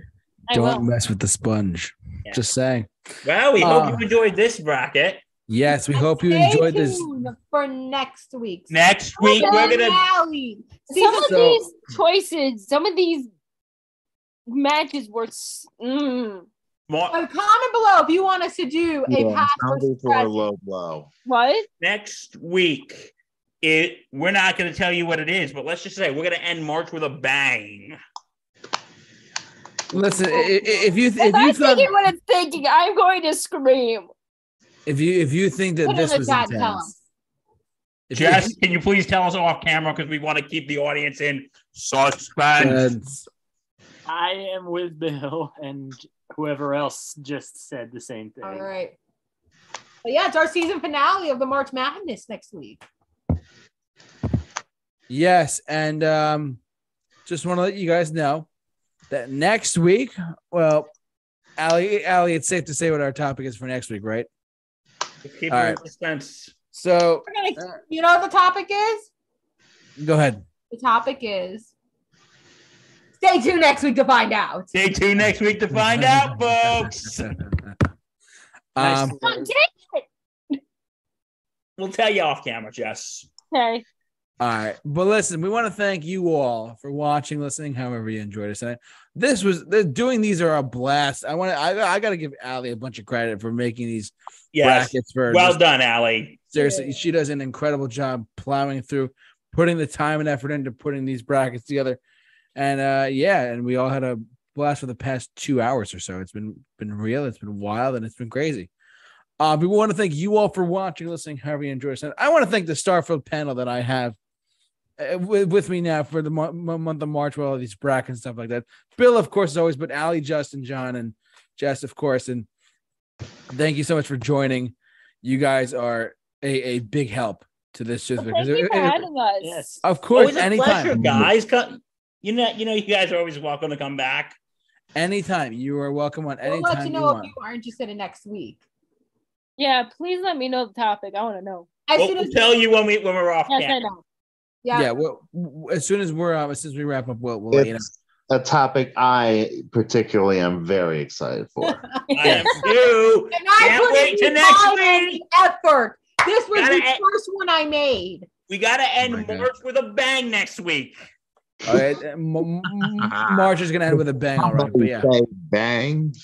D: I
A: Don't
D: will.
A: mess with the sponge.
B: Yeah.
A: Just saying.
B: Well, we
A: Ah.
B: hope you enjoyed this bracket.
A: Yes, we hope you
C: Stay
A: enjoyed this.
C: tuned for next week's
B: Next week we're gonna
C: finale.
D: Some of
A: So-
D: these choices, some of these matches were. s- Mm,
B: Mar-
C: So comment below if you want us to do a
E: yeah,
C: past
E: Bounty
C: versus
E: for a
C: present.
E: low blow.
D: what?
B: next week. It we're not gonna tell you what it is, but let's just say we're gonna end March with a bang.
A: Listen, i- i- if you
D: If,
A: if
D: I'm
A: you thought
D: thinking what I'm thinking, I'm going to scream.
A: if you if you think that
C: Put it
A: this
C: in the
A: was
C: chat and tell
A: intense, if you-
B: Jess, can you please tell us off camera because we want to keep the audience in suspense.
A: Suspense.
F: I am with Bill and whoever else just said the same thing.
C: All right. But yeah, it's our season finale of the March Madness next week.
A: Yes, and um, just want to let you guys know that next week, well, Ali, Ali, it's safe to say what our topic is for next week, right?
B: Keep
A: All
B: it in
A: right.
B: suspense.
A: So
C: We're gonna,
A: Uh.
C: you know what the topic is?
A: go ahead.
C: The topic is stay tuned next week to find out.
B: Stay tuned next week to find out, folks.
F: Nice
A: um,
F: work.
B: We'll tell you off camera, Jess.
D: Okay.
A: all right, but listen, we want to thank you all for watching, listening, however you enjoyed us tonight. This was the, doing these are a blast. I want to, I, I got to give Ali a bunch of credit for making these
B: Yes.
A: brackets for
B: Well
A: just-
B: done, Allie.
A: seriously, she does an incredible job plowing through, putting the time and effort into putting these brackets together, and uh, yeah, and we all had a blast for the past two hours or so. It's been been real, it's been wild, and it's been crazy. Uh, we want to thank you all for watching, listening, however you enjoy us. And I want to thank the Starfield panel that I have uh, with, with me now for the mo- mo- month of March, with all these brackets and stuff like that. Bill, of course, as always, but Ali, Justin, John, and Jess, of course. And thank you so much for joining. You guys are a, a big help to this just
D: Well,
A: because,
D: thank you for
A: it- it-
D: having us.
F: Yes.
A: of course,
B: always a
A: anytime, Mm-hmm.
B: pleasure, guys. Co- You know, you know, you guys are always welcome to come back.
A: anytime you are welcome on
C: We'll
A: anytime
C: let you
A: you
C: know if
A: want.
C: you are interested in next week.
D: Yeah, please let me know the topic. I want to know.
C: As
B: We'll,
C: soon as
B: we'll tell you when we when we're off
D: Yes, I
B: camera.
D: know.
C: yeah,
A: yeah, well, w- as soon as we're um, as soon as we wrap up, we'll we'll let you know.
E: It's a topic I particularly am very excited for.
B: I am too.
C: and I
B: Can't
C: put
B: wait
C: in
B: till next
C: time and
B: week.
C: effort. This was
B: Gotta
C: the
B: e-
C: first one I made.
B: We gotta end
E: my God.
B: March with a bang next week.
A: All right, uh, M- M- M- March is gonna end with a bang, all right? But yeah,
E: Say bang.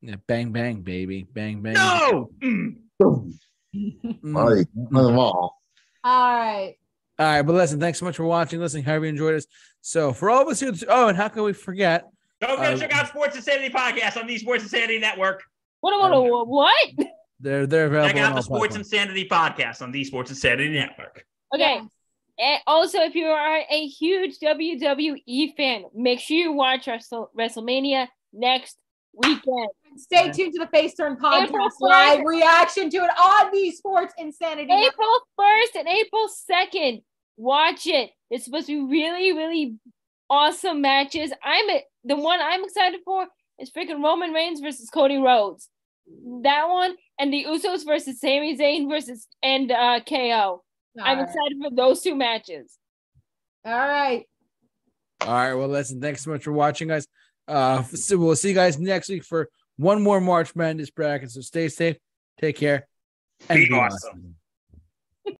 A: yeah bang bang, baby, bang bang.
B: No. Mm.
E: boom,
A: Mm.
E: Like, one of them all.
C: All right.
A: All right, but listen, thanks so much for watching, listening, however you enjoyed us. So for all of us who, oh, and how can we forget?
B: Don't forget to
A: Uh,
B: check out Sports Insanity podcast on the Sports Insanity Network.
D: What do I want to what?
A: They're they're available.
B: Check
A: on
B: out the
A: all
B: Sports
A: platforms.
B: Insanity podcast on the Sports Insanity Network.
C: Yeah.
D: Okay. And also, if you are a huge WWE fan, make sure you watch Wrestle- WrestleMania next weekend.
C: Stay tuned to the Face Turn
D: April
C: podcast
D: first.
C: live reaction to it on the Sports Insanity. Network.
D: April 1st and April 2nd. Watch it. It's supposed to be really, really awesome matches. I'm a, the one I'm excited for is freaking Roman Reigns versus Cody Rhodes. That one and the Usos versus Sami Zayn versus and uh, KO. I'm
C: All right.
D: excited for those two matches.
C: All right.
A: All right, well, listen, thanks so much for watching, guys. Uh, so we'll see you guys next week for one more March Madness bracket. So stay safe, take care,
B: Be
A: be
B: awesome.